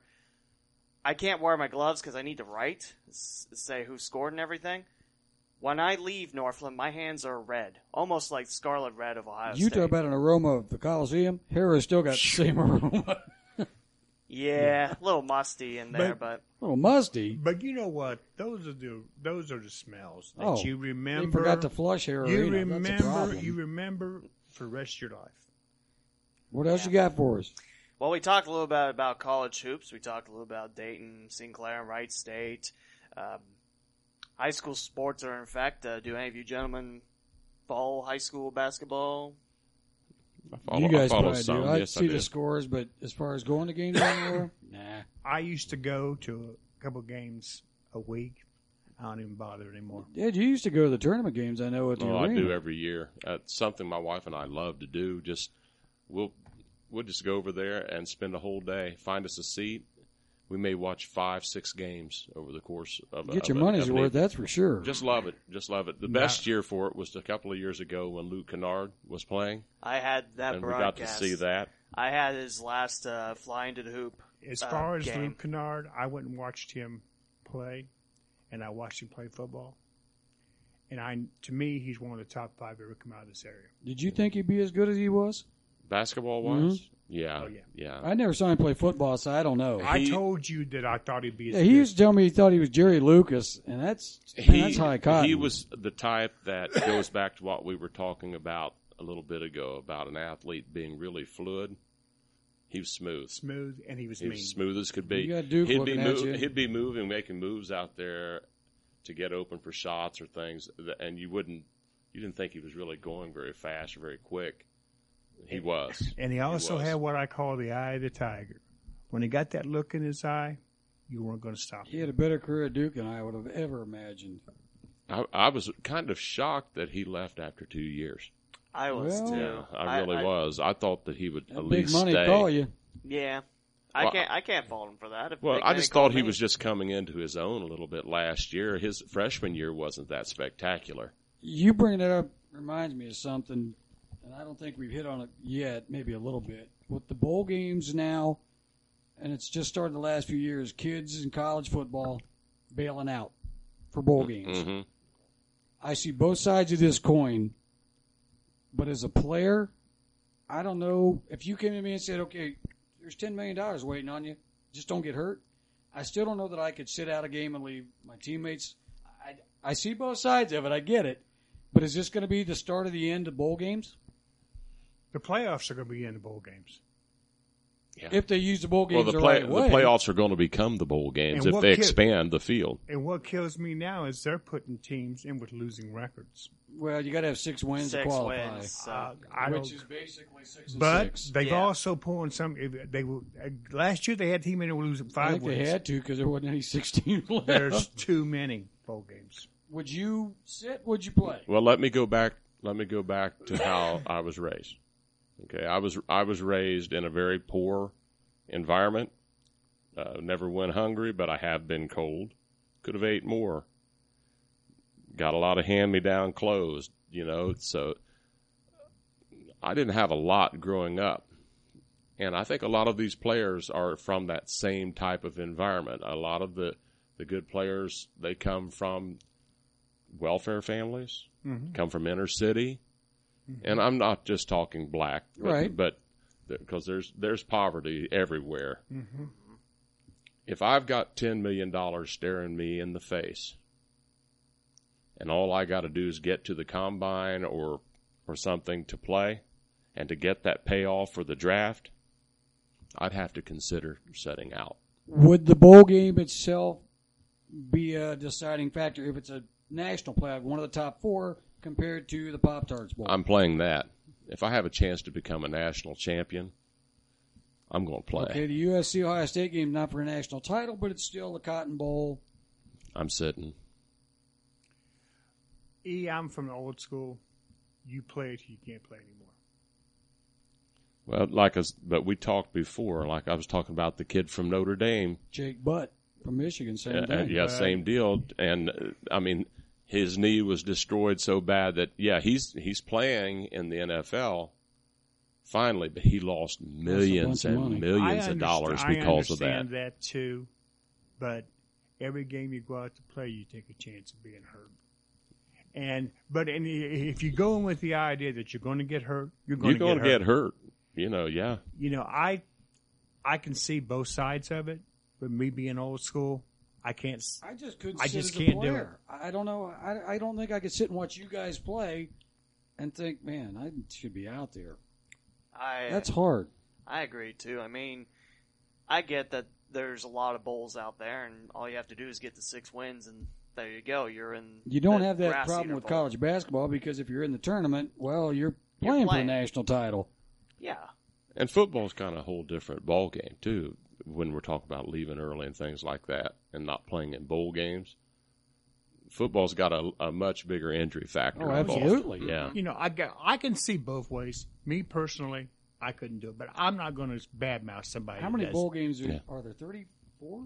Speaker 1: I can't wear my gloves because I need to write, s- say who scored and everything. When I leave Northland, my hands are red, almost like scarlet red of Ohio
Speaker 4: You
Speaker 1: State.
Speaker 4: *laughs* talk about an aroma of the Coliseum. Hair has still got the same aroma.
Speaker 1: Yeah, a little musty in there, but,
Speaker 4: A little musty.
Speaker 2: But you know what? Those are the those are the smells that
Speaker 4: Oh,
Speaker 2: you remember.
Speaker 4: They forgot to flush here.
Speaker 2: you
Speaker 4: arena. That's a
Speaker 2: remember.
Speaker 4: problem.
Speaker 2: You remember for the rest of your life.
Speaker 4: what else you got for us?
Speaker 1: well, we talked a little bit about college hoops. We talked a little about Dayton, Sinclair, and Wright State. Um, high school sports are in fact. Uh, do any of you gentlemen follow high school basketball?
Speaker 3: I follow,
Speaker 4: you guys
Speaker 3: I follow
Speaker 4: probably
Speaker 3: some.
Speaker 4: do. I
Speaker 3: yes,
Speaker 4: see
Speaker 3: I do.
Speaker 4: the scores, but as far as going to
Speaker 3: *laughs*
Speaker 4: games anymore, nah.
Speaker 2: I used to go to a couple games a week. I don't even bother anymore.
Speaker 4: Yeah, you used to go to the tournament games. I know at the
Speaker 3: Oh, I
Speaker 4: arena.
Speaker 3: do every year. That's something my wife and I love to do. Just we'll we'll just go over there and spend a whole day. Find us a seat. We may watch five, six games over the course of. a-
Speaker 4: Get your
Speaker 3: of a-
Speaker 4: money's
Speaker 3: of an
Speaker 4: worth.
Speaker 3: evening.
Speaker 4: That's for sure.
Speaker 3: Just love it. Just love it. The
Speaker 2: Nah.
Speaker 3: best year for it was a couple of years ago when Luke Kennard was playing,
Speaker 1: I had that
Speaker 3: and we got to
Speaker 1: broadcast.
Speaker 3: see that.
Speaker 1: I had his last uh, flying to the hoop.
Speaker 2: As
Speaker 1: Uh,
Speaker 2: far as
Speaker 1: game.
Speaker 2: Luke Kennard, I went and watched him play, and I watched him play football. And I, to me, he's one of the top five ever come out of this area.
Speaker 4: Did you think he'd be as good as he was?
Speaker 3: Basketball wise,
Speaker 4: Mm-hmm.
Speaker 3: yeah,
Speaker 2: Oh, yeah.
Speaker 3: yeah.
Speaker 4: I never saw him play football, so I don't know.
Speaker 2: I
Speaker 3: He-
Speaker 2: told you that I thought he'd be. as
Speaker 4: Yeah, he
Speaker 2: good.
Speaker 4: used to tell me he thought he was Jerry Lucas, and that's man, that's high cotton.
Speaker 3: he was the type that goes back to what we were talking about a little bit ago about an athlete being really fluid. He was smooth.
Speaker 2: smooth, and he was
Speaker 3: He
Speaker 2: mean.
Speaker 3: was smooth as could be.
Speaker 4: You got Duke
Speaker 3: he'd be
Speaker 4: looking at
Speaker 3: mov-
Speaker 4: you.
Speaker 3: he'd be moving, making moves out there to get open for shots or things, that- and you wouldn't, you didn't think he was really going very fast or very quick. He was.
Speaker 2: And he also
Speaker 3: was.
Speaker 2: had what I call the eye of the tiger. When he got that look in his eye, you weren't going to stop
Speaker 4: He
Speaker 2: him.
Speaker 4: had a better career at Duke than I would have ever imagined.
Speaker 3: I, I was kind of shocked that he left after two years.
Speaker 1: I was
Speaker 4: Well-
Speaker 1: too.
Speaker 3: Yeah, I really was. I thought that he would
Speaker 4: That
Speaker 3: at
Speaker 4: big
Speaker 3: least
Speaker 4: money
Speaker 3: stay.
Speaker 4: call you.
Speaker 1: Yeah, I
Speaker 3: Well,
Speaker 1: can't. I can't fault him for that. If
Speaker 3: Well,
Speaker 1: Big
Speaker 3: I
Speaker 1: Manny
Speaker 3: just thought
Speaker 1: called
Speaker 3: he
Speaker 1: me-
Speaker 3: was just coming into his own a little bit last year. His freshman year wasn't that spectacular.
Speaker 4: You bringing that up reminds me of something, and I don't think we've hit on it yet. Maybe a little bit with the bowl games now, and it's just started the last few years. Kids in college football bailing out for bowl games.
Speaker 3: hmm
Speaker 4: I see both sides of this coin, but as a player, I don't know if you came to me and said, "Okay, there's ten million dollars waiting on you. Just don't get hurt." I still don't know that I could sit out a game and leave my teammates. I, I see both sides of it. I get it, but is this going to be the start of the end of bowl games?
Speaker 2: The playoffs are going to be in the bowl games.
Speaker 3: Yeah.
Speaker 4: If they use the bowl
Speaker 3: well,
Speaker 4: games
Speaker 3: the,
Speaker 4: the,
Speaker 3: play,
Speaker 4: right
Speaker 3: the
Speaker 4: way,
Speaker 3: playoffs are going to become the bowl games
Speaker 2: And
Speaker 3: if
Speaker 2: what
Speaker 3: they
Speaker 2: kid-
Speaker 3: expand the field.
Speaker 2: And what kills me now is they're putting teams in with losing records.
Speaker 4: Well, you got to have six wins
Speaker 1: six
Speaker 4: to qualify,
Speaker 1: wins. So.
Speaker 2: Uh, I
Speaker 4: which
Speaker 2: don't-
Speaker 4: is basically six and
Speaker 2: but
Speaker 4: six.
Speaker 2: they've
Speaker 1: Yeah.
Speaker 2: also pulling some. if They were uh, last year they had a team in there losing
Speaker 4: I
Speaker 2: five
Speaker 4: think
Speaker 2: wins.
Speaker 4: they had to because there wasn't any sixteen *laughs* left.
Speaker 2: There's too many bowl games.
Speaker 4: Would you sit? Would you play?
Speaker 3: Well, let me go back. Let me go back to how I was raised. Okay, I was I was raised in a very poor environment. Uh, never went hungry, but I have been cold. Could have ate more. Got a lot of hand-me-down clothes, you know. So I didn't have a lot growing up, and I think a lot of these players are from that same type of environment. A lot of the the good players they come from welfare families
Speaker 2: Mhm.
Speaker 3: come from inner city, and I'm not just talking black, but,
Speaker 4: Right.
Speaker 3: But because there's there's poverty everywhere. If I've got ten million dollars staring me in the face, and all I got to do is get to the combine or or something to play, and to get that payoff for the draft, I'd have to consider setting out.
Speaker 4: Would the bowl game itself be a deciding factor if it's a national playoff, one of the top four, compared to the Pop Tarts Bowl?
Speaker 3: I'm playing that. If I have a chance to become a national champion, I'm going to play.
Speaker 4: okay, the USC Ohio State game not for a national title, but it's still the Cotton Bowl.
Speaker 3: I'm sitting.
Speaker 2: E, I'm from the old school. You play it, you can't play anymore.
Speaker 3: Well, like us, but we talked before. Like I was talking about the kid from Notre Dame.
Speaker 4: Jake Butt from Michigan, same
Speaker 3: Uh,
Speaker 4: thing.
Speaker 3: yeah, same deal. And uh, I mean, his knee was destroyed so bad that yeah, he's he's playing in the NFL finally, but he lost millions
Speaker 4: bunch of money.
Speaker 3: and millions
Speaker 2: I
Speaker 3: of
Speaker 2: underst-
Speaker 3: dollars because
Speaker 2: I
Speaker 3: of that.
Speaker 2: understand that too, but every game you go out to play, you take a chance of being hurt. And but and i- if you go in with the idea that you're going to get hurt, you're going
Speaker 3: You're going to
Speaker 2: get hurt.
Speaker 3: get hurt. You know, yeah.
Speaker 2: You know, I I can see both sides of it, but me being old school, I can't. s-
Speaker 4: I just couldn't.
Speaker 2: I
Speaker 4: sit
Speaker 2: just
Speaker 4: as a
Speaker 2: can't do
Speaker 4: player. I I don't know. I, I don't think I could sit and watch you guys play and think, man, I should be out there.
Speaker 1: I
Speaker 4: That's hard.
Speaker 1: I agree too. I mean, I get that there's a lot of bowls out there, and all you have to do is get the six wins, and there you go. You're in.
Speaker 4: You don't
Speaker 1: the
Speaker 4: have that
Speaker 1: grass
Speaker 4: problem
Speaker 1: eater
Speaker 4: with
Speaker 1: bowl.
Speaker 4: college basketball because if you're in the tournament, well, you're
Speaker 1: You're
Speaker 4: playing, for the
Speaker 1: playing.
Speaker 4: national title.
Speaker 1: Yeah,
Speaker 3: And football's kind of a whole different ball game too. When we're talking about leaving early and things like that, and not playing in bowl games, football's got a, a much bigger injury factor.
Speaker 4: Oh,
Speaker 3: involved.
Speaker 4: absolutely.
Speaker 3: Yeah.
Speaker 2: You know, I got, I can see both ways. Me personally, I couldn't do it, but I'm not going to badmouth somebody.
Speaker 4: How
Speaker 2: who
Speaker 4: many
Speaker 2: does.
Speaker 4: bowl games are,
Speaker 3: Yeah.
Speaker 4: are there? Thirty-four.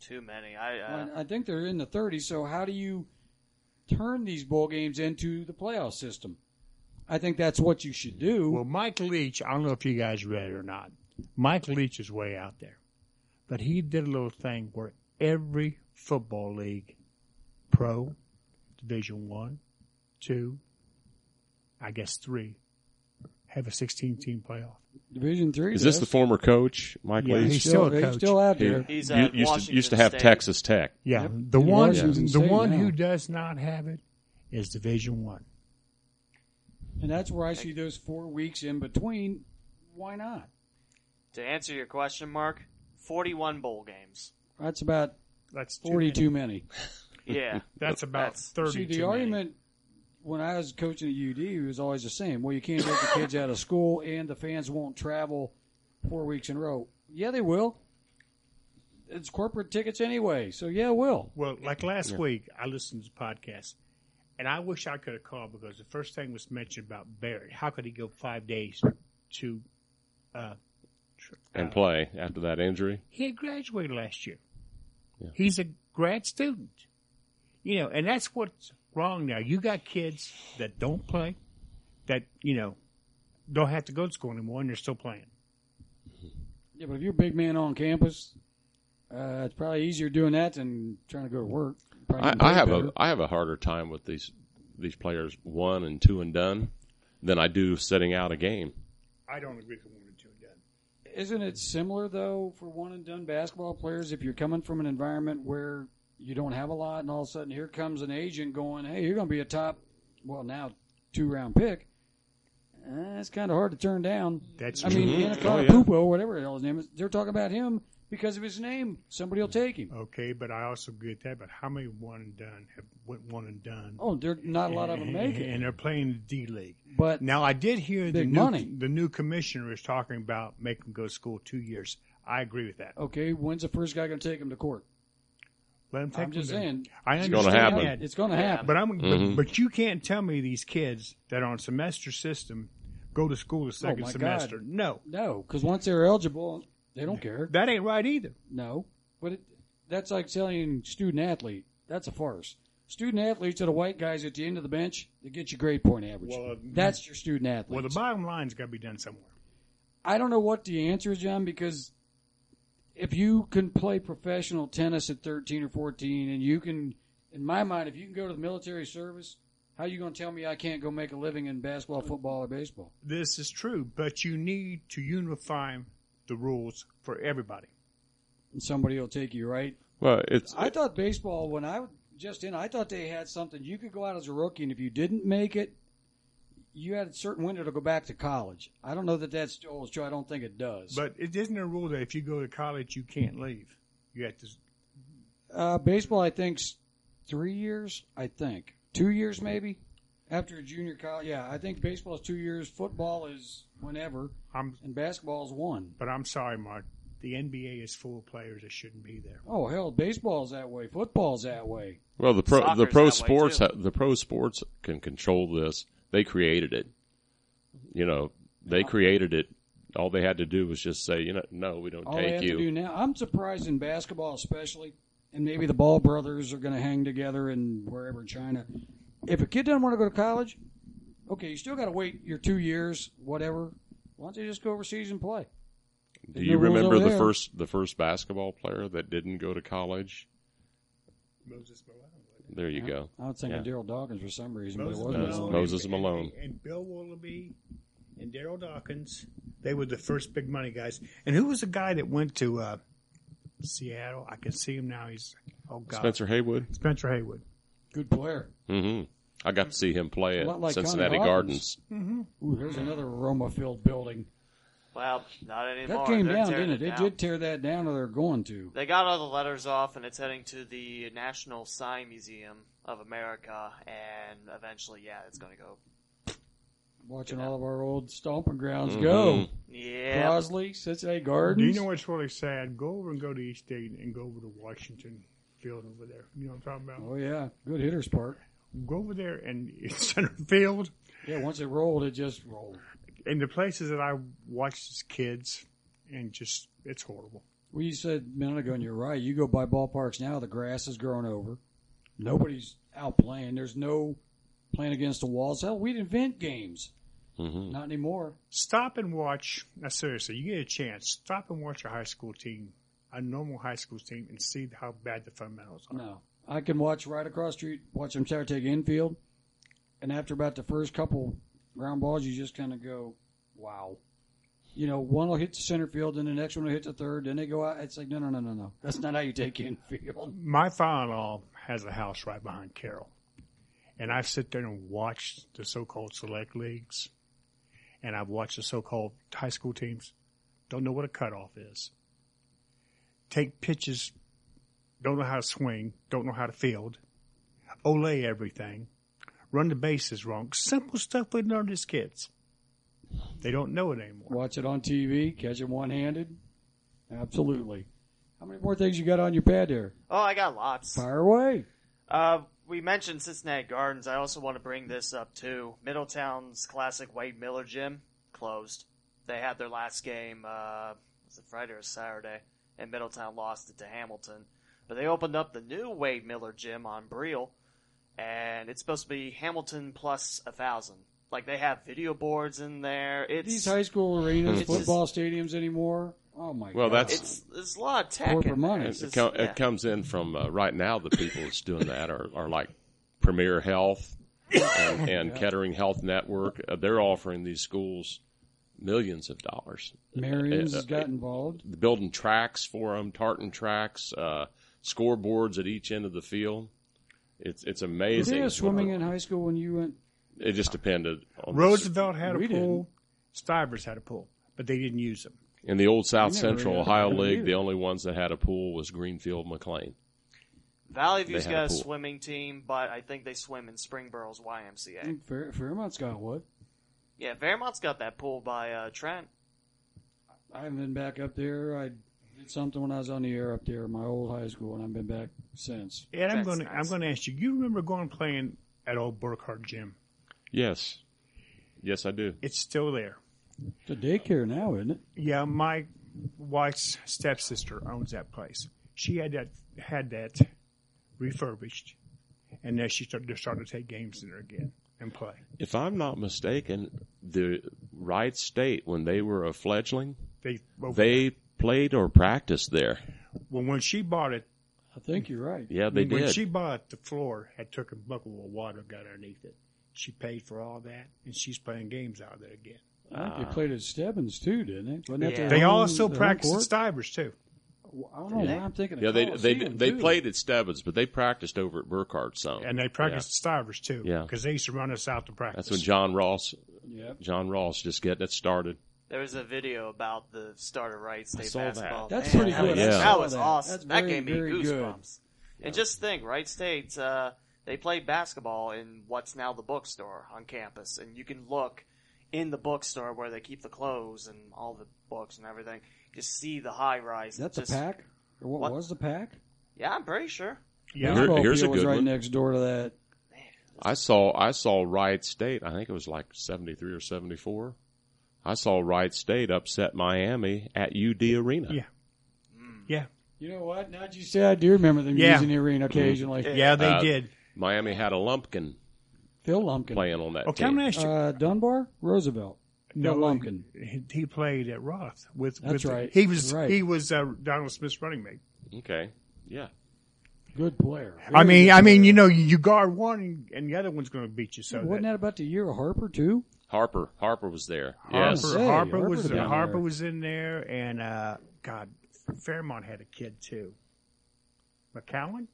Speaker 1: too many. I uh,
Speaker 4: I, I think they're in the 30s. So how do you turn these bowl games into the playoff system? I think that's what you should do.
Speaker 2: Well, Mike Leach, I don't know if you guys read it or not. Mike Leach is way out there, but he did a little thing where every football league, pro, Division One, two, I guess three, have a 16-team playoff.
Speaker 4: Division three.
Speaker 3: Is this the
Speaker 4: does.
Speaker 3: former coach, Mike
Speaker 2: Yeah,
Speaker 3: Leach?
Speaker 2: he's still a
Speaker 4: he's
Speaker 2: coach.
Speaker 4: still out
Speaker 3: who
Speaker 4: there.
Speaker 1: He's
Speaker 3: u-
Speaker 1: at
Speaker 3: used to,
Speaker 1: Washington
Speaker 3: used to have
Speaker 1: State.
Speaker 3: Texas Tech.
Speaker 2: Yeah,
Speaker 4: Yep.
Speaker 2: the
Speaker 4: In
Speaker 2: one,
Speaker 4: Washington
Speaker 2: the
Speaker 4: State
Speaker 2: one
Speaker 4: now.
Speaker 2: who does not have it is Division One.
Speaker 4: And that's where I see those four weeks in between. Why not?
Speaker 1: to answer your question, Mark, 41 bowl
Speaker 4: *laughs*
Speaker 1: games.
Speaker 4: That's about
Speaker 2: That's too many.
Speaker 4: 42 many.
Speaker 1: Yeah,
Speaker 2: That's about
Speaker 1: That's-
Speaker 2: thirty.
Speaker 4: See,
Speaker 2: too
Speaker 4: the
Speaker 2: many.
Speaker 4: argument when I was coaching at UD it was always the same. Well, you can't get the kids out of school, and the fans won't travel four weeks in a row. Yeah, they will. It's corporate tickets anyway, so yeah, it will.
Speaker 2: Well, like last week, I listened to the podcast, and I wish I could have called because the first thing was mentioned about Barrett. How could he go five days to? Uh, tr-
Speaker 3: and
Speaker 2: uh,
Speaker 3: play after that injury.
Speaker 2: He had graduated last year.
Speaker 3: Yeah.
Speaker 2: He's a grad student, you know, and that's what's wrong now. You got kids that don't play, that you know, don't have to go to school anymore, and they're still playing.
Speaker 4: Yeah, but if you're a big man on campus, uh, it's probably easier doing that than trying to go to work. Probably
Speaker 3: I,
Speaker 4: getting
Speaker 3: I
Speaker 4: paid
Speaker 3: have
Speaker 4: better.
Speaker 3: a I have a harder time with these these players one and two and done than I do setting out a game.
Speaker 2: I don't agree with one and two done.
Speaker 4: Isn't it similar though for one and done basketball players? If you're coming from an environment where you don't have a lot, and all of a sudden here comes an agent going, "Hey, you're going to be a top, well now two round pick." Uh, it's kind of hard to turn down.
Speaker 2: That's
Speaker 4: I
Speaker 2: true.
Speaker 4: mean,
Speaker 3: Mhm.
Speaker 4: Anaconda
Speaker 3: Oh, yeah.
Speaker 4: Pupo, whatever the hell his name is, they're talking about him because of his name. Somebody will take him.
Speaker 2: Okay, but I also get that. But how many one and done have went one and done?
Speaker 4: Oh, there not a lot of them make
Speaker 2: And
Speaker 4: it.
Speaker 2: they're playing the D League.
Speaker 4: But
Speaker 2: Now I did hear the
Speaker 4: Big
Speaker 2: new
Speaker 4: money.
Speaker 2: the new commissioner is talking about making them go to school two years. I agree with that.
Speaker 4: okay, when's the first guy going to take him to court?
Speaker 2: Let them take
Speaker 4: I'm just
Speaker 2: them.
Speaker 4: saying,
Speaker 2: I
Speaker 3: It's gonna
Speaker 2: understand
Speaker 3: happen.
Speaker 2: that.
Speaker 4: it's going to happen.
Speaker 2: But I'm
Speaker 3: Mhm.
Speaker 2: but, but you can't tell me these kids that are on semester system go to school the second
Speaker 4: Oh, my God.
Speaker 2: semester. No.
Speaker 4: No, because once they're eligible, they don't care.
Speaker 2: That ain't right either.
Speaker 4: No, but it, that's like telling student athlete that's a farce. Student athletes are the white guys at the end of the bench that get your grade point average.
Speaker 2: Well, uh,
Speaker 4: that's your student athletes.
Speaker 2: Well the bottom line's gotta be done somewhere.
Speaker 4: I don't know what the answer is, John, because if you can play professional tennis at 13 or 14, and you can, in my mind, if you can go to the military service, how you going to tell me I can't go make a living in basketball, football, or baseball?
Speaker 2: This is true, but you need to unify the rules for everybody.
Speaker 4: And somebody will take you, right?
Speaker 3: Well, it's
Speaker 4: I thought baseball when I was just in, I thought they had something you could go out as a rookie, and if you didn't make it, you had a certain window to go back to college. I don't know that that's still is true. I don't think it does.
Speaker 2: But it isn't a rule that if you go to college you can't leave. You have to
Speaker 4: uh, baseball, I think's three years. I think two years maybe after junior college. Yeah, I think baseball is two years. Football is whenever,
Speaker 2: I'm
Speaker 4: and basketball is one.
Speaker 2: But I'm sorry, Mark. The NBA is full of players that shouldn't be there.
Speaker 4: Oh hell, baseball's that way. Football's that way.
Speaker 3: well the pro the
Speaker 1: Soccer's that
Speaker 3: pro
Speaker 1: way,
Speaker 3: sports
Speaker 1: too.
Speaker 3: ha- the pro sports can control this. They created it. You know, they created it. All they had to do was just say, you know, no, we don't
Speaker 4: All they
Speaker 3: take
Speaker 4: have
Speaker 3: you.
Speaker 4: to do now. I'm surprised in basketball, especially, and maybe the Ball brothers are going to hang together in wherever China. If a kid doesn't want to go to college, okay, you still got to wait your two years, whatever. Why don't you just go overseas and play?
Speaker 3: Do
Speaker 4: There's
Speaker 3: you
Speaker 4: no rules
Speaker 3: remember
Speaker 4: over
Speaker 3: the
Speaker 4: there.
Speaker 3: first the first basketball player that didn't go to college?
Speaker 2: Moses Malone.
Speaker 3: There you go.
Speaker 4: I was thinking
Speaker 3: Yeah.
Speaker 4: Daryl Dawkins for some reason, but it
Speaker 2: Moses
Speaker 4: wasn't.
Speaker 3: Moses
Speaker 4: Malone.
Speaker 3: Malone.
Speaker 2: And, and Bill Willoughby and Daryl Dawkins. They were the first big money guys. And who was the guy that went to uh, Seattle? I can see him now. He's oh god,
Speaker 3: Spencer Haywood.
Speaker 2: Spencer Haywood.
Speaker 4: Good player.
Speaker 3: hmm I got to see him play
Speaker 4: A
Speaker 3: at
Speaker 4: lot like
Speaker 3: Cincinnati
Speaker 4: Connie
Speaker 3: Gardens.
Speaker 4: Hawkins.
Speaker 2: Mm-hmm.
Speaker 4: Ooh, there's another aroma-filled building.
Speaker 1: Well, not anymore.
Speaker 4: That came
Speaker 1: They're
Speaker 4: down,
Speaker 1: tearing
Speaker 4: didn't it? They
Speaker 1: down.
Speaker 4: did tear that down, or they're going to.
Speaker 1: They got all the letters off, and it's heading to the National Sign Museum of America, and eventually, yeah, it's going to go.
Speaker 4: Watching all of our old stomping grounds go.
Speaker 3: Mm-hmm.
Speaker 1: Yeah.
Speaker 4: Crosley, Cincinnati Gardens.
Speaker 2: Do you know what's really sad? Go over and go to East Dayton and go over to Washington Field over there. You know what I'm talking about?
Speaker 4: Oh yeah, good hitter's park.
Speaker 2: Go over there and *laughs* center field.
Speaker 4: Yeah, once it rolled, it just rolled.
Speaker 2: And the places that I watched as kids, and just it's horrible.
Speaker 4: Well, you said a minute ago, and you're right. You go by ballparks now, the grass is grown over. Nobody's out playing. There's no playing against the walls. Hell, we'd invent games.
Speaker 3: hmm
Speaker 4: Not anymore.
Speaker 2: Stop and watch. Now, seriously, you get a chance. Stop and watch a high school team, a normal high school team, and see how bad the fundamentals are.
Speaker 4: No, I can watch right across the street, watch them try to take infield, and after about the first couple ground balls, you just kind of go, "Wow." You know, one will hit the center field, then the next one will hit the third, then they go out. It's like, no, no, no, no, no. That's not how you take infield.
Speaker 2: My father-in-law has a house right behind Carroll, and I sit there and watch the so-called select leagues, and I've watched the so-called high school teams. Don't know what a cutoff is. Take pitches. Don't know how to swing. Don't know how to field. Olay everything. Run the bases wrong. Simple stuff we learned as kids. They don't know it anymore.
Speaker 4: Watch it on TV, catch it one-handed. Absolutely. How many more things you got on your pad there?
Speaker 1: Oh, I got lots.
Speaker 4: Fire away.
Speaker 1: Uh, we mentioned Cincinnati Gardens. I also want to bring this up too. Middletown's classic Wade Miller gym closed. They had their last game. Uh, was it Friday or Saturday? And Middletown lost it to Hamilton. But they opened up the new Wade Miller gym on Briel, and it's supposed to be Hamilton plus a thousand. Like they have video boards in there. It's
Speaker 4: These high school arenas,
Speaker 1: It's just-
Speaker 4: football stadiums anymore. Oh my
Speaker 3: Well,
Speaker 4: god.
Speaker 3: that's-
Speaker 1: it's there's a lot of tech.
Speaker 4: Corporate
Speaker 1: in there.
Speaker 4: money.
Speaker 1: It's
Speaker 3: It,
Speaker 1: just-
Speaker 3: co-
Speaker 1: yeah.
Speaker 3: it comes in from uh, right now. The people that's doing that are, are like Premier Health and, and Kettering Health Network. Uh, they're offering these schools millions of dollars.
Speaker 4: Marion's
Speaker 3: Uh,
Speaker 4: has got involved.
Speaker 3: building tracks for them, tartan tracks, uh, scoreboards at each end of the field. It's it's uh,
Speaker 4: Did
Speaker 3: amazing.
Speaker 4: they have swimming in high school when you went?
Speaker 3: It just depended on the s-
Speaker 2: Roosevelt had a
Speaker 4: We
Speaker 2: pool. Stivers had a pool, but they didn't use them.
Speaker 3: in the old South
Speaker 4: We never
Speaker 3: Central
Speaker 4: really
Speaker 3: Ohio
Speaker 4: had it
Speaker 3: League.
Speaker 4: either.
Speaker 3: The only ones that had a pool was Greenfield McLean.
Speaker 1: Valley View's
Speaker 3: had a
Speaker 1: got a
Speaker 3: pool.
Speaker 1: swimming team, but I think they swim in Springboro's YMCA.
Speaker 4: Fair, Fairmont's got what?
Speaker 1: Yeah, Vermont's got that pool by uh, Trent.
Speaker 4: I haven't been back up there. I did something when I was on the air up there, my old high school, and I've been back since.
Speaker 2: And I'm
Speaker 1: That's
Speaker 2: going to I'm
Speaker 1: nice.
Speaker 2: going to ask you. You remember going playing at old Burkhardt Gym?
Speaker 3: Yes, yes, I do.
Speaker 2: It's still there.
Speaker 4: It's a daycare now, isn't it?
Speaker 2: Yeah, my wife's stepsister owns that place. She had that had that refurbished, and now she started, they're starting to take games in there again and play.
Speaker 3: If I'm not mistaken, the Wright State when they were a fledgling,
Speaker 2: They, well,
Speaker 3: they played or practiced there.
Speaker 2: well when she bought it,
Speaker 4: I think you're right.
Speaker 3: Yeah, they
Speaker 2: when
Speaker 3: did.
Speaker 2: she bought it, the floor had took a bucket of water got underneath it. She paid for all that, and she's playing games out there again.
Speaker 4: I think
Speaker 3: Ah.
Speaker 4: they played at Stebbins too, didn't they? Wasn't that
Speaker 1: Yeah.
Speaker 4: their
Speaker 2: They
Speaker 4: home-
Speaker 2: also
Speaker 4: their home
Speaker 2: practice at
Speaker 4: court?
Speaker 2: Stivers too.
Speaker 4: Well, I don't know.
Speaker 1: Yeah.
Speaker 4: why I'm thinking. Of
Speaker 3: yeah, they they
Speaker 4: Coliseum,
Speaker 3: they
Speaker 4: too.
Speaker 3: played at Stebbins, but they practiced over at Burkhardt some.
Speaker 2: And they practiced Stivers too.
Speaker 3: Yeah.
Speaker 2: Because they used to run us out to practice.
Speaker 3: That's when John Ross,
Speaker 4: Yeah.
Speaker 3: John Ross, just getting it started.
Speaker 1: There was a video about the start of Wright State
Speaker 3: saw that.
Speaker 1: basketball.
Speaker 4: That's
Speaker 1: Man,
Speaker 4: pretty
Speaker 1: that
Speaker 3: good.
Speaker 1: was-
Speaker 3: I saw
Speaker 1: That was
Speaker 4: that. That's
Speaker 1: awesome. That
Speaker 4: very,
Speaker 1: gave me
Speaker 4: very good.
Speaker 1: goosebumps. And just think, Wright State, uh, they play basketball in what's now the bookstore on campus, and you can look in the bookstore where they keep the clothes and all the books and everything. Just see the high rise.
Speaker 4: Is that the
Speaker 1: just,
Speaker 4: pack? Or what,
Speaker 1: What?
Speaker 4: was the pack?
Speaker 1: Yeah, I'm pretty sure.
Speaker 2: Yeah.
Speaker 3: Here-
Speaker 4: Baseball
Speaker 3: here's a
Speaker 4: field was
Speaker 3: good
Speaker 4: right
Speaker 3: one.
Speaker 4: next door to that.
Speaker 3: I saw I saw Wright State. I think it was like seventy three or seventy four. I saw Wright State upset Miami at UD Arena.
Speaker 2: Yeah. Yeah.
Speaker 4: You know what? Now that you say, I do remember them
Speaker 2: Yeah.
Speaker 4: using the arena occasionally.
Speaker 2: Yeah, they
Speaker 3: Uh,
Speaker 2: did.
Speaker 3: Miami had a Lumpkin
Speaker 4: Phil Lumpkin,
Speaker 3: playing on that
Speaker 2: Okay, I'm
Speaker 3: team.
Speaker 2: going to ask you.
Speaker 4: uh, Dunbar, Roosevelt.
Speaker 2: no,
Speaker 4: Phil Lumpkin.
Speaker 2: He, he played at Roth with.
Speaker 4: That's
Speaker 2: with the-
Speaker 4: right.
Speaker 2: He was
Speaker 4: Right.
Speaker 2: he was uh, Donald Smith's running mate.
Speaker 3: Okay, yeah,
Speaker 4: Good player.
Speaker 2: I
Speaker 4: Very
Speaker 2: mean,
Speaker 4: good
Speaker 2: I mean,
Speaker 4: player.
Speaker 2: you know, you guard one and, and the other one's going to beat you. So
Speaker 4: Wasn't
Speaker 2: that-
Speaker 4: that about the year of Harper too?
Speaker 3: Harper. Harper was there.
Speaker 2: Harper,
Speaker 3: yes.
Speaker 4: Say,
Speaker 2: Harper,
Speaker 4: Harper
Speaker 2: was
Speaker 4: down there.
Speaker 2: Harper was in there, and uh, God, Fairmont had a kid too. McCowan,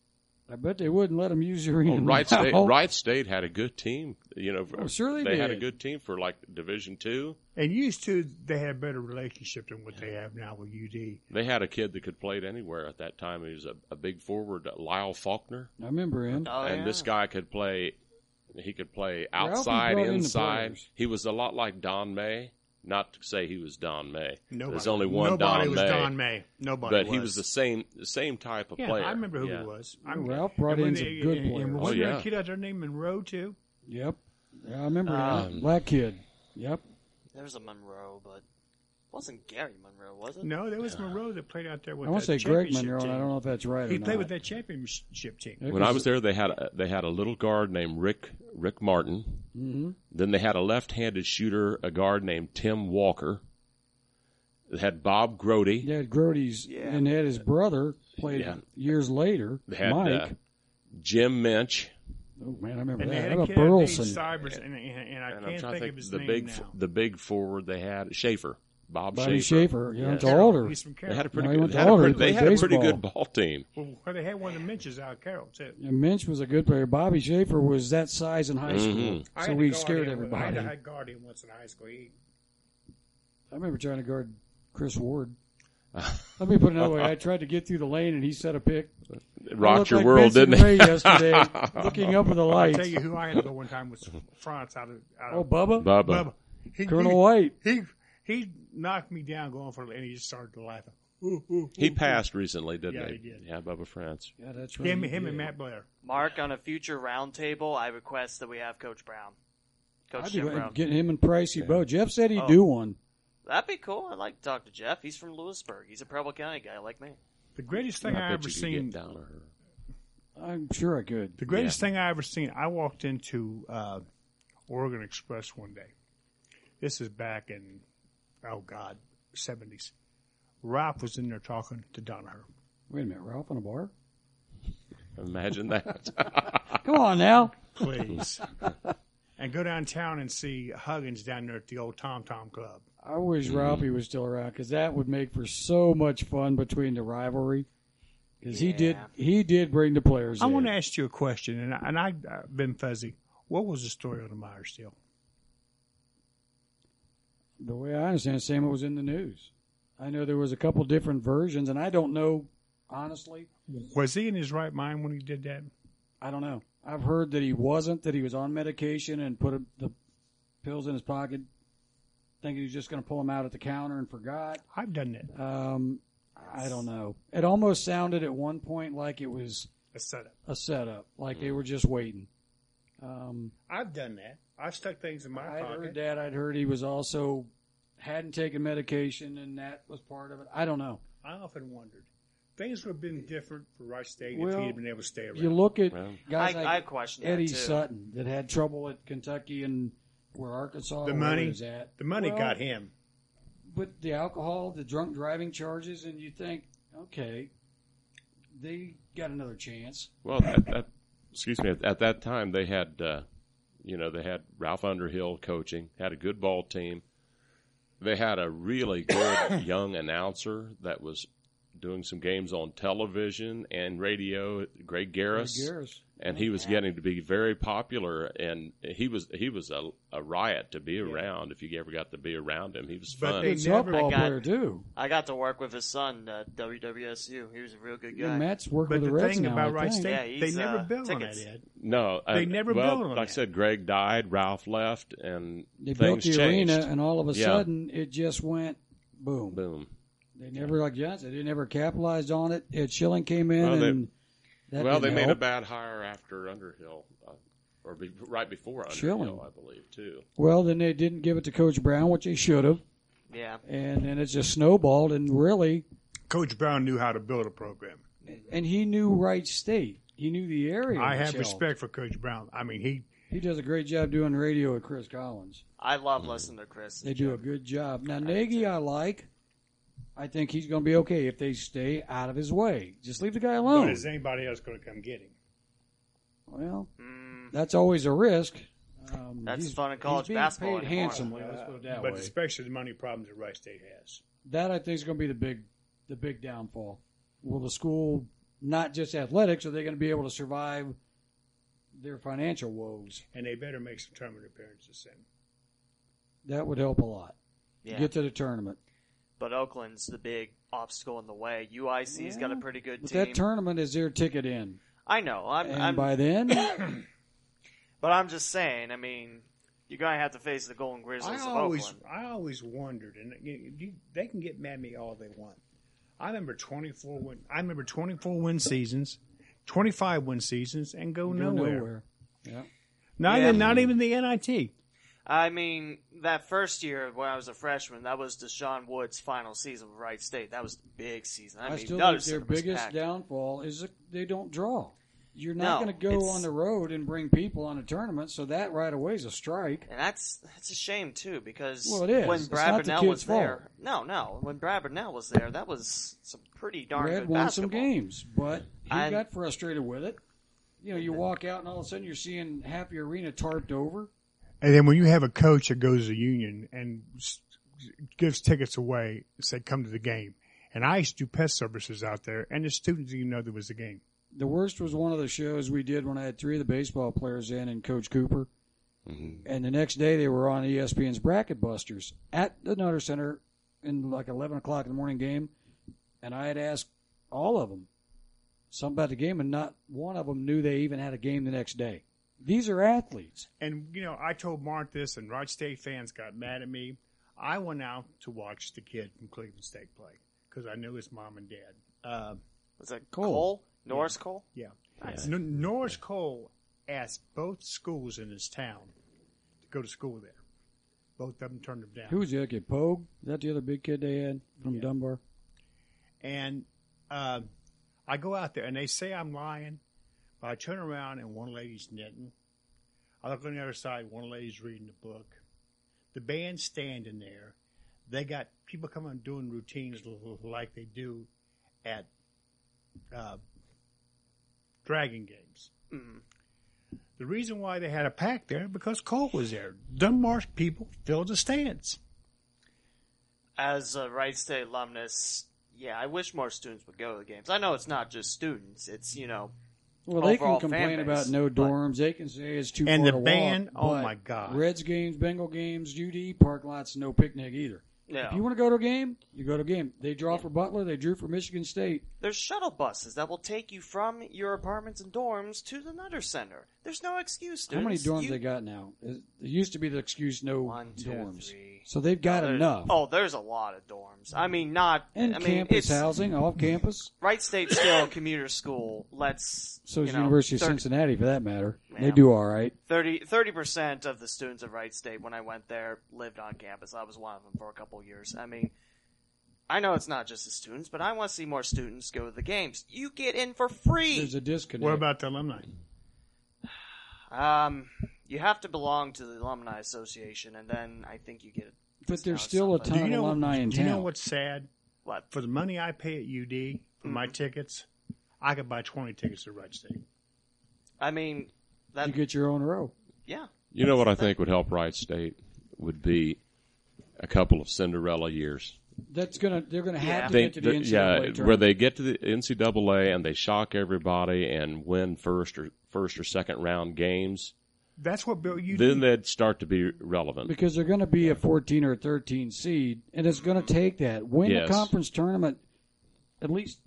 Speaker 4: I bet they wouldn't let them use your
Speaker 3: Well,
Speaker 4: *laughs* even
Speaker 3: Oh, Wright
Speaker 4: now.
Speaker 3: State. Wright State had a good team. You know, for-
Speaker 4: Oh, sure they
Speaker 3: had a
Speaker 4: did.
Speaker 3: good team for like Division two.
Speaker 2: and used to they had a better relationship than what they have now with UD.
Speaker 3: They had a kid that could play it anywhere at that time. He was a, a big forward, Lyle Faulkner,
Speaker 4: I remember him.
Speaker 1: Oh,
Speaker 3: and
Speaker 1: yeah.
Speaker 3: this guy could play. He could play
Speaker 4: Ralphie
Speaker 3: outside,
Speaker 4: brought in the
Speaker 3: inside.
Speaker 4: players.
Speaker 3: he was a lot like Don May. Not to say he was Don May.
Speaker 2: Nobody,
Speaker 3: There's only one
Speaker 2: nobody
Speaker 3: Don
Speaker 2: was
Speaker 3: May.
Speaker 2: Don May. Nobody,
Speaker 3: but
Speaker 2: was.
Speaker 3: he was the same the same type of
Speaker 2: yeah,
Speaker 3: player.
Speaker 2: I remember who
Speaker 3: Yeah.
Speaker 2: he was. I
Speaker 4: Yeah,
Speaker 2: remember-
Speaker 4: Ralph brought
Speaker 2: and
Speaker 4: in
Speaker 2: when
Speaker 4: some
Speaker 2: they-
Speaker 4: good
Speaker 2: and-
Speaker 4: players.
Speaker 2: And
Speaker 4: Oh,
Speaker 2: wasn't there
Speaker 3: yeah.
Speaker 2: a kid out there named Monroe too?
Speaker 4: Yep. Yeah, I remember
Speaker 1: Um,
Speaker 4: him. Black kid. Yep.
Speaker 1: There was a Monroe, but wasn't Gary Monroe, was it?
Speaker 2: No, there was Monroe that played out there with.
Speaker 4: I want
Speaker 2: that
Speaker 4: to say Greg
Speaker 2: championship
Speaker 4: Monroe, and I
Speaker 2: team.
Speaker 4: don't know if that's right
Speaker 2: He
Speaker 4: or
Speaker 2: played
Speaker 4: not.
Speaker 2: with that championship team.
Speaker 4: It
Speaker 3: When I was there, they had a, they had a little guard named Rick Rick Martin.
Speaker 4: Mhm.
Speaker 3: Then they had a left-handed shooter, a guard named Tim Walker. They had Bob Grody.
Speaker 4: They had Grody's,
Speaker 1: Yeah.
Speaker 4: and they had his brother played
Speaker 3: Yeah.
Speaker 4: years later.
Speaker 3: They had
Speaker 4: Mike.
Speaker 3: uh, Jim Minch.
Speaker 4: oh man, I remember
Speaker 2: And they
Speaker 4: that.
Speaker 2: had
Speaker 4: How
Speaker 2: a
Speaker 4: about
Speaker 2: kid named
Speaker 4: Burleson?
Speaker 2: Cybers, and, and, and I can't
Speaker 3: And I'm trying
Speaker 2: think,
Speaker 3: to
Speaker 2: of
Speaker 3: think
Speaker 2: his
Speaker 3: the
Speaker 2: name
Speaker 3: big f-
Speaker 2: now.
Speaker 3: the big forward they had Schaefer, Bob Schaefer.
Speaker 4: Bobby Schaefer. Yeah,
Speaker 3: Yes.
Speaker 4: it's older.
Speaker 2: He's from
Speaker 3: They
Speaker 2: Carroll.
Speaker 3: had a pretty
Speaker 4: No, he
Speaker 3: good.
Speaker 4: went
Speaker 3: They
Speaker 4: to
Speaker 3: had a
Speaker 4: Alder,
Speaker 3: pretty,
Speaker 4: he
Speaker 3: they
Speaker 4: played
Speaker 3: had a pretty good
Speaker 4: baseball.
Speaker 3: ball team.
Speaker 2: Well, well, they had one of the Minches out of Carroll too.
Speaker 4: And Minch was a good player. Bobby Schaefer was that size in high school,
Speaker 3: Mhm.
Speaker 2: I
Speaker 4: so
Speaker 2: had
Speaker 4: we
Speaker 2: to guard
Speaker 4: scared
Speaker 2: him- I had
Speaker 4: everybody.
Speaker 2: to
Speaker 4: I
Speaker 2: hide guard him once in high school. He,
Speaker 4: remember trying to guard
Speaker 3: *laughs*
Speaker 4: Chris Ward. Let me put it another way. I tried to get through the lane, and he set a pick.
Speaker 3: It
Speaker 4: I
Speaker 3: rocked
Speaker 4: looked
Speaker 3: your
Speaker 4: like
Speaker 3: world,
Speaker 4: Vincent
Speaker 3: didn't it?
Speaker 4: Ray yesterday,
Speaker 3: *laughs*
Speaker 4: looking up at the
Speaker 2: I tell
Speaker 4: lights.
Speaker 2: you who I had to go one time was France out of, out
Speaker 4: Oh,
Speaker 2: of
Speaker 4: Bubba,
Speaker 3: Bubba.
Speaker 2: Bubba. He,
Speaker 4: Colonel White.
Speaker 2: He, he he knocked me down going for it, and he just started laughing.
Speaker 3: He passed recently, didn't
Speaker 2: Yeah,
Speaker 3: he?
Speaker 2: he did.
Speaker 3: Yeah, Bubba France.
Speaker 4: Yeah, that's right.
Speaker 2: Him,
Speaker 4: he
Speaker 2: him
Speaker 4: did.
Speaker 2: and Matt Blair.
Speaker 1: Mark, on a future roundtable, I request that we have Coach Brown. Coach
Speaker 4: I'd be
Speaker 1: Jim
Speaker 4: glad
Speaker 1: Brown.
Speaker 4: to get him and Pricey Bo. Jeff said he'd
Speaker 1: Oh.
Speaker 4: do one.
Speaker 1: That'd be cool. I'd like to talk to Jeff. He's from Lewisburg. He's a Preble County guy like me.
Speaker 2: The greatest thing I,
Speaker 3: bet
Speaker 2: ever
Speaker 3: you could get
Speaker 2: seen.
Speaker 3: down on her.
Speaker 4: I'm sure I could.
Speaker 2: The greatest thing I ever seen. I walked into uh, Oregon Express one day. This is back in oh god, seventies. Ralph was in there talking to Donaher.
Speaker 4: Wait a minute, Ralph on a bar?
Speaker 3: Imagine that. *laughs*
Speaker 4: Come on now.
Speaker 2: Please. and go downtown and see Huggins down there at the old Tom Tom Club.
Speaker 4: I wish Ralphie was still around because that would make for so much fun between the rivalry. Because he did,
Speaker 1: Yeah.
Speaker 4: he did bring the players.
Speaker 2: I
Speaker 4: in.
Speaker 2: want to ask you a question, and, I, and I, I've been fuzzy. What was the story on the Myers deal?
Speaker 4: The way I understand, it, Sam, it was in the news. I know there was a couple different versions, and I don't know honestly.
Speaker 2: Was he in his right mind when he did that?
Speaker 4: I don't know. I've heard that he wasn't, that he was on medication and put a, the pills in his pocket, thinking he was just going to pull them out at the counter and forgot.
Speaker 2: I've done that.
Speaker 4: Um, I don't know. It almost sounded at one point like it was
Speaker 2: A setup.
Speaker 4: a setup, like
Speaker 2: Mm.
Speaker 4: they were just waiting. Um,
Speaker 2: I've done that. I've stuck things in my
Speaker 4: I
Speaker 2: pocket.
Speaker 4: heard that. I'd heard he was also hadn't taken medication, and that was part of it. I don't know.
Speaker 2: I often wondered. Things would have been different for Rice State if
Speaker 4: Well,
Speaker 2: he had been able to stay around.
Speaker 4: You look at
Speaker 3: Well-
Speaker 4: guys
Speaker 1: I,
Speaker 4: like
Speaker 1: I questioned
Speaker 4: Eddie
Speaker 1: that too.
Speaker 4: Sutton that had trouble at Kentucky and where Arkansas
Speaker 2: the
Speaker 4: or wherever he
Speaker 2: money,
Speaker 4: was at.
Speaker 2: the money
Speaker 4: Well,
Speaker 2: got him.
Speaker 4: But the alcohol, the drunk driving charges, and you think, okay, they got another chance.
Speaker 3: Well, at that, excuse me. At, at that time, they had, uh, you know, they had Ralph Underhill coaching, had a good ball team. They had a really good
Speaker 2: *coughs*
Speaker 3: young announcer that was doing some games on television and radio, Greg Garris,
Speaker 4: Garris.
Speaker 3: and he was getting to be very popular. And he was he was a, a riot to be around. If you ever got to be around him, he was
Speaker 2: But
Speaker 3: fun.
Speaker 2: they-
Speaker 4: Good
Speaker 2: never-
Speaker 4: softball
Speaker 1: I got-
Speaker 4: player too.
Speaker 1: I got to work with his son uh, at WWSU. He was a real good
Speaker 4: And
Speaker 1: guy.
Speaker 4: Matt's working
Speaker 2: But
Speaker 4: with
Speaker 2: the
Speaker 4: the Reds
Speaker 2: thing
Speaker 4: now.
Speaker 2: about
Speaker 4: I
Speaker 2: Rice
Speaker 4: think.
Speaker 2: State,
Speaker 1: Yeah,
Speaker 2: they
Speaker 1: he's,
Speaker 2: never
Speaker 1: uh,
Speaker 2: built
Speaker 1: tickets.
Speaker 2: on that, Ed.
Speaker 3: no,
Speaker 2: They
Speaker 3: I-
Speaker 2: never
Speaker 3: well,
Speaker 2: built on
Speaker 3: Like I
Speaker 2: that.
Speaker 3: said, Greg died, Ralph left, and
Speaker 4: They built
Speaker 3: things
Speaker 4: the
Speaker 3: changed.
Speaker 4: arena, and all of a
Speaker 3: Yeah.
Speaker 4: sudden, it just went boom.
Speaker 3: Boom.
Speaker 4: They never, like John said, they never capitalized on it. Ed Schilling came in,
Speaker 3: Well, they-
Speaker 4: and that
Speaker 3: well, they
Speaker 4: didn't
Speaker 3: made a
Speaker 4: help.
Speaker 3: bad hire after Underhill, uh, or be, right before Underhill,
Speaker 4: Schilling.
Speaker 3: I believe, too.
Speaker 4: Well, then they didn't give it to Coach Brown, which they should have,
Speaker 1: Yeah.
Speaker 4: and then it just snowballed. And really,
Speaker 2: Coach Brown knew how to build a program.
Speaker 4: and he knew Wright State. He knew the area.
Speaker 2: I
Speaker 4: which
Speaker 2: have
Speaker 4: helped.
Speaker 2: respect for Coach Brown. I mean, he
Speaker 4: He does a great job doing radio at Chris Collins.
Speaker 1: I love listening to Chris.
Speaker 4: They do a good job. Now Nagy, I like. I think he's going to be okay if they stay out of his way. Just leave the guy
Speaker 2: but
Speaker 4: alone.
Speaker 2: is anybody else going to come get him?
Speaker 4: Well,
Speaker 1: Mm,
Speaker 4: that's always a risk. Um,
Speaker 1: That's
Speaker 4: he's-
Speaker 1: fun in
Speaker 4: he's
Speaker 1: college
Speaker 4: being
Speaker 1: basketball
Speaker 4: Paid
Speaker 1: anymore.
Speaker 4: handsomely. Let's put it that
Speaker 2: but
Speaker 4: way.
Speaker 2: especially the money problems that Rice State has.
Speaker 4: that I think is going to be the big, the big downfall. Will the school not just athletics? Are they going to be able to survive their financial woes?
Speaker 2: And they better make some tournament appearances then.
Speaker 4: That would help a lot.
Speaker 1: Yeah.
Speaker 4: Get to the tournament.
Speaker 1: but Oakland's the big obstacle in the way. UIC's got a
Speaker 4: Yeah,
Speaker 1: pretty good
Speaker 4: But
Speaker 1: team.
Speaker 4: that tournament is their ticket in,
Speaker 1: I know. I'm,
Speaker 4: and
Speaker 1: I'm
Speaker 4: by then,
Speaker 1: but I'm just saying. I mean, you're gonna have to face the Golden
Speaker 2: I
Speaker 1: Grizzlies of
Speaker 2: always,
Speaker 1: Oakland.
Speaker 2: I always wondered, and you- you- they can get mad at me all they want. I remember twenty four win. I remember twenty four win seasons, twenty five win seasons, and go
Speaker 4: go
Speaker 2: nowhere.
Speaker 4: Yeah.
Speaker 2: Not
Speaker 1: Yeah.
Speaker 2: even, not even the NIT.
Speaker 1: I mean, that first year when I was a freshman, that was Deshaun Wood's final season with Wright State. That was the big season. I,
Speaker 4: I,
Speaker 1: mean,
Speaker 4: still
Speaker 1: that
Speaker 4: think
Speaker 1: was-
Speaker 4: their
Speaker 1: it was
Speaker 4: biggest
Speaker 1: packed.
Speaker 4: downfall is that they don't draw. You're not
Speaker 1: No,
Speaker 4: going to go
Speaker 1: it's-
Speaker 4: on the road and bring people on a tournament, so that right away is a strike.
Speaker 1: And that's that's a shame too, because
Speaker 4: Well, it is.
Speaker 1: when
Speaker 4: It's
Speaker 1: Brad
Speaker 4: not the
Speaker 1: Burnell
Speaker 4: kid's
Speaker 1: was there, no, no, when Brad Burnell was there, that was some pretty darn
Speaker 4: Red
Speaker 1: good
Speaker 4: won some
Speaker 1: basketball.
Speaker 4: games, but he
Speaker 1: I-
Speaker 4: got frustrated with it. You know, you walk out and all of a sudden you're seeing half your arena tarped over.
Speaker 2: And then when you have a coach that goes to the union and s- gives tickets away, say come to the game. And I used to do pest services out there, and the students didn't even know there was a game.
Speaker 4: The worst was one of the shows we did when I had three of the baseball players in and Coach Cooper.
Speaker 1: Mm-hmm.
Speaker 4: And the next day they were on E ESPN's Bracket Busters at the Nutter Center in like 11 o'clock in the morning game. And I had asked all of them something about the game, and not one of them knew they even had a game the next day. These are athletes.
Speaker 2: And you know, I told Mark this, and Wright State fans got mad at me. I went out to watch the kid from Cleveland State play because I knew his mom and dad. Uh,
Speaker 1: Was that
Speaker 4: Cole.
Speaker 1: Cole, Norris Cole?
Speaker 2: yeah, N- Norris Cole asked both schools in his town to go to school there. Both of them turned him down.
Speaker 4: Who was the other kid? Pogue? Is that the other big kid they had from
Speaker 2: Yeah.
Speaker 4: Dunbar?
Speaker 2: and uh, I go out there, and they say I'm lying, but I turn around and one lady's knitting. I look on the other side, one lady's reading the book. The band's standing there. They got people coming and doing routines l- l- like they do at uh, Dragon Games.
Speaker 1: Mhm.
Speaker 2: The reason why they had a pack there because Cole was there. Dunbar's people filled the stands.
Speaker 1: As a Wright State alumnus, yeah, I wish more students would go to the games. I know it's not just students; it's you know,
Speaker 4: Well, they
Speaker 1: overall
Speaker 4: can
Speaker 1: fan
Speaker 4: complain
Speaker 1: base,
Speaker 4: about no
Speaker 1: but-
Speaker 4: dorms. They can say it's too
Speaker 2: And
Speaker 4: far
Speaker 2: the
Speaker 4: to walk,
Speaker 2: ban, oh
Speaker 4: but
Speaker 2: my God.
Speaker 4: Reds games, Bengal games, UD park lots, no picnic either.
Speaker 1: no.
Speaker 4: If you want to go to a game, you go to a game. They draw for Butler. They drew for Michigan State.
Speaker 1: There's shuttle buses that will take you from your apartments and dorms to the Nutter Center. There's no excuse.
Speaker 4: How many
Speaker 1: students.
Speaker 4: dorms
Speaker 1: You-
Speaker 4: they got now? It it used to be the excuse no
Speaker 1: One, two,
Speaker 4: dorms.
Speaker 1: three.
Speaker 4: So they've got
Speaker 1: There's-
Speaker 4: enough.
Speaker 1: Oh, there's a lot of dorms. I mean, not.
Speaker 4: and
Speaker 1: I mean,
Speaker 4: campus
Speaker 1: it's,
Speaker 4: housing, off campus.
Speaker 1: Wright State still a commuter school. Let's
Speaker 4: So
Speaker 1: you
Speaker 4: is
Speaker 1: know,
Speaker 4: University of
Speaker 1: 30
Speaker 4: Cincinnati, for that matter. They
Speaker 1: Yeah.
Speaker 4: do all right.
Speaker 1: 30 percent of the students at Wright State when I went there lived on campus. I was one of them for a couple of years. I mean, I know it's not just the students, but I want to see more students go to the games. You get in for free.
Speaker 4: There's a disconnect.
Speaker 2: What about the alumni?
Speaker 1: Um, you have to belong to the alumni association, and then I think you get
Speaker 4: But there's still a
Speaker 1: Do
Speaker 4: ton of alumni in
Speaker 2: do
Speaker 4: town.
Speaker 2: you know what's sad?
Speaker 1: what?
Speaker 2: for the money I pay at UD for
Speaker 3: Mm-hmm.
Speaker 2: my tickets, I could buy 20 tickets to Wright State.
Speaker 1: I mean, that
Speaker 4: you get your own row.
Speaker 1: yeah.
Speaker 3: You know what I think would help Wright State would be a couple of Cinderella years.
Speaker 4: That's gonna. They're gonna have
Speaker 1: Yeah.
Speaker 4: to
Speaker 3: They,
Speaker 4: get to the
Speaker 3: they-
Speaker 4: NCAA
Speaker 3: yeah,
Speaker 4: tournament.
Speaker 3: where they get to the NCAA and they shock everybody and win first or first or second round games.
Speaker 2: That's what Bill UD.
Speaker 3: Then they'd start to be relevant.
Speaker 4: because they're going to be a 14 or 13 seed, and it's going to take that win
Speaker 3: Yes.
Speaker 4: the conference tournament, at least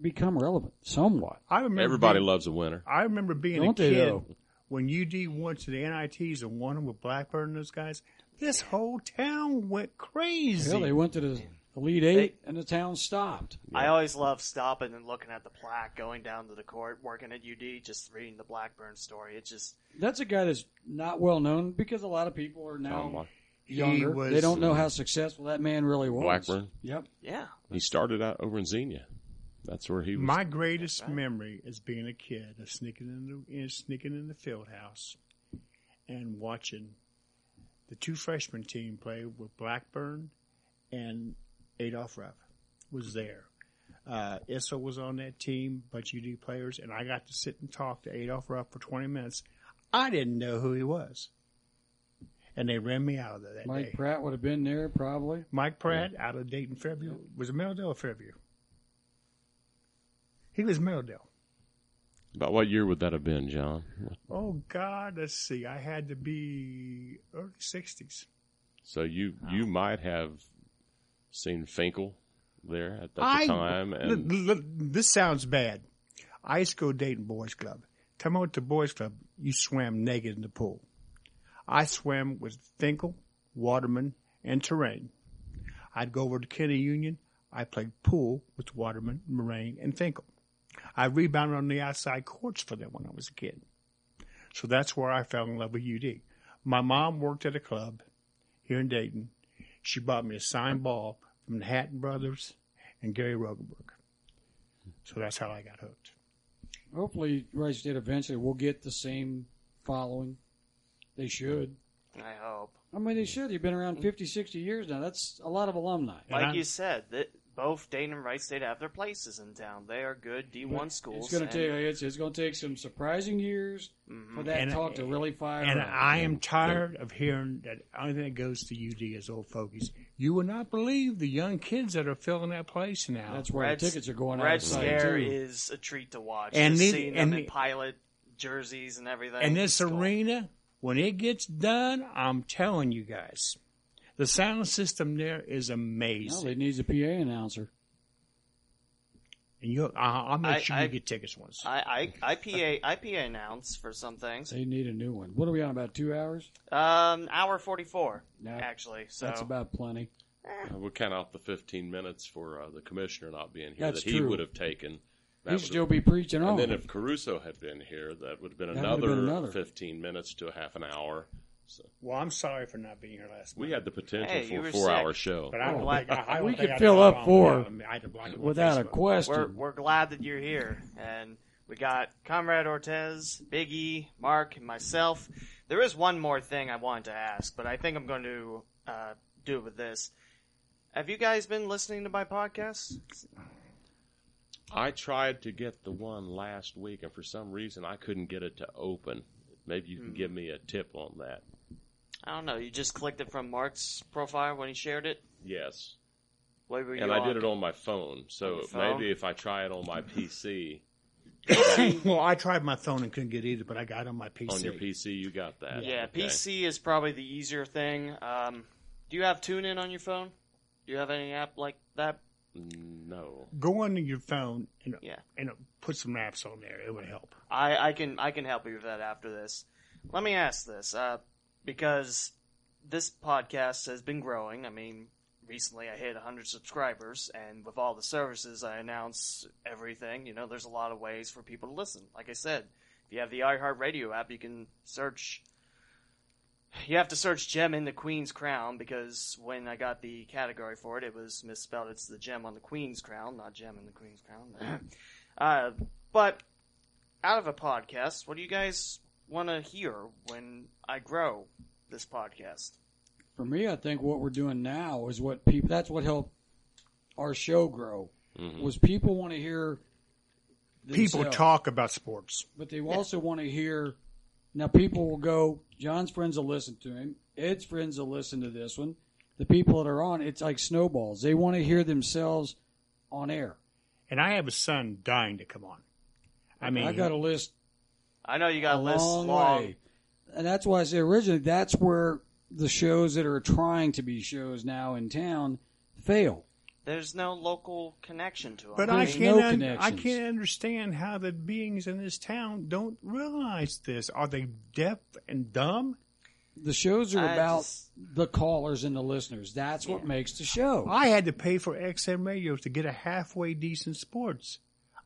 Speaker 4: become relevant somewhat.
Speaker 2: I remember
Speaker 3: Everybody
Speaker 2: being,
Speaker 3: loves a winner.
Speaker 2: I remember being
Speaker 4: Don't
Speaker 2: a
Speaker 4: they,
Speaker 2: kid
Speaker 4: though?
Speaker 2: when UD went to the NITs and won them with Blackburn and those guys. This whole town went crazy.
Speaker 4: Hell, they went to the Elite Eight, and the town stopped.
Speaker 1: I always love stopping and looking at the plaque, going down to the court, working at UD, just reading the Blackburn story. It's just
Speaker 4: That's a guy that's not well known because a lot of people are
Speaker 3: Oh,
Speaker 4: now
Speaker 3: my-
Speaker 2: He
Speaker 4: younger.
Speaker 2: was-
Speaker 4: they don't know how successful that man really was.
Speaker 3: Blackburn.
Speaker 4: Yep.
Speaker 1: yeah.
Speaker 3: He started out over in Xenia. That's where he was.
Speaker 2: My greatest memory is being a kid of sneaking in the in, sneaking in the field house and watching the two freshman team play with Blackburn and Adolph Ruff was there. Uh, Issa was on that team, bunch of UD players, and I got to sit and talk to Adolph Ruff for 20 minutes. I didn't know who he was. and they ran me out of there that
Speaker 4: Mike
Speaker 2: day.
Speaker 4: Pratt would have been there probably.
Speaker 2: Mike Pratt out of Dayton Fairview was it Merrillville or Fairview? He was Merrillville.
Speaker 3: About what year would that have been, John?
Speaker 2: Oh God, let's see. I had to be early sixties.
Speaker 3: So you
Speaker 4: Oh.
Speaker 3: you might have seen Finkel there at that
Speaker 2: I-
Speaker 3: time, and
Speaker 2: L- l- this sounds bad. I used to go to Dayton Boys Club. Come out to Boys Club, you swam naked in the pool. I swam with Finkel, Waterman, and Terrain. I'd go over to Kenny Union. I played pool with Waterman, Moraine, and Finkel. I rebounded on the outside courts for them when I was a kid. So that's where I fell in love with UD. My mom worked at a club here in Dayton. She bought me a signed ball from the Hatton Brothers and Gary Rogenberg. So that's how I got hooked.
Speaker 4: Hopefully, Rice State eventually will get the same following. They should.
Speaker 1: I hope.
Speaker 4: I mean, they should. They've been around 50, 60 years now. That's a lot of alumni.
Speaker 2: And
Speaker 1: like
Speaker 2: I'm-
Speaker 1: you said, that both Dayton and Wright State have their places in town. They are good D1 schools.
Speaker 4: It's going
Speaker 1: and Mm-hmm.
Speaker 4: to take it's, it's going to take some surprising years for that
Speaker 2: And I-
Speaker 4: talk to really fire
Speaker 2: And
Speaker 4: up.
Speaker 2: I am tired of hearing that only thing that goes to UD is old fogies. You will not believe the young kids that are filling that place now.
Speaker 4: That's where
Speaker 1: Red-
Speaker 4: the tickets are going out.
Speaker 1: Red
Speaker 4: of sight,
Speaker 1: Scare
Speaker 4: too.
Speaker 1: is a treat to watch.
Speaker 2: And
Speaker 1: And
Speaker 2: the-
Speaker 1: seeing
Speaker 2: and
Speaker 1: them in
Speaker 2: the-
Speaker 1: pilot jerseys and everything.
Speaker 2: and this
Speaker 1: It's cool.
Speaker 2: arena, when it gets done, I'm telling you guys, the sound system there is
Speaker 4: Well,
Speaker 2: amazing.
Speaker 4: it needs a PA announcer.
Speaker 2: and you, I'll I'll make
Speaker 1: I-
Speaker 2: sure
Speaker 1: I-
Speaker 2: you get tickets once.
Speaker 1: I, I IPA IPA announce for some things.
Speaker 4: They need a new one. What are we on? About two hours?
Speaker 1: Um, hour forty four
Speaker 4: No.
Speaker 1: actually. So
Speaker 4: That's about plenty.
Speaker 3: uh, we'll count out the 15 minutes for uh, the commissioner not being here
Speaker 4: That's
Speaker 3: that he
Speaker 4: true.
Speaker 3: would have taken. That
Speaker 4: He
Speaker 3: would
Speaker 4: should
Speaker 3: have-
Speaker 4: still be preaching on.
Speaker 3: and then if Caruso had been here, that would have been,
Speaker 4: That would have
Speaker 3: another,
Speaker 4: been another.
Speaker 3: 15 minutes to a half an hour. So
Speaker 2: Well, I'm sorry for not being here last
Speaker 3: we
Speaker 2: week.
Speaker 3: had the potential
Speaker 1: Hey, you
Speaker 3: for
Speaker 1: were
Speaker 3: a four-hour
Speaker 1: sick.
Speaker 3: show.
Speaker 2: But I don't
Speaker 4: Oh,
Speaker 2: think, I, I don't
Speaker 4: we
Speaker 2: think
Speaker 4: could
Speaker 2: I
Speaker 4: fill
Speaker 2: got
Speaker 4: up
Speaker 2: it
Speaker 4: for-
Speaker 2: on- I had to block it on
Speaker 4: Without a
Speaker 2: Facebook.
Speaker 4: question.
Speaker 1: we're we're glad that you're here, and we got Comrade Ortez, Biggie, Mark, and myself. There is one more thing I wanted to ask, but I think I'm going to uh, do it with this. Have you guys been listening to my podcast?
Speaker 3: I tried to get the one last week, and for some reason, I couldn't get it to open. Maybe you
Speaker 4: Hmm.
Speaker 3: can give me a tip on that.
Speaker 1: I don't know. You just clicked it from Mark's profile when he shared it.
Speaker 3: Yes.
Speaker 1: What were you
Speaker 3: and I
Speaker 1: on?
Speaker 3: did it on my phone, so
Speaker 1: On your phone?
Speaker 3: maybe if I try it on my PC,
Speaker 2: *laughs* well, I tried my phone and couldn't get either, but I got it on my PC.
Speaker 3: on your PC, you got that.
Speaker 1: Yeah,
Speaker 3: Okay.
Speaker 1: PC is probably the easier thing. Um, do you have TuneIn on your phone? Do you have any app like that?
Speaker 3: No.
Speaker 2: Go on to your phone and
Speaker 1: Yeah.
Speaker 2: and put some apps on there. It would help.
Speaker 1: I, I can I can help you with that after this. Let me ask this, uh, because this podcast has been growing. I mean, recently I hit 100 subscribers, and with all the services I announce everything, you know, there's a lot of ways for people to listen. Like I said, if you have the iHeartRadio app, you can search. You have to search "gem in the Queen's Crown" because when I got the category for it, it was misspelled. It's the gem on the Queen's Crown, not gem in the Queen's Crown. uh, but out of a podcast, what do you guys want to hear when I grow this podcast?
Speaker 4: For me, I think what we're doing now is what people. That's what helped our show grow.
Speaker 3: Mm-hmm.
Speaker 4: Was people want to hear
Speaker 2: People
Speaker 4: themselves.
Speaker 2: talk about sports.
Speaker 4: but they also want to hear. Now, people will go. John's friends will listen to him. Ed's friends will listen to this one. The people that are on, it's like snowballs. They want to hear themselves on air.
Speaker 2: And I have a son dying to come on. I mean,
Speaker 4: I got a list
Speaker 1: I know you got a list
Speaker 4: long
Speaker 1: long.
Speaker 4: way. And that's why I say originally that's where the shows that are trying to be shows now in town fail.
Speaker 1: There's no local connection to them.
Speaker 2: but I
Speaker 4: there's
Speaker 2: can't.
Speaker 4: no
Speaker 2: un- I
Speaker 4: connections.
Speaker 2: can't understand how the beings in this town don't realize this. Are they deaf and dumb?
Speaker 4: The shows are
Speaker 1: I
Speaker 4: about
Speaker 1: just-
Speaker 4: the callers and the listeners. That's what makes the show.
Speaker 2: I had to pay for XM radio to get a halfway decent sports.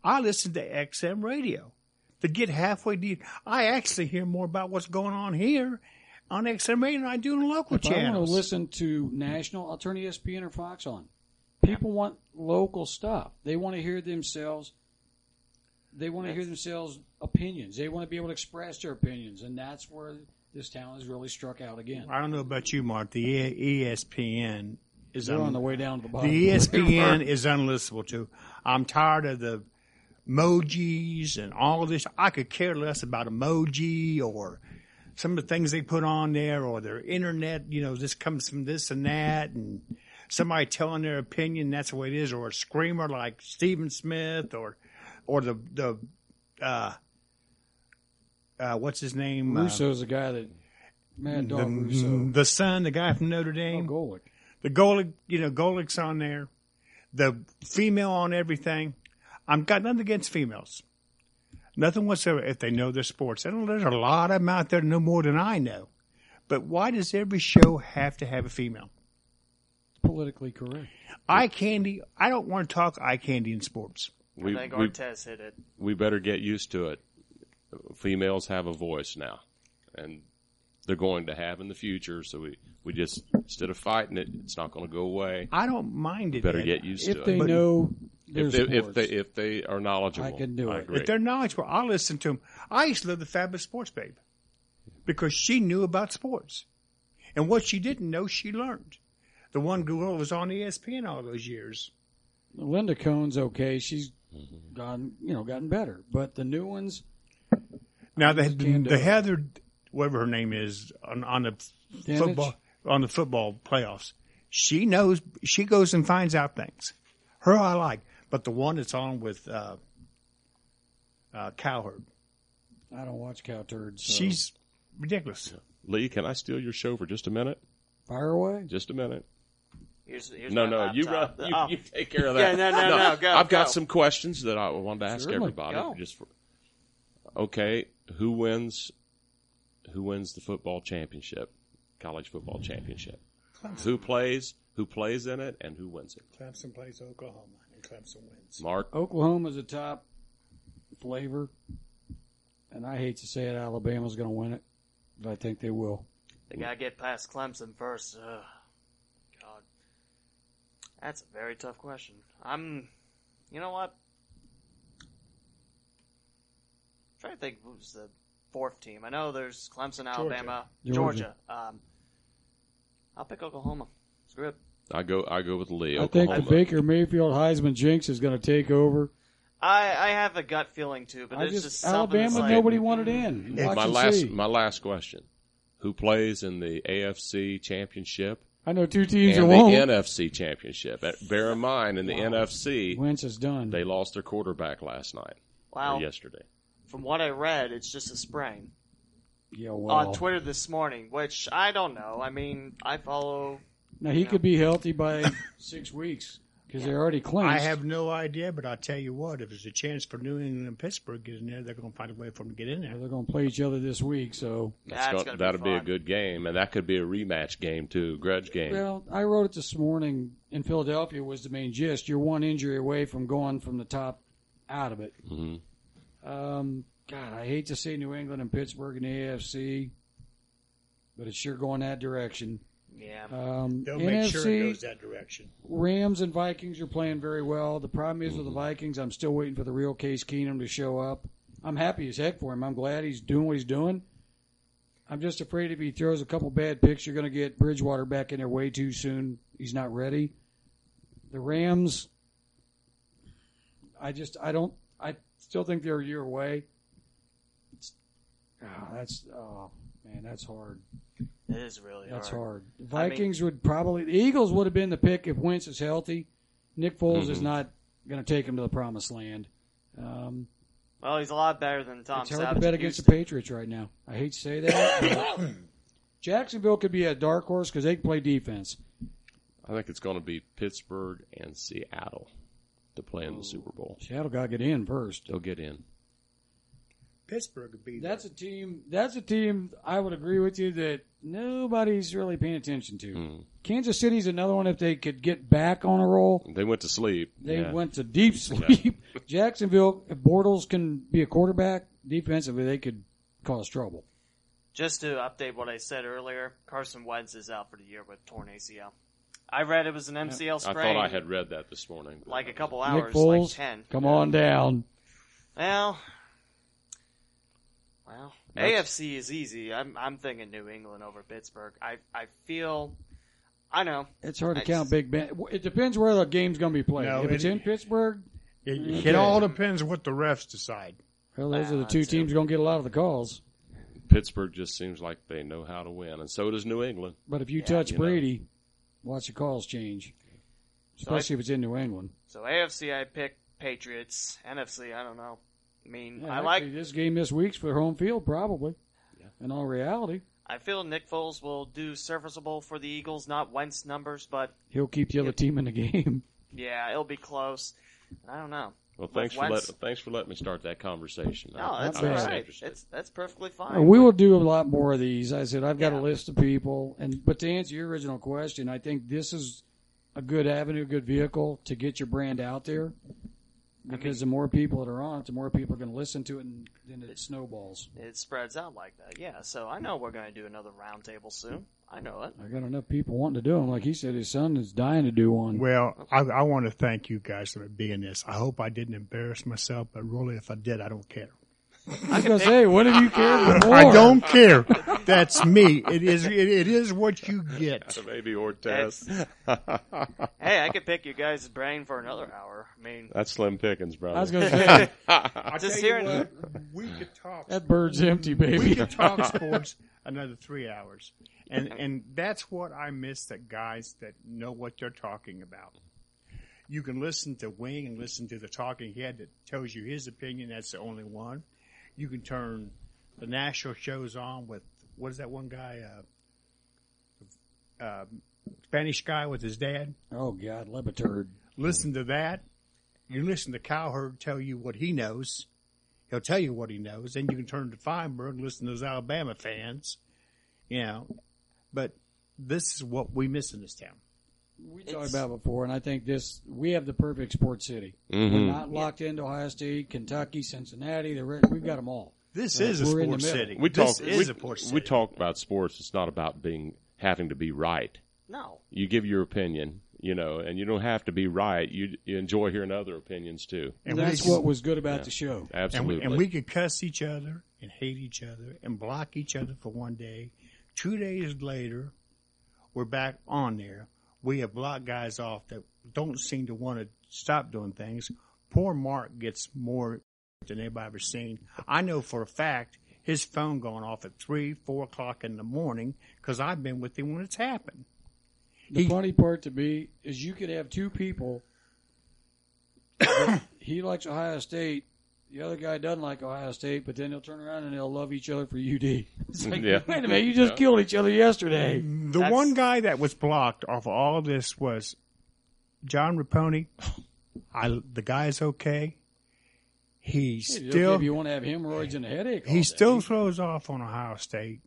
Speaker 2: I listened to XM radio to get halfway decent. I actually hear more about what's going on here on XM radio than I do in local
Speaker 4: if I want
Speaker 2: channels.
Speaker 4: to listen to national, I'll turn E ESPN or Fox on. People want local stuff. They want to hear themselves. They want to hear themselves opinions. They want to be able to express their opinions, and that's where this town is really struck out again.
Speaker 2: I don't know about you, Mark. The E- ESPN is
Speaker 4: They're on
Speaker 2: un-
Speaker 4: the
Speaker 2: Um, the E
Speaker 4: way down to the bottom.
Speaker 2: ESPN is unlistenable too. I'm tired of the emojis and all of this. I could care less about emoji or some of the things they put on there or their internet, you know, this comes from this and that and somebody telling their opinion, that's the way it is, or a screamer like Stephen Smith or or the the uh uh what's his name?
Speaker 4: Russo's the guy that Mad
Speaker 2: uh,
Speaker 4: Dog
Speaker 2: the,
Speaker 4: Russo.
Speaker 2: the son, the guy from Notre
Speaker 4: Oh,
Speaker 2: Dame.
Speaker 4: Golick.
Speaker 2: The Golik, you know, Golik's on there. The female on everything. I've got nothing against females. Nothing whatsoever if they know their sports. I don't, there's a lot of them out there no more than I know. But why does every show have to have a female?
Speaker 4: Politically correct.
Speaker 2: Eye candy. I don't want to talk eye candy in sports.
Speaker 3: We,
Speaker 1: I think
Speaker 3: we,
Speaker 1: Artez hit it.
Speaker 3: we better get used to it. Females have a voice now, and they're going to have in the future. So we, we just instead of fighting it, it's not going to go away.
Speaker 2: I don't mind it.
Speaker 3: Better
Speaker 2: Ed.
Speaker 3: get used to
Speaker 4: If they
Speaker 3: it.
Speaker 2: But-
Speaker 4: know
Speaker 3: uh, If
Speaker 4: there's
Speaker 3: they, if they if they are knowledgeable,
Speaker 4: I can do it.
Speaker 3: agree.
Speaker 2: If they're knowledgeable, I'll listen to them. I used to love the fabulous sports babe because she knew about sports. And what she didn't know, she learned. The one girl was on E ESPN all those years.
Speaker 4: Linda Cohn's okay. She's
Speaker 3: Mm-hmm.
Speaker 4: gone, you know, gotten better. But the new ones,
Speaker 2: Now the
Speaker 4: Can do.
Speaker 2: the Heather, whatever her name is, on, on the
Speaker 4: Danich?
Speaker 2: football on the football playoffs, she knows. She goes and finds out things. Her I like, but the one that's on with uh, uh, Cowherd,
Speaker 4: I don't watch cow turds. So
Speaker 2: she's ridiculous.
Speaker 3: Lee, can I steal your show for just a minute?
Speaker 4: fire away.
Speaker 3: Just a minute.
Speaker 1: Here's, here's
Speaker 3: no,
Speaker 1: my
Speaker 3: no, you run.
Speaker 1: laptop.
Speaker 3: *laughs* You,
Speaker 1: Oh. *laughs*
Speaker 3: you take care of
Speaker 1: Yeah,
Speaker 3: that.
Speaker 1: no, no, no, go,
Speaker 3: I've got
Speaker 1: go.
Speaker 3: some questions that I wanted to ask
Speaker 4: Certainly.
Speaker 3: everybody.
Speaker 1: Go.
Speaker 3: Just for, okay, who wins? Who wins the football championship? College football championship. Who plays? Who plays in it? And who wins it?
Speaker 2: Clemson plays Oklahoma, and Clemson wins.
Speaker 3: Mark.
Speaker 4: Oklahoma's a top flavor, and I hate to say it, Alabama's going to win it, but I think they will.
Speaker 1: They gotta get past Clemson first. Ugh. God, that's a very tough question. I'm, you know what? I'm trying to think who's the fourth team. I know there's Clemson, Alabama, Georgia.
Speaker 4: Georgia.
Speaker 1: Um, I'll pick Oklahoma. Screw it.
Speaker 3: I go. I go with Lee.
Speaker 4: I think
Speaker 3: Oklahoma.
Speaker 4: the Baker Mayfield Heisman jinx is going to take over.
Speaker 1: I I have a gut feeling too, but
Speaker 4: I
Speaker 1: there's just,
Speaker 4: just
Speaker 1: something that's
Speaker 4: Alabama,
Speaker 1: like,
Speaker 4: nobody wanted in.
Speaker 2: Yeah,
Speaker 4: Watch
Speaker 3: my
Speaker 4: and
Speaker 3: last.
Speaker 4: see.
Speaker 3: My last question. Who plays in the AFC championship
Speaker 4: I know two teams that
Speaker 3: and the
Speaker 4: won't.
Speaker 3: NFC championship? Bear in mind, in the NFC,
Speaker 4: Wentz is done.
Speaker 3: they lost their quarterback last night.
Speaker 1: Wow.
Speaker 3: or yesterday.
Speaker 1: From what I read, it's just a sprain.
Speaker 4: yeah, well,
Speaker 1: On Twitter this morning, which I don't know. I mean, I follow
Speaker 4: now he could be healthy by *laughs* six weeks because they already clinched.
Speaker 2: I have no idea, but I'll tell you what: if there's a chance for New England and Pittsburgh getting there, they're going to find a way for them to get in there.
Speaker 4: They're going to play each other this week, so
Speaker 1: That's
Speaker 3: gon-
Speaker 1: gonna be
Speaker 3: that'll be, a
Speaker 1: fun.
Speaker 3: good game, and that could be a rematch game too, grudge game.
Speaker 4: Well, I wrote it this morning in Philadelphia was the main gist. You're one injury away from going from the top out of it.
Speaker 3: Mhm.
Speaker 4: Um, God, I hate to see New England and Pittsburgh in the AFC, but it's sure going that direction.
Speaker 1: Yeah.
Speaker 4: Um,
Speaker 2: They'll
Speaker 4: NFC,
Speaker 2: make sure it goes that direction.
Speaker 4: Rams and Vikings are playing very well. The problem is with the Vikings, I'm still waiting for the real Case Keenum to show up. I'm happy as heck for him. I'm glad he's doing what he's doing. I'm just afraid if he throws a couple bad picks, you're going to get Bridgewater back in there way too soon. He's not ready. The Rams, I just, I don't, I still think they're a year away. It's- ah, that's, oh, man, that's hard.
Speaker 1: It is really
Speaker 4: That's
Speaker 1: hard.
Speaker 4: hard. The Vikings would probably the Eagles would have been the pick if Wentz is healthy. Nick Foles
Speaker 1: Mm-hmm.
Speaker 4: is not going to take him to the promised land. Um,
Speaker 1: Well, he's a lot better than Tom
Speaker 4: it's hard
Speaker 1: Savage.
Speaker 4: to bet
Speaker 1: in
Speaker 4: against the
Speaker 1: Houston.
Speaker 4: Patriots right now. I hate to say that.
Speaker 1: *coughs*
Speaker 4: but Jacksonville could be a dark horse because they can play defense.
Speaker 3: I think it's going to be Pittsburgh and Seattle to play in the Super Bowl.
Speaker 4: Seattle got to get in first.
Speaker 3: They'll get in.
Speaker 2: Pittsburgh would be
Speaker 4: That's a team. That's a team. I would agree with you that nobody's really paying attention
Speaker 1: Mm.
Speaker 4: to.
Speaker 3: Mm.
Speaker 4: Kansas City's another one. If they could get back on a roll,
Speaker 3: They went to sleep.
Speaker 4: They
Speaker 3: Yeah.
Speaker 4: went to deep sleep. *laughs* Jacksonville, if Bortles can be a quarterback, defensively they could cause trouble.
Speaker 1: Just to update what I said earlier, Carson Wentz is out for the year with torn ACL. I read it was an MCL
Speaker 3: I
Speaker 1: sprain.
Speaker 3: thought I had read that this morning. but-
Speaker 1: like a couple
Speaker 4: Nick
Speaker 1: hours, like
Speaker 4: Foles,
Speaker 1: ten.
Speaker 4: come on down.
Speaker 1: Well, well,
Speaker 3: That's-
Speaker 1: AFC is easy. I'm I'm thinking New England over Pittsburgh. I I feel, I know.
Speaker 4: It's hard to
Speaker 1: Nice.
Speaker 4: count Big Ben. It depends where the game's going to be played.
Speaker 2: No,
Speaker 4: if it's
Speaker 2: it-
Speaker 4: in Pittsburgh,
Speaker 2: It, it
Speaker 4: Okay.
Speaker 2: all depends what the refs decide.
Speaker 4: well, those
Speaker 1: Ah,
Speaker 4: are the two
Speaker 1: that's it.
Speaker 4: teams going to get a lot of the calls.
Speaker 3: Pittsburgh just seems like they know how to win, and so does New England.
Speaker 4: But if you
Speaker 1: Yeah,
Speaker 4: touch
Speaker 3: you know.
Speaker 4: Brady, watch the calls change,
Speaker 1: So I-
Speaker 4: especially if it's in New England.
Speaker 1: So AFC, I pick Patriots. NFC, I don't know. I mean,
Speaker 4: Yeah,
Speaker 1: I like.
Speaker 4: actually, this game this week's for home field, probably.
Speaker 3: Yeah.
Speaker 4: In all reality,
Speaker 1: I feel Nick Foles will do serviceable for the Eagles, not Wentz numbers, but
Speaker 4: he'll keep the other team in the *laughs* game.
Speaker 1: yeah, it'll be close. I don't know.
Speaker 3: Well,
Speaker 1: With
Speaker 3: thanks for let,
Speaker 1: Wentz-
Speaker 3: thanks for letting me start that conversation.
Speaker 1: No,
Speaker 3: I-
Speaker 1: that's
Speaker 3: I
Speaker 1: all
Speaker 3: was
Speaker 1: right.
Speaker 3: interested.
Speaker 1: It's that's perfectly
Speaker 4: Uh,
Speaker 1: fine.
Speaker 4: we will do a lot more of these. I said I've got a
Speaker 1: Yeah.
Speaker 4: list of people, and but to answer your original question, I think this is a good avenue, a good vehicle to get your brand out there. Because the more people that are on it, the more people are going to listen to it, and then it snowballs.
Speaker 1: It spreads out like that. Yeah. So I know we're going to do another roundtable soon. I know it.
Speaker 4: I got enough people wanting to do them. Like he said, his son is dying to do one.
Speaker 2: Well, I, I want to thank you guys for being this. I hope I didn't embarrass myself, but really, if I did, I don't care.
Speaker 4: I was going to say, what have you cared
Speaker 2: *laughs*
Speaker 4: for?
Speaker 2: I don't care. That's me. It is. It, it is what you
Speaker 3: *laughs*
Speaker 2: get.
Speaker 3: Maybe Ortez.
Speaker 1: Hey, I could pick you guys' brain for another hour. I mean,
Speaker 3: that's Slim Pickens, brother.
Speaker 4: I was going to say
Speaker 2: I
Speaker 1: Just
Speaker 2: tell
Speaker 1: hearing-
Speaker 2: you what, we could talk.
Speaker 4: that bird's empty,
Speaker 2: We
Speaker 4: baby. *laughs*
Speaker 2: could talk sports another three hours, and and that's what I miss. That guys that know what they're talking about. You can listen to Wing and listen to the talking head that tells you his opinion. That's the only one. You can turn the national shows on with what is that one guy? Uh, uh, Spanish guy with his dad.
Speaker 4: Oh God, Lebatard.
Speaker 2: listen to that. You listen to Cowherd tell you what he knows. He'll tell you what he knows. Then you can turn to Feinberg and listen to those Alabama fans. You know, but this is what we miss in this town.
Speaker 4: We
Speaker 1: It's-
Speaker 4: talked about it before, and I think this we have the perfect sports city.
Speaker 1: Mm-hmm.
Speaker 4: We're
Speaker 3: Mhm.
Speaker 4: not locked into Ohio State, Kentucky, Cincinnati. The re- we've got them all.
Speaker 2: This
Speaker 4: Uh,
Speaker 2: is a
Speaker 4: we're in the
Speaker 2: sports
Speaker 4: middle.
Speaker 2: city.
Speaker 3: We
Speaker 2: This
Speaker 3: talk.
Speaker 2: is
Speaker 3: we,
Speaker 2: a sports city.
Speaker 3: we talk about sports. It's not about being having to be right.
Speaker 1: no.
Speaker 3: You give your opinion, you know, and you don't have to be right. You, you enjoy hearing other opinions too.
Speaker 2: and
Speaker 4: That's
Speaker 2: we,
Speaker 4: what was good about the show.
Speaker 2: and
Speaker 3: Absolutely.
Speaker 2: we, and we could cuss each other and hate each other and block each other for one day. Two days later, we're back on there. We have blocked guys off that don't seem to want to stop doing things. Poor Mark gets more than anybody ever seen. I know for a fact his phone going off at three, four o'clock in the morning because I've been with him when it's happened.
Speaker 4: The
Speaker 2: He-
Speaker 4: funny part to me is you could have two people. *coughs* he likes Ohio State. The other guy doesn't like Ohio State, but then he'll turn around and they'll love each other for UD. *laughs* It's like,
Speaker 3: Yeah.
Speaker 4: wait a minute, you just killed each other yesterday.
Speaker 2: The
Speaker 1: That's-
Speaker 2: one guy that was blocked off of all this was John Raponi. I the guy's okay. He
Speaker 4: Still,
Speaker 2: still
Speaker 4: if you want to have hemorrhoids and a headache, all
Speaker 2: he
Speaker 4: day.
Speaker 2: still throws off on Ohio State.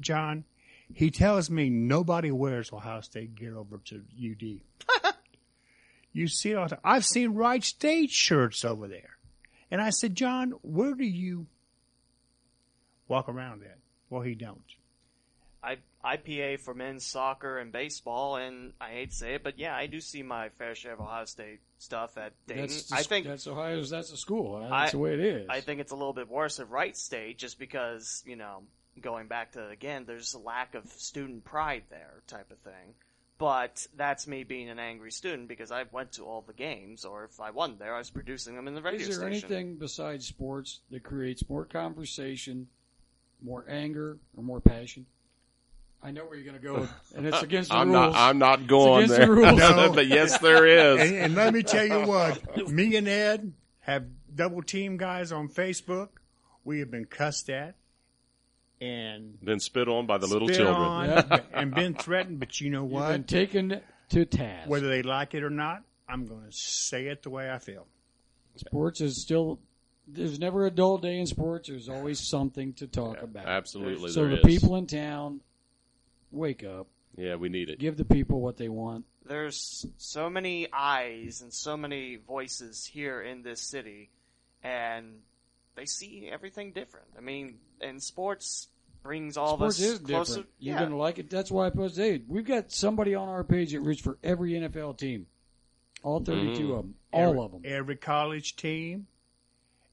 Speaker 2: John, he tells me nobody wears Ohio State gear over to UD.
Speaker 4: *laughs*
Speaker 2: you see, it all the- I've seen Wright State shirts over there, and I said, John, where do you walk around at? Well, he don't.
Speaker 1: I IPA for men's soccer and baseball, and I hate to say it, but yeah, I do see my fair share of Ohio State stuff at Dayton.
Speaker 4: That's the
Speaker 1: I
Speaker 4: sc-
Speaker 1: think
Speaker 4: that's Ohio's. That's a school. That's
Speaker 1: I-
Speaker 4: the way it is.
Speaker 1: I think it's a little bit worse at Wright State just because, you know, going back to again, there's a lack of student pride there type of thing. But that's me being an angry student because I went to all the games, or if I wasn't there, I was producing them in the radio
Speaker 4: Is there
Speaker 1: station.
Speaker 4: anything besides sports that creates more conversation, more anger, or more passion? I know where you're going to
Speaker 1: *laughs*
Speaker 4: go, and it's against the
Speaker 3: I'm
Speaker 4: rules.
Speaker 3: not. I'm not going
Speaker 4: against
Speaker 3: there.
Speaker 4: the rules.
Speaker 2: No.
Speaker 3: but yes, there
Speaker 2: and,
Speaker 3: is.
Speaker 2: and let me tell you
Speaker 4: *laughs*
Speaker 2: what, me and Ed have double team guys on Facebook. We have been cussed at and
Speaker 3: Then spit on by the little
Speaker 2: spit
Speaker 3: children.
Speaker 2: on
Speaker 4: Yeah.
Speaker 2: *laughs* and been threatened. But you know
Speaker 4: You've been
Speaker 2: what?
Speaker 4: taken to task.
Speaker 2: Whether they like it or not, I'm going to say it the way I feel.
Speaker 4: sports is still. There's never a dull day in sports. There's always something to talk about.
Speaker 3: Absolutely,
Speaker 4: So
Speaker 3: there
Speaker 4: the
Speaker 3: is.
Speaker 4: people in town, wake up.
Speaker 3: Yeah, we need it.
Speaker 4: Give the people what they want.
Speaker 1: There's so many eyes and so many voices here in this city, and they see everything different. I mean, and sports brings all
Speaker 4: sports
Speaker 1: of us
Speaker 4: is different.
Speaker 1: closer.
Speaker 4: You're
Speaker 1: yeah.
Speaker 4: going to like it. That's why I posted. Hey, we've got somebody on our page that roots for every NFL team, all 32
Speaker 1: Mm-hmm.
Speaker 4: of them,
Speaker 2: Every-
Speaker 4: all of them.
Speaker 2: Every college team,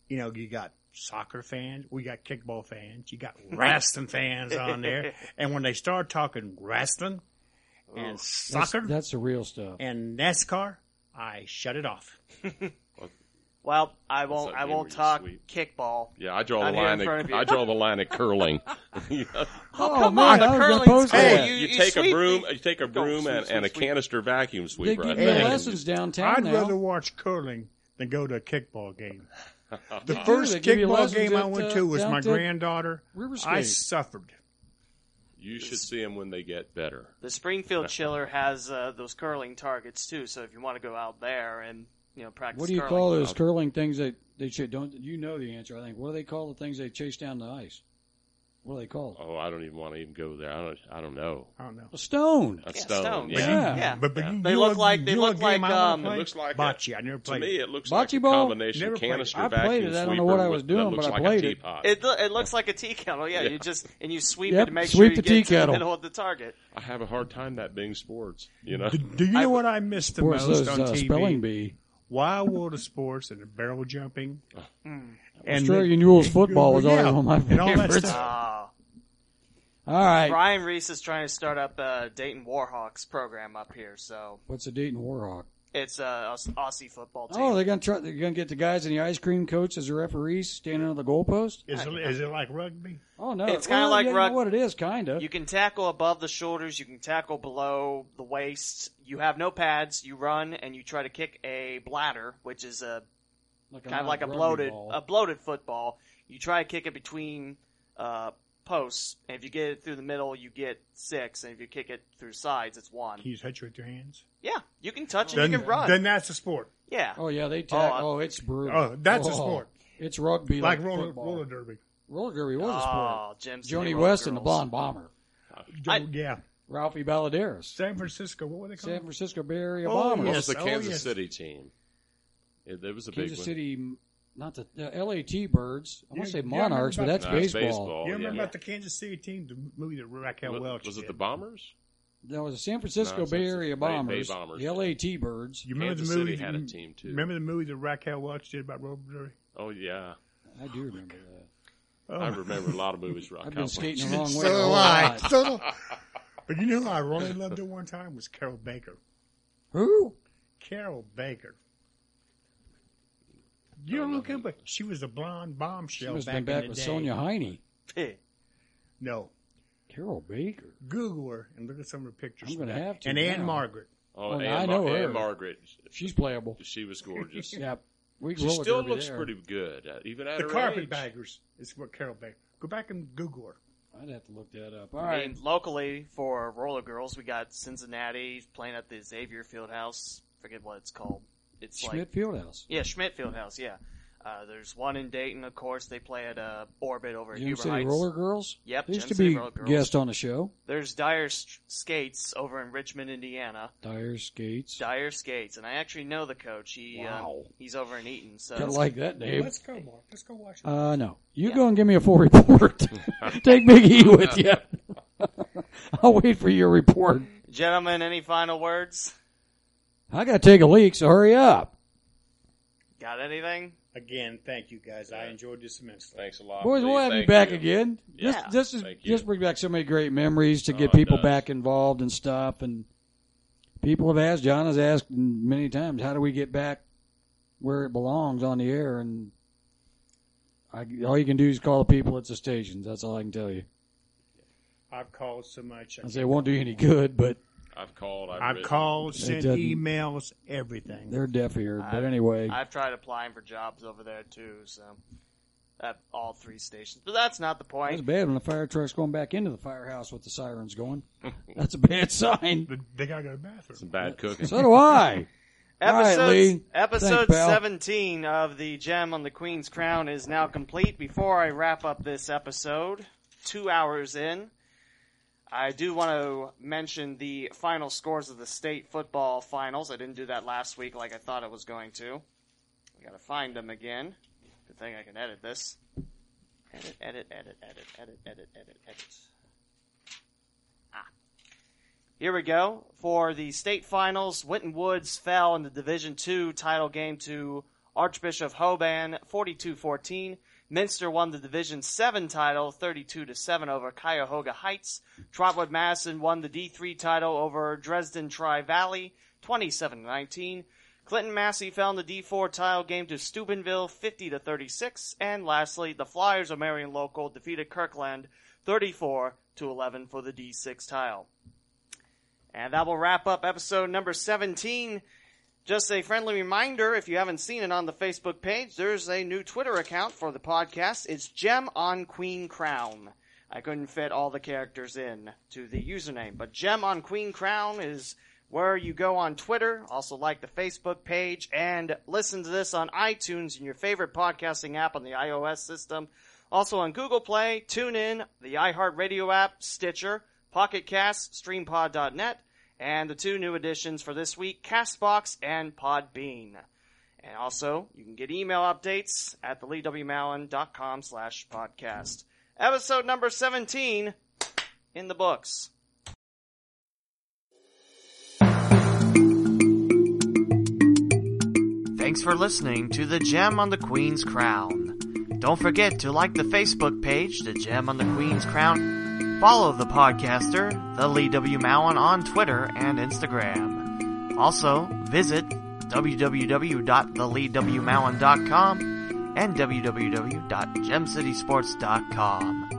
Speaker 2: you know, you got soccer fans, we got kickball fans, you
Speaker 4: *laughs*
Speaker 2: got wrestling fans on there. And when they start talking wrestling and
Speaker 4: That's,
Speaker 2: soccer
Speaker 4: that's the real stuff.
Speaker 2: and NASCAR, I shut it off.
Speaker 1: Well, I won't.
Speaker 3: like
Speaker 1: I
Speaker 3: me where
Speaker 1: won't
Speaker 3: you
Speaker 1: talk
Speaker 3: sweep.
Speaker 1: kickball.
Speaker 3: Yeah, I draw
Speaker 1: Not
Speaker 3: the
Speaker 1: here in
Speaker 3: line.
Speaker 1: front
Speaker 3: At,
Speaker 1: of you.
Speaker 3: I draw the line
Speaker 1: *laughs*
Speaker 3: at curling. *laughs* you, know?
Speaker 1: Oh,
Speaker 4: Oh,
Speaker 1: come
Speaker 4: man,
Speaker 1: on! The
Speaker 4: I was gonna
Speaker 1: curling's
Speaker 4: post
Speaker 1: cool.
Speaker 4: that.
Speaker 1: you, you
Speaker 3: take a
Speaker 1: sweep
Speaker 3: broom.
Speaker 1: the-
Speaker 3: You take a
Speaker 1: Go,
Speaker 3: broom
Speaker 1: sweep,
Speaker 3: and,
Speaker 1: sweep,
Speaker 3: and a
Speaker 1: sweep.
Speaker 3: canister vacuum
Speaker 4: They
Speaker 3: sweeper. I
Speaker 4: give you
Speaker 3: think.
Speaker 2: Hey.
Speaker 4: lessons downtown
Speaker 2: I'd
Speaker 4: now.
Speaker 2: rather watch curling than go to a kickball game. The
Speaker 4: do.
Speaker 2: first
Speaker 4: They give you
Speaker 2: kickball
Speaker 4: lessons
Speaker 2: game I
Speaker 4: at,
Speaker 2: went
Speaker 4: uh,
Speaker 2: to was
Speaker 4: down
Speaker 2: my
Speaker 4: to
Speaker 2: granddauter. I
Speaker 4: Riverscape.
Speaker 2: suffered.
Speaker 3: You should see them when they get better.
Speaker 1: The Springfield chiller has uh, those curling targets too. So if you want to go out there and you know practice,
Speaker 4: What do you
Speaker 1: curling.
Speaker 4: call those curling things that they ch- don't? You know the answer, I think. What do they call the things they chase down the ice? What are they called?
Speaker 3: Oh, I don't even want to even go there. I don't. I don't know.
Speaker 2: I don't know.
Speaker 4: A stone.
Speaker 3: A
Speaker 1: Yeah,
Speaker 3: stone.
Speaker 1: stone.
Speaker 3: Yeah.
Speaker 4: Yeah.
Speaker 1: Yeah.
Speaker 2: But, but you,
Speaker 1: They
Speaker 2: you
Speaker 1: look
Speaker 2: know a-
Speaker 1: like- they
Speaker 2: you know a
Speaker 1: look
Speaker 2: game
Speaker 1: like,
Speaker 2: I wanna
Speaker 1: um,
Speaker 2: play?
Speaker 3: It looks like a-
Speaker 2: bocce. I never
Speaker 3: To
Speaker 2: played.
Speaker 3: me, it looks
Speaker 4: Bocce
Speaker 3: like a
Speaker 4: ball?
Speaker 3: combination
Speaker 2: Never played it.
Speaker 3: canister
Speaker 4: I played
Speaker 3: vacuum
Speaker 4: it. I
Speaker 3: sweeper.
Speaker 4: don't know what I
Speaker 3: with-
Speaker 4: was doing,
Speaker 3: that looks
Speaker 4: but I
Speaker 3: like
Speaker 4: played
Speaker 3: a
Speaker 4: it.
Speaker 3: teapot.
Speaker 1: It, lo- it looks like a tea kettle. Yeah, you just and you sweep
Speaker 4: Yep,
Speaker 1: it to make
Speaker 4: sweep
Speaker 1: sure
Speaker 4: the
Speaker 1: you
Speaker 4: tea
Speaker 1: get to
Speaker 4: kettle.
Speaker 1: the middle of the
Speaker 4: *laughs*
Speaker 1: target.
Speaker 3: I have a hard time that being sports. You know,
Speaker 2: Do, do you know
Speaker 1: uh, I-
Speaker 2: what I missed the
Speaker 4: Or it's
Speaker 2: most
Speaker 4: those
Speaker 2: on
Speaker 4: uh,
Speaker 2: TV?
Speaker 4: spelling bee.
Speaker 2: Wild World of Sports and the barrel jumping.
Speaker 4: Hmm.
Speaker 2: And
Speaker 4: Australian
Speaker 2: *laughs*
Speaker 4: Rules football was always
Speaker 2: Yeah,
Speaker 4: one of my
Speaker 2: and all that
Speaker 4: favorites.
Speaker 2: stuff.
Speaker 1: Ah,
Speaker 4: All right.
Speaker 1: Brian Reese is trying to start up a Dayton Warhawks program up here. So
Speaker 4: What's the Dayton Warhawk?
Speaker 1: it's a Aus- Aussie football team.
Speaker 4: Oh, they're gonna try. They're gonna get the guys in the ice cream coats as the referees standing on the goalpost.
Speaker 2: Is it, is it like rugby?
Speaker 4: Oh no,
Speaker 1: It's kinda
Speaker 4: Well,
Speaker 1: like
Speaker 4: yeah, you
Speaker 1: rug-
Speaker 4: know what it is, kind of.
Speaker 1: You can tackle above the shoulders. You can tackle below the waist. You have no pads. You run and you try to kick a bladder, which is a kind of like a bloated, a bloated football. You try to kick it between uh, posts, and if you get it through the middle, you get six, and if you kick it through sides, it's one.
Speaker 2: Can you touch it with your hands?
Speaker 1: Yeah, you can touch and
Speaker 2: then,
Speaker 1: you can run.
Speaker 2: Then that's a sport.
Speaker 1: yeah,
Speaker 4: Oh yeah, they tack.
Speaker 1: Oh, I-
Speaker 4: Oh, it's brutal.
Speaker 2: Oh, that's a
Speaker 4: Oh,
Speaker 2: sport.
Speaker 4: It's rugby,
Speaker 2: Like
Speaker 4: like,
Speaker 2: roller,
Speaker 4: football.
Speaker 2: roller derby.
Speaker 4: Roller derby was a sport.
Speaker 1: Oh, Jim's
Speaker 4: Joni
Speaker 1: Nero
Speaker 4: West and the
Speaker 1: Girls.
Speaker 4: Blonde Bomber.
Speaker 1: I-
Speaker 2: yeah.
Speaker 4: Ralphie Baladares.
Speaker 2: San Francisco, what were they called?
Speaker 4: San Francisco Bay Area
Speaker 2: Oh,
Speaker 4: Bombers.
Speaker 3: what
Speaker 2: *laughs* yes.
Speaker 3: was the
Speaker 2: Oh,
Speaker 3: Kansas
Speaker 2: yes.
Speaker 3: City team? It, it was a
Speaker 4: Kansas
Speaker 3: big
Speaker 4: City, not the, the LAT Birds. I want
Speaker 2: Yeah,
Speaker 4: to say
Speaker 2: yeah, I
Speaker 4: Monarchs, but
Speaker 2: remember
Speaker 4: that's
Speaker 3: one. No, it's
Speaker 4: baseball.
Speaker 3: baseball.
Speaker 2: you remember
Speaker 3: Oh, yeah.
Speaker 2: about the Kansas City team, the movie that Raquel
Speaker 3: was,
Speaker 2: Welch
Speaker 3: was it
Speaker 2: did?
Speaker 3: the Bombers?
Speaker 4: That was the San Francisco
Speaker 3: No, it's-
Speaker 4: Bay
Speaker 3: it's- they-
Speaker 4: Area
Speaker 3: they
Speaker 4: Bombers.
Speaker 3: Bombers,
Speaker 4: The
Speaker 3: yeah.
Speaker 4: LAT Birds.
Speaker 2: You remember
Speaker 3: Kansas
Speaker 2: the movie?
Speaker 3: City had a
Speaker 2: you-
Speaker 3: team, too.
Speaker 2: Remember the movie that Raquel Welch did about roller derby?
Speaker 3: Oh yeah,
Speaker 4: I do remember that.
Speaker 2: Oh,
Speaker 3: I remember a lot of
Speaker 4: *laughs*
Speaker 3: movies. Rock
Speaker 4: I've been
Speaker 3: Cowboys.
Speaker 4: skating the wrong way.
Speaker 5: So
Speaker 4: a whole
Speaker 5: do I.
Speaker 4: lot.
Speaker 5: So do-
Speaker 2: *laughs*
Speaker 3: *laughs*
Speaker 2: But you know who I really loved at one time was Carol Baker.
Speaker 4: Who?
Speaker 2: Carol Baker. You
Speaker 3: Oh,
Speaker 2: don't look at, but she was a blonde
Speaker 4: She
Speaker 2: bombshell
Speaker 4: must have
Speaker 2: back,
Speaker 4: been back
Speaker 2: in the
Speaker 4: with
Speaker 2: day.
Speaker 4: Sonia Heine.
Speaker 1: *laughs* Heh.
Speaker 2: No,
Speaker 4: Carol Baker.
Speaker 2: Google her and look at some of her pictures.
Speaker 4: I'm gonna
Speaker 2: from that.
Speaker 4: have to
Speaker 2: And Anne
Speaker 4: now.
Speaker 2: Margaret.
Speaker 3: Oh,
Speaker 4: Well,
Speaker 3: and
Speaker 4: now I know
Speaker 3: Mar-
Speaker 4: her.
Speaker 3: and Margaret,
Speaker 4: She's playable.
Speaker 3: she was gorgeous.
Speaker 4: Yeah. We
Speaker 3: She
Speaker 4: *laughs* roller
Speaker 3: still
Speaker 4: derby
Speaker 3: looks
Speaker 4: there.
Speaker 3: pretty good, uh, even at
Speaker 2: The
Speaker 3: her age.
Speaker 2: Carpetbaggers is what Carol Baker. Go back and Google her.
Speaker 4: I'd have to look that up. All
Speaker 1: I
Speaker 4: right.
Speaker 1: mean, locally for Roller Girls, we got Cincinnati playing at the Xavier Fieldhouse. Forget what it's called. It's like
Speaker 4: Schmidt Fieldhouse.
Speaker 1: Yeah, Schmidt Fieldhouse. Yeah, uh, there's one in Dayton, of course. They play at uh, Orbit over at
Speaker 4: Gem
Speaker 1: Huber
Speaker 4: City
Speaker 1: Heights.
Speaker 4: Roller Girls.
Speaker 1: Yep,
Speaker 4: They used
Speaker 1: Gem
Speaker 4: to
Speaker 1: City
Speaker 4: be
Speaker 1: Roller Girls.
Speaker 4: guest on the show.
Speaker 1: There's Dire S- Skates over in Richmond, Indiana.
Speaker 4: Dire Skates.
Speaker 1: Dire Skates, and I actually know the coach. He
Speaker 4: Wow.
Speaker 1: uh, he's over in Eaton. So
Speaker 4: Kind of like that name.
Speaker 2: Let's go, Mark. Let's go watch it.
Speaker 4: Uh, no. You go and give me a full
Speaker 1: *laughs*
Speaker 4: report. Take Big E with you. I'll wait for your report.
Speaker 1: gentlemen, any final words?
Speaker 4: I got to take a leak, so hurry up.
Speaker 1: Got anything?
Speaker 2: Again, thank you guys. I enjoyed this immensely.
Speaker 3: Thanks a lot,
Speaker 4: Boys,
Speaker 3: Lee.
Speaker 4: we'll have you
Speaker 3: Thank
Speaker 4: back again.
Speaker 1: Yeah.
Speaker 4: This, this is
Speaker 3: Thank you.
Speaker 4: just bring back so many great memories to get
Speaker 3: Oh, it
Speaker 4: people
Speaker 3: does.
Speaker 4: back involved and stuff. And people have asked, John has asked many times, how do we get back where it belongs on the air? And I, all you can do is call the people at the stations. That's all I can tell you.
Speaker 2: I've called so much. I
Speaker 4: I say it won't do you any good, but
Speaker 3: I've called. I've,
Speaker 2: I've
Speaker 3: written.
Speaker 2: called, sent
Speaker 4: doesn't-
Speaker 2: emails, everything.
Speaker 4: they're deaf eared. But
Speaker 1: I-
Speaker 4: anyway,
Speaker 1: I've tried applying for jobs over there too. So at all three stations, but that's not the
Speaker 4: it was
Speaker 1: point.
Speaker 4: bad when the fire truck's going back into the firehouse with the sirens
Speaker 3: *laughs*
Speaker 4: going. That's a bad sign.
Speaker 2: But they gotta go to the bathroom.
Speaker 3: some bad cooking.
Speaker 4: So do I. All right,
Speaker 1: Episode,
Speaker 4: Lee.
Speaker 1: episode
Speaker 4: Thanks, pal.
Speaker 1: 17 of the Gem on the Queen's Crown is now complete. Before I wrap up this episode, two hours in, I do want to mention the final scores of the state football finals. I didn't do that last week like I thought I was going to. I gotta find them again. Good thing I can edit this. Edit, edit, edit, edit, edit, edit, edit, edit. Here we go. For the state finals, Winton Woods fell in the Division II title game to Archbishop Hoban 42-14. Minster won the Division 7 title 32-7 over Cuyahoga Heights. Trotwood Madison won the D3 title over Dresden Tri-Valley 27-19. Clinton Massey fell in the D4 tile game to Steubenville 50 to 36, and lastly, the Flyers of Marion Local defeated Kirkland 34 to 11 for the D6 tile. And that will wrap up episode number 17. Just a friendly reminder if you haven't seen it on the Facebook page, there's a new Twitter account for the podcast. It's Gem on Queen Crown. I couldn't fit all the characters in to the username, but Gem on Queen Crown is where you go on Twitter, also like the Facebook page, and listen to this on iTunes and your favorite podcasting app on the iOS system. Also on Google Play, TuneIn, the iHeartRadio app, Stitcher, Pocket Cast, StreamPod.net, and the two new additions for this week, Castbox and Podbean. And also, you can get email updates at theleewmallon.com slash podcast. Episode number 17 in the books.
Speaker 5: Thanks for listening to The Gem on the Queen's Crown. Don't forget to like the Facebook page, The Gem on the Queen's Crown. Follow the podcaster, The Lee W. Malin, on Twitter and Instagram. Also, visit www.theleewmallon.com and www.gemcitysports.com.